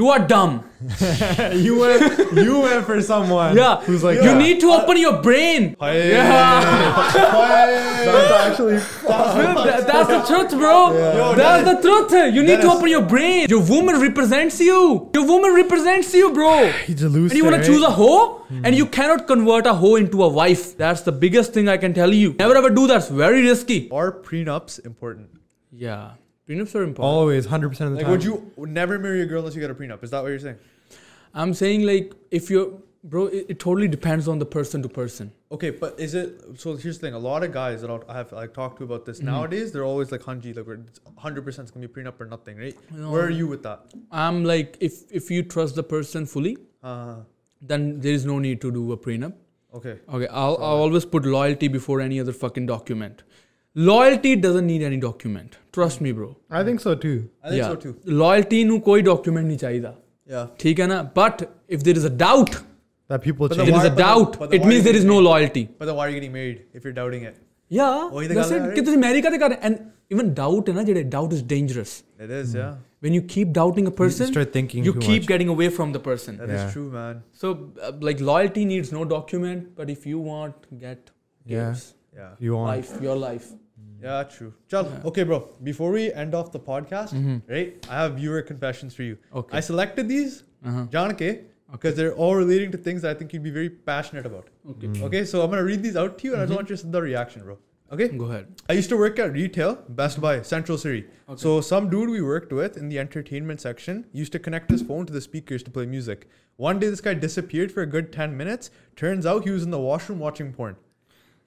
Speaker 2: you are dumb.
Speaker 3: yeah. you went, you went for someone.
Speaker 2: Yeah.
Speaker 3: who's like
Speaker 2: you
Speaker 3: that.
Speaker 2: need to open your brain.
Speaker 1: Hi.
Speaker 3: That's actually
Speaker 2: That- that's the truth, bro.
Speaker 1: Yo,
Speaker 2: that's
Speaker 1: that
Speaker 2: the truth. You need to
Speaker 1: is-
Speaker 2: open your brain. Your woman represents you. Your woman represents you, bro.
Speaker 3: he's a loser.
Speaker 2: And you want
Speaker 3: right?
Speaker 2: to choose a hoe, and you cannot convert a hoe into a wife. That's the biggest thing I can tell you. Never ever do that. It's very risky.
Speaker 1: Are prenups important?
Speaker 2: Yeah, prenups are important.
Speaker 3: always hundred percent of the
Speaker 1: Like,
Speaker 3: time.
Speaker 1: would you never marry a girl unless you get a prenup? Is that what you're saying?
Speaker 2: I'm saying like if you're, bro, it, it totally depends on the person to person.
Speaker 1: Okay, but is it so? Here's the thing: a lot of guys that I'll- I have like talked to about this nowadays, they're always like, "Hanji, like, we're 100 percent gonna be prenup or nothing, right?"
Speaker 2: No.
Speaker 1: Where are you with that?
Speaker 2: I'm like if if you trust the person fully,
Speaker 1: Uh,
Speaker 2: then there is no need to do a prenup.
Speaker 1: okay.
Speaker 2: Okay, I'll, I'll always put loyalty before any other fucking document. Loyalty doesn't need any document. Trust me, bro.
Speaker 3: I think so too.
Speaker 1: I think so too.
Speaker 2: Loyalty ਨੂੰ ਕੋਈ document ਨਹੀਂ ਚਾਹੀਦਾ.
Speaker 1: Yeah.
Speaker 2: ਠੀਕ ਹੈ ਨਾ? But if there is a doubt,
Speaker 3: That people
Speaker 1: But
Speaker 3: change.
Speaker 2: there is
Speaker 1: why-
Speaker 2: a
Speaker 1: but the-
Speaker 2: doubt,
Speaker 1: but the
Speaker 2: it
Speaker 1: why
Speaker 2: means there
Speaker 1: do
Speaker 2: is
Speaker 1: you
Speaker 2: no
Speaker 1: think-
Speaker 2: loyalty.
Speaker 1: But then why are you getting married if you're doubting it?
Speaker 2: Yeah.
Speaker 1: ਉਹੀ ਤਾਂ
Speaker 2: that's
Speaker 1: ਗੱਲ ਹੈ,
Speaker 2: it, ਕਿ
Speaker 1: right?
Speaker 2: ਤੁਸੀਂ marry ਕਾਹਤੇ ਕਰ ਰਹੇ and even doubt ਹੈ ਨਾ ਜਿਹੜੇ doubt is dangerous.
Speaker 1: It is, yeah.
Speaker 2: When you keep doubting a person,
Speaker 3: start thinking
Speaker 2: you
Speaker 3: too
Speaker 2: keep
Speaker 3: much.
Speaker 2: getting away from the person.
Speaker 1: That is
Speaker 3: Yeah.
Speaker 1: true, man.
Speaker 2: So uh, like loyalty needs no document, but if you want, get
Speaker 3: Yeah.
Speaker 2: gives.
Speaker 1: Yeah.
Speaker 3: you want.
Speaker 2: life, your life.
Speaker 1: Yeah, true. Chal, okay, bro. Before we end off the podcast, right? I have viewer confessions for you.
Speaker 2: Okay.
Speaker 1: I selected these,
Speaker 2: Uh-huh.
Speaker 1: John K, because they're all relating to things that I think you'd be very passionate about.
Speaker 2: Okay.
Speaker 1: Okay, so I'm gonna read these out to you, and I just want your the reaction, bro. Okay.
Speaker 3: Mm.
Speaker 2: Go ahead.
Speaker 1: I used to work at retail, Best Buy, Central City. So some dude we worked with in the entertainment section used to connect his phone to the speakers to play music. One day this guy disappeared for a good 10 minutes. Turns out he was in the washroom watching porn.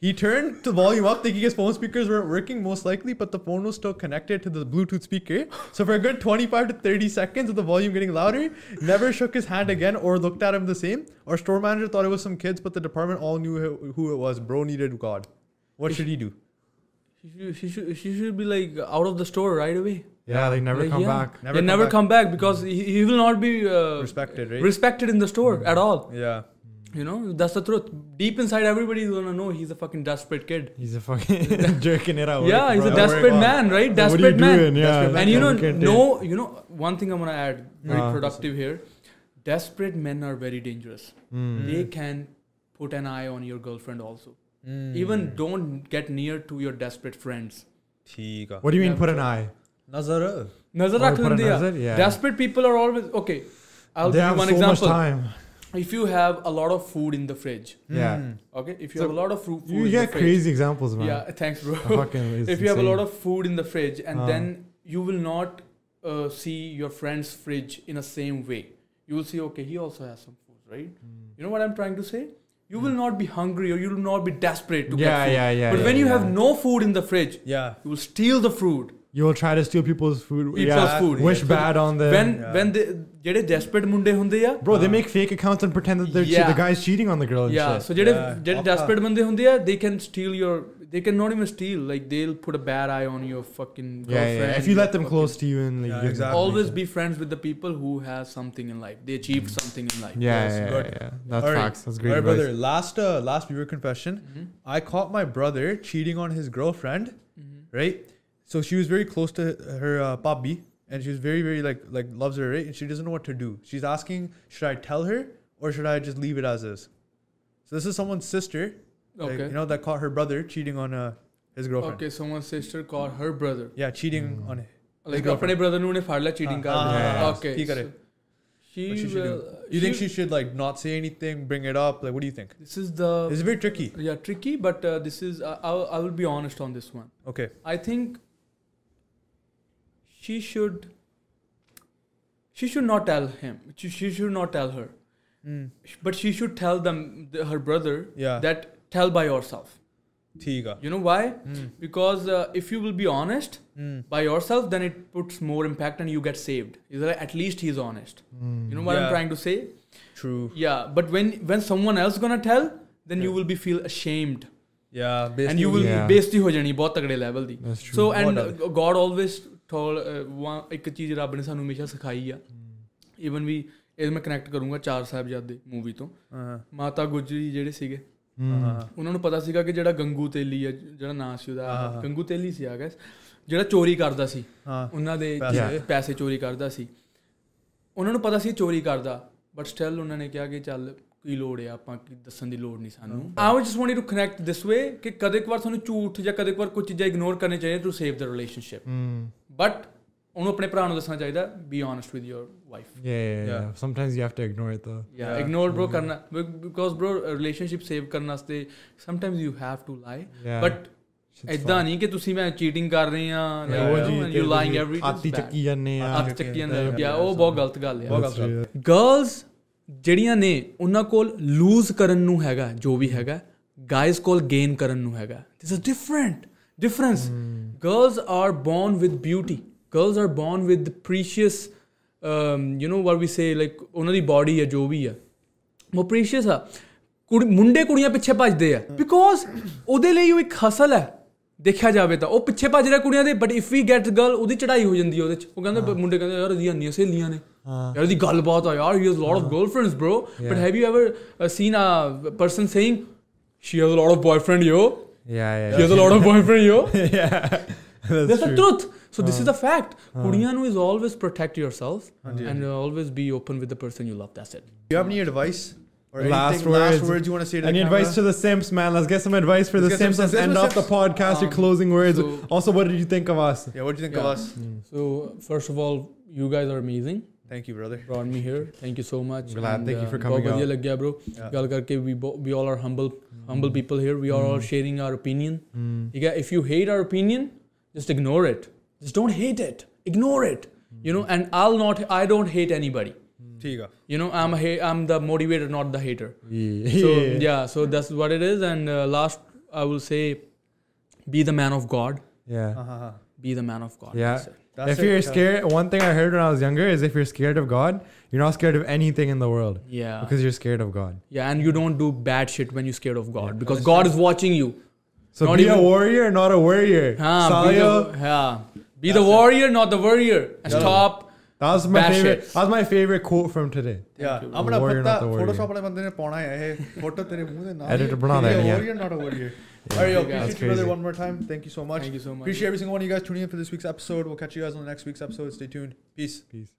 Speaker 1: He turned the volume up thinking his phone speakers weren't working most likely, but the phone was still connected to the Bluetooth speaker. So for a good 25 to 30 seconds of the volume getting louder, never shook his hand again or looked at him the same. Our store manager thought it was some kids, but the department all knew who- who it was. Bro needed God. What should he do?
Speaker 2: She should, she should, she should be like out of the store right away.
Speaker 3: Yeah, they never
Speaker 2: Like,
Speaker 3: come
Speaker 2: yeah.
Speaker 3: back.
Speaker 1: Never
Speaker 2: they
Speaker 1: come
Speaker 2: never
Speaker 1: back.
Speaker 2: come back because he, he will not be uh,
Speaker 1: Respected, right?
Speaker 2: respected in the store
Speaker 3: Mm-hmm.
Speaker 2: at all.
Speaker 1: Yeah.
Speaker 2: You know, that's the truth. Deep inside, everybody is gonna know he's a fucking desperate kid.
Speaker 3: He's a fucking jerking it out.
Speaker 2: yeah, he's a
Speaker 1: bro.
Speaker 3: oh
Speaker 2: desperate
Speaker 1: Work,
Speaker 2: man, right?
Speaker 3: Like,
Speaker 2: Desperate
Speaker 3: what are you
Speaker 2: man.
Speaker 3: doing? Yeah,
Speaker 1: Desperate man.
Speaker 2: And you know,
Speaker 3: we can't take-
Speaker 2: no, you know, one thing I'm gonna add, very
Speaker 3: Uh,
Speaker 2: productive here. Desperate men are very dangerous.
Speaker 3: Mm.
Speaker 2: They can put an eye on your girlfriend also.
Speaker 3: Mm.
Speaker 1: Hmm.
Speaker 2: Even don't get near to your desperate friends.
Speaker 1: ठीक है
Speaker 3: What do you mean?
Speaker 2: Yeah.
Speaker 3: Put an eye.
Speaker 1: नजर
Speaker 2: Nazar
Speaker 3: Or
Speaker 2: rakh
Speaker 3: Oh, put a
Speaker 2: lendi hai.
Speaker 3: nazar, yeah.
Speaker 2: Desperate people are always okay. I'll
Speaker 3: they
Speaker 2: give
Speaker 3: have
Speaker 2: you one
Speaker 3: so
Speaker 2: example.
Speaker 3: much time.
Speaker 2: If you have a lot of food in the fridge,
Speaker 3: Yeah,
Speaker 2: okay. If you
Speaker 3: So,
Speaker 2: have a lot of fruit, food
Speaker 3: you
Speaker 2: in
Speaker 3: get
Speaker 2: the fridge,
Speaker 3: crazy examples, man.
Speaker 2: Yeah, thanks, bro.
Speaker 3: The fucking is
Speaker 2: if you have a
Speaker 3: insane.
Speaker 2: lot of food in the fridge and
Speaker 3: Uh.
Speaker 2: then you will not uh, see your friend's fridge in the same way you will see okay he also has some food right you know what i'm trying to say you will not be hungry or you will not be desperate to
Speaker 3: Hmm. Yeah,
Speaker 2: get food
Speaker 3: yeah, yeah,
Speaker 2: but
Speaker 3: yeah, Uh,
Speaker 2: when you
Speaker 3: yeah.
Speaker 2: have no food in the fridge
Speaker 1: Yeah.
Speaker 2: you will steal the food
Speaker 3: you will try to steal people's food.
Speaker 2: People's
Speaker 3: yeah,
Speaker 2: food,
Speaker 3: Wish
Speaker 2: yeah.
Speaker 3: bad on them.
Speaker 2: when
Speaker 1: Yeah.
Speaker 2: when they ਜਿਹੜੇ desperate ਮੁੰਡੇ ਹੁੰਦੇ ਆ
Speaker 3: Bro, they make fake accounts and pretend that they're che-
Speaker 2: Yeah.
Speaker 3: the guy's cheating on the girl and
Speaker 2: yeah
Speaker 3: shit.
Speaker 2: so ਜਿਹੜੇ
Speaker 1: Yeah.
Speaker 2: ਜਿਹੜੇ
Speaker 1: ਔਖਾ।
Speaker 2: desperate ਬੰਦੇ ਹੁੰਦੇ ਆ they can steal your they can not even steal like they'll put a bad eye on your fucking
Speaker 3: yeah,
Speaker 2: girlfriend
Speaker 3: yeah, If you let them
Speaker 2: fucking-
Speaker 3: close to you and like,
Speaker 1: Yeah,
Speaker 3: you-
Speaker 1: exactly.
Speaker 2: always be friends with the people who has something in life they achieved something in life
Speaker 3: Yeah,
Speaker 1: Yes,
Speaker 3: yeah,
Speaker 1: good.
Speaker 3: yeah, yeah. That's
Speaker 1: All right.
Speaker 3: facts. That's great
Speaker 1: All right,
Speaker 3: advice.
Speaker 1: brother. Last uh, last viewer confession.
Speaker 2: Mm-hmm,
Speaker 1: I caught my brother cheating on his girlfriend,
Speaker 2: mm-hmm.
Speaker 1: right? So she was very close to her uh, papi, and she was very very like like loves her, right? And she doesn't know what to do. She's asking, should I tell her or should I just leave it as is? So this is someone's sister, like,
Speaker 2: okay
Speaker 1: you know, that caught her brother cheating on uh, his girlfriend.
Speaker 2: okay someone's sister caught her brother
Speaker 1: Yeah,
Speaker 3: Hmm.
Speaker 1: cheating on.
Speaker 2: like
Speaker 1: girlfriend.
Speaker 2: ਆਪਣੇ brother ਨੂੰ ਨੇ ਫੜ ਲਿਆ cheating ਕਰ
Speaker 1: ah,
Speaker 2: ਲਿਆ
Speaker 1: ah,
Speaker 2: okay
Speaker 1: ਕੀ ਕਰੇ?
Speaker 2: so she
Speaker 1: What should she
Speaker 2: will
Speaker 1: do? You think she should like not say anything, bring it up? Like, what do you think?
Speaker 2: this is the
Speaker 1: This is very tricky.
Speaker 2: yeah tricky but uh, this is I, I I will be honest on this one
Speaker 1: Okay.
Speaker 2: I think she should she should not tell him. She, she should not tell her.
Speaker 1: Mm.
Speaker 2: But she should tell them the, her brother
Speaker 1: Yeah.
Speaker 2: that tell by yourself.
Speaker 1: Tiga.
Speaker 2: You know why?
Speaker 1: Mm.
Speaker 2: Because uh, if you will be honest
Speaker 1: Mm.
Speaker 2: by yourself, then it puts more impact and you get saved. Is that at least he's honest.
Speaker 3: Mm.
Speaker 2: You know what
Speaker 1: Hmm. Yeah.
Speaker 2: I'm trying to say?
Speaker 1: True.
Speaker 2: Yeah. But when when someone else gonna tell, then you
Speaker 1: Yeah.
Speaker 2: will be feel ashamed.
Speaker 1: Yeah.
Speaker 2: and you
Speaker 1: basically-
Speaker 2: will
Speaker 3: Yeah.
Speaker 2: ਬੇਇੱਜ਼ਤੀ ਹੋ ਜਾਣੀ ਬਹੁਤ ਤਗੜੇ level ਦੀ
Speaker 3: That's true.
Speaker 2: So and
Speaker 1: ਬਹੁਤ
Speaker 2: God always told uh, ਇੱਕ ਚੀਜ਼ ਰੱਬ ਨੇ ਸਾਨੂੰ ਹਮੇਸ਼ਾ ਸਿਖਾਈ ਆ ਈਵਨ ਵੀ ਇਹ ਮੈਂ ਕਨੈਕਟ ਕਰੂੰਗਾ ਚਾਰ ਸਾਹਿਬਜ਼ਾਦੇ ਮੂਵੀ ਤੋਂ
Speaker 1: Uh-huh.
Speaker 2: ਮਾਤਾ ਗੁਜਰੀ ਜਿਹੜੇ ਸੀਗੇ
Speaker 3: Mm.
Speaker 1: Uh-huh.
Speaker 2: ਉਹਨਾਂ ਨੂੰ ਪਤਾ ਸੀਗਾ ਕਿ ਜਿਹੜਾ ਗੰਗੂ ਤੇਲੀ ਆ ਜਿਹੜਾ ਨਾਂ ਸੀ ਉਹਦਾ
Speaker 1: ਹਾਂ।
Speaker 2: ਗੰਗੂ ਤੇਲੀ ਸੀ ਆ ਗੈਸ ਜਿਹੜਾ ਚੋਰੀ ਕਰਦਾ ਸੀ
Speaker 1: ਹਾਂ
Speaker 2: ਉਹਨਾਂ ਦੇ
Speaker 1: ਪੈਸੇ।
Speaker 2: ਜਿਹੜੇ ਪੈਸੇ ਚੋਰੀ ਕਰਦਾ ਸੀ ਉਹਨਾਂ ਨੂੰ ਪਤਾ ਸੀ ਚੋਰੀ ਕਰਦਾ ਬਟ ਸਟਿਲ ਉਹਨਾਂ ਨੇ ਕਿਹਾ ਕਿ ਚੱਲ ਕੀ ਲੋੜ ਆ ਆਪਾਂ ਕੀ ਦੱਸਣ ਦੀ ਲੋੜ ਨਹੀਂ ਸਾਨੂੰ I just wanted to connect this way ਕਿ ਕਦੇ ਇੱਕ ਵਾਰ ਤੁਹਾਨੂੰ ਝੂਠ ਜਾਂ ਕਦੇ ਇੱਕ ਵਾਰ ਕੁਝ ਚੀਜ਼ਾਂ ਇਗਨੋਰ ਕਰਨੇ ਚਾਹੀਦੇ to save the relationship
Speaker 3: Mm.
Speaker 2: But ਉਹਨੂੰ ਆਪਣੇ ਭਰਾ ਨੂੰ ਦੱਸਣਾ ਚਾਹੀਦਾ be honest with your wife
Speaker 3: Yeah, yeah, yeah,
Speaker 1: Yeah.
Speaker 3: yeah. Sometimes you have to ignore it though.
Speaker 2: ਯਾ
Speaker 1: Yeah.
Speaker 2: Ignore
Speaker 3: Mm-hmm.
Speaker 2: ਬ੍ਰੋ ਕਰਨਾ ਬਿਕੋਜ਼ ਬ੍ਰੋ ਰਿਲੇਸ਼ਨਸ਼ਿਪ ਸੇਵ ਕਰਨ ਵਾਸਤੇ sometimes you have to lie
Speaker 3: Yeah.
Speaker 2: But
Speaker 3: Shit's
Speaker 2: ਇਦਾਂ
Speaker 3: fucked.
Speaker 2: ਨਹੀਂ ਕਿ ਤੁਸੀਂ ਮੈਂ cheating ਕਰ ਰਹੇ ਆ
Speaker 1: Yeah, yeah.
Speaker 3: ਉਹ ਜੀ,
Speaker 2: ਯੂ
Speaker 3: ਤੇਰੇ
Speaker 2: ਲਾਈਂਗ
Speaker 3: ਤੁਸੀਂ
Speaker 2: ਐਵਰੀ
Speaker 3: ਹੱਥ ਹੀ ਚੱਕੀ ਜਾਂਦੇ ਆ
Speaker 2: ਹੱਥ ਚੱਕੀ ਜਾਂਦੇ
Speaker 1: Yeah,
Speaker 2: ਯਾ ਉਹ ਬਹੁਤ ਗਲਤ ਗੱਲ ਆ
Speaker 1: ਬਹੁਤ
Speaker 3: That's
Speaker 1: ਗੱਲ
Speaker 3: true.
Speaker 2: ਗਰਲਸ ਜਿਹੜੀਆਂ ਨੇ ਉਹਨਾਂ ਕੋਲ ਲੂਜ਼ ਕਰਨ ਨੂੰ ਹੈਗਾ ਜੋ ਵੀ ਹੈਗਾ ਗਾਇਜ਼ ਕੋਲ ਗੇਨ ਕਰਨ ਨੂੰ ਹੈਗਾ this is different difference girls are born with beauty girls are born with precious you نو what we say like ਉਹਨਾਂ ਦੀ ਬਾਡੀ ਆ ਜੋ ਵੀ ਆ ਉਹ ਪ੍ਰੀਸ਼ੀਅਸ ਆ ਕੁੜੀ ਮੁੰਡੇ ਕੁੜੀਆਂ ਪਿੱਛੇ ਭੱਜਦੇ ਆ ਬਿਕੋਜ਼ ਉਹਦੇ ਲਈ ਉਹ ਇੱਕ ਹਸਲ ਹੈ ਦੇਖਿਆ ਜਾਵੇ ਤਾਂ ਉਹ ਪਿੱਛੇ ਭੱਜ ਰਿਹਾ ਕੁੜੀਆਂ ਦੇ but if we get girl ਉਹਦੀ ਚੜਾਈ ਹੋ ਜਾਂਦੀ ਆ ਉਹਦੇ ਚ ਉਹ ਕਹਿੰਦੇ ਬ- ਮੁੰਡੇ ਕਹਿੰਦੇ ਯਾਰ ਇਹਦੀਆਂ ਇੰਨੀਆਂ ਸਹੇਲੀਆਂ ਨੇ ਯਾਰ ਇਹਦੀ ਗੱਲਬਾਤ ਆ ਯਾਰ he has lot of girlfriends bro but have you ever seen a person saying she has a lot of boyfriend yo
Speaker 3: Yeah, yeah.
Speaker 2: She has a lot of boyfriend yo
Speaker 3: yeah.
Speaker 2: That's
Speaker 3: That's
Speaker 2: a
Speaker 3: true.
Speaker 2: Truth so this is a fact ਕੁੜੀਆਂ ਨੂੰ is always protect yourself and always be open with the person you love that's it
Speaker 3: Mm.
Speaker 1: Do you have any advice or
Speaker 3: Last
Speaker 1: anything, last
Speaker 3: words.
Speaker 1: words you want to say to
Speaker 3: Any
Speaker 1: the
Speaker 3: advice to
Speaker 1: camera?
Speaker 3: the Simps, man? Let's get some advice for
Speaker 1: Let's
Speaker 3: the
Speaker 1: get some
Speaker 3: Simps. Let's
Speaker 1: Simps,
Speaker 3: end
Speaker 1: let's
Speaker 3: off the podcast. your
Speaker 2: Um,
Speaker 3: closing words.
Speaker 2: so-
Speaker 3: also, what did you think of us?
Speaker 1: Yeah, what do you think of
Speaker 2: Yeah.
Speaker 1: us?
Speaker 2: So first of all, you guys are amazing.
Speaker 1: Thank you, brother.
Speaker 2: Brought me here. Thank you so much.
Speaker 3: Glad. Thank you for
Speaker 2: uh,
Speaker 3: coming
Speaker 2: ਬਹੁਤ ਵਧੀਆ
Speaker 3: out.
Speaker 2: ਲੱਗਿਆ bro.
Speaker 1: Yeah.
Speaker 2: ਗੱਲ ਕਰਕੇ we bo- we all are humble
Speaker 3: Mm.
Speaker 2: humble people here. We are all sharing our opinion. ਠੀਕ ਹੈ if you hate our opinion, just ignore it. Just don't hate it. Ignore it. You
Speaker 3: Mm.
Speaker 2: know, and I'll not. I don't hate anybody.
Speaker 1: Tiga.
Speaker 2: You know, I'm a ha- I'm the motivator, not the hater.
Speaker 3: Yeah.
Speaker 2: So yeah, so that's what it is. And uh, last, I will say, be the man of God.
Speaker 3: Yeah.
Speaker 1: Uh-huh.
Speaker 2: Be the man of God.
Speaker 3: Yeah.
Speaker 2: That's it.
Speaker 1: That's
Speaker 3: if
Speaker 1: it,
Speaker 3: you're
Speaker 1: Kyle.
Speaker 3: scared, one thing I heard when I was younger is if you're scared of God, you're not scared of anything in the world
Speaker 2: Yeah.
Speaker 3: because you're scared of God.
Speaker 2: Yeah, and you don't do bad shit when you're scared of God because God is watching you.
Speaker 3: So
Speaker 2: Not
Speaker 3: be a
Speaker 2: even-
Speaker 3: warrior, not a warrior.
Speaker 2: Huh, be
Speaker 3: Salio,
Speaker 2: the, yeah. be the warrior, not the warrior. And stop.
Speaker 3: that was my
Speaker 2: bash
Speaker 3: favorite.
Speaker 2: it.
Speaker 3: That was my favorite quote from today.
Speaker 1: Yeah, I'm
Speaker 3: The
Speaker 1: gonna put
Speaker 3: warrior, not
Speaker 1: that
Speaker 3: the warrior.
Speaker 1: Photoshop ਵਾਲੇ ਬੰਦੇ ਨੇ ਪਾਉਣਾ ਹੈ ਇਹ photo ਤੇਰੇ ਮੂੰਹ ਦੇ ਨਾਲ
Speaker 3: Editor ਬਣਾ ਦੇਣੀ
Speaker 1: ਹੈ
Speaker 3: ਹੈ।
Speaker 1: warrior not a warrior all right yo
Speaker 2: That's
Speaker 1: appreciate you brother
Speaker 3: crazy.
Speaker 1: one more time thank you so much
Speaker 2: Thank you so much.
Speaker 1: appreciate every single one of you guys tuning in for this week's episode we'll catch you guys on the next week's episode stay tuned peace
Speaker 3: Peace.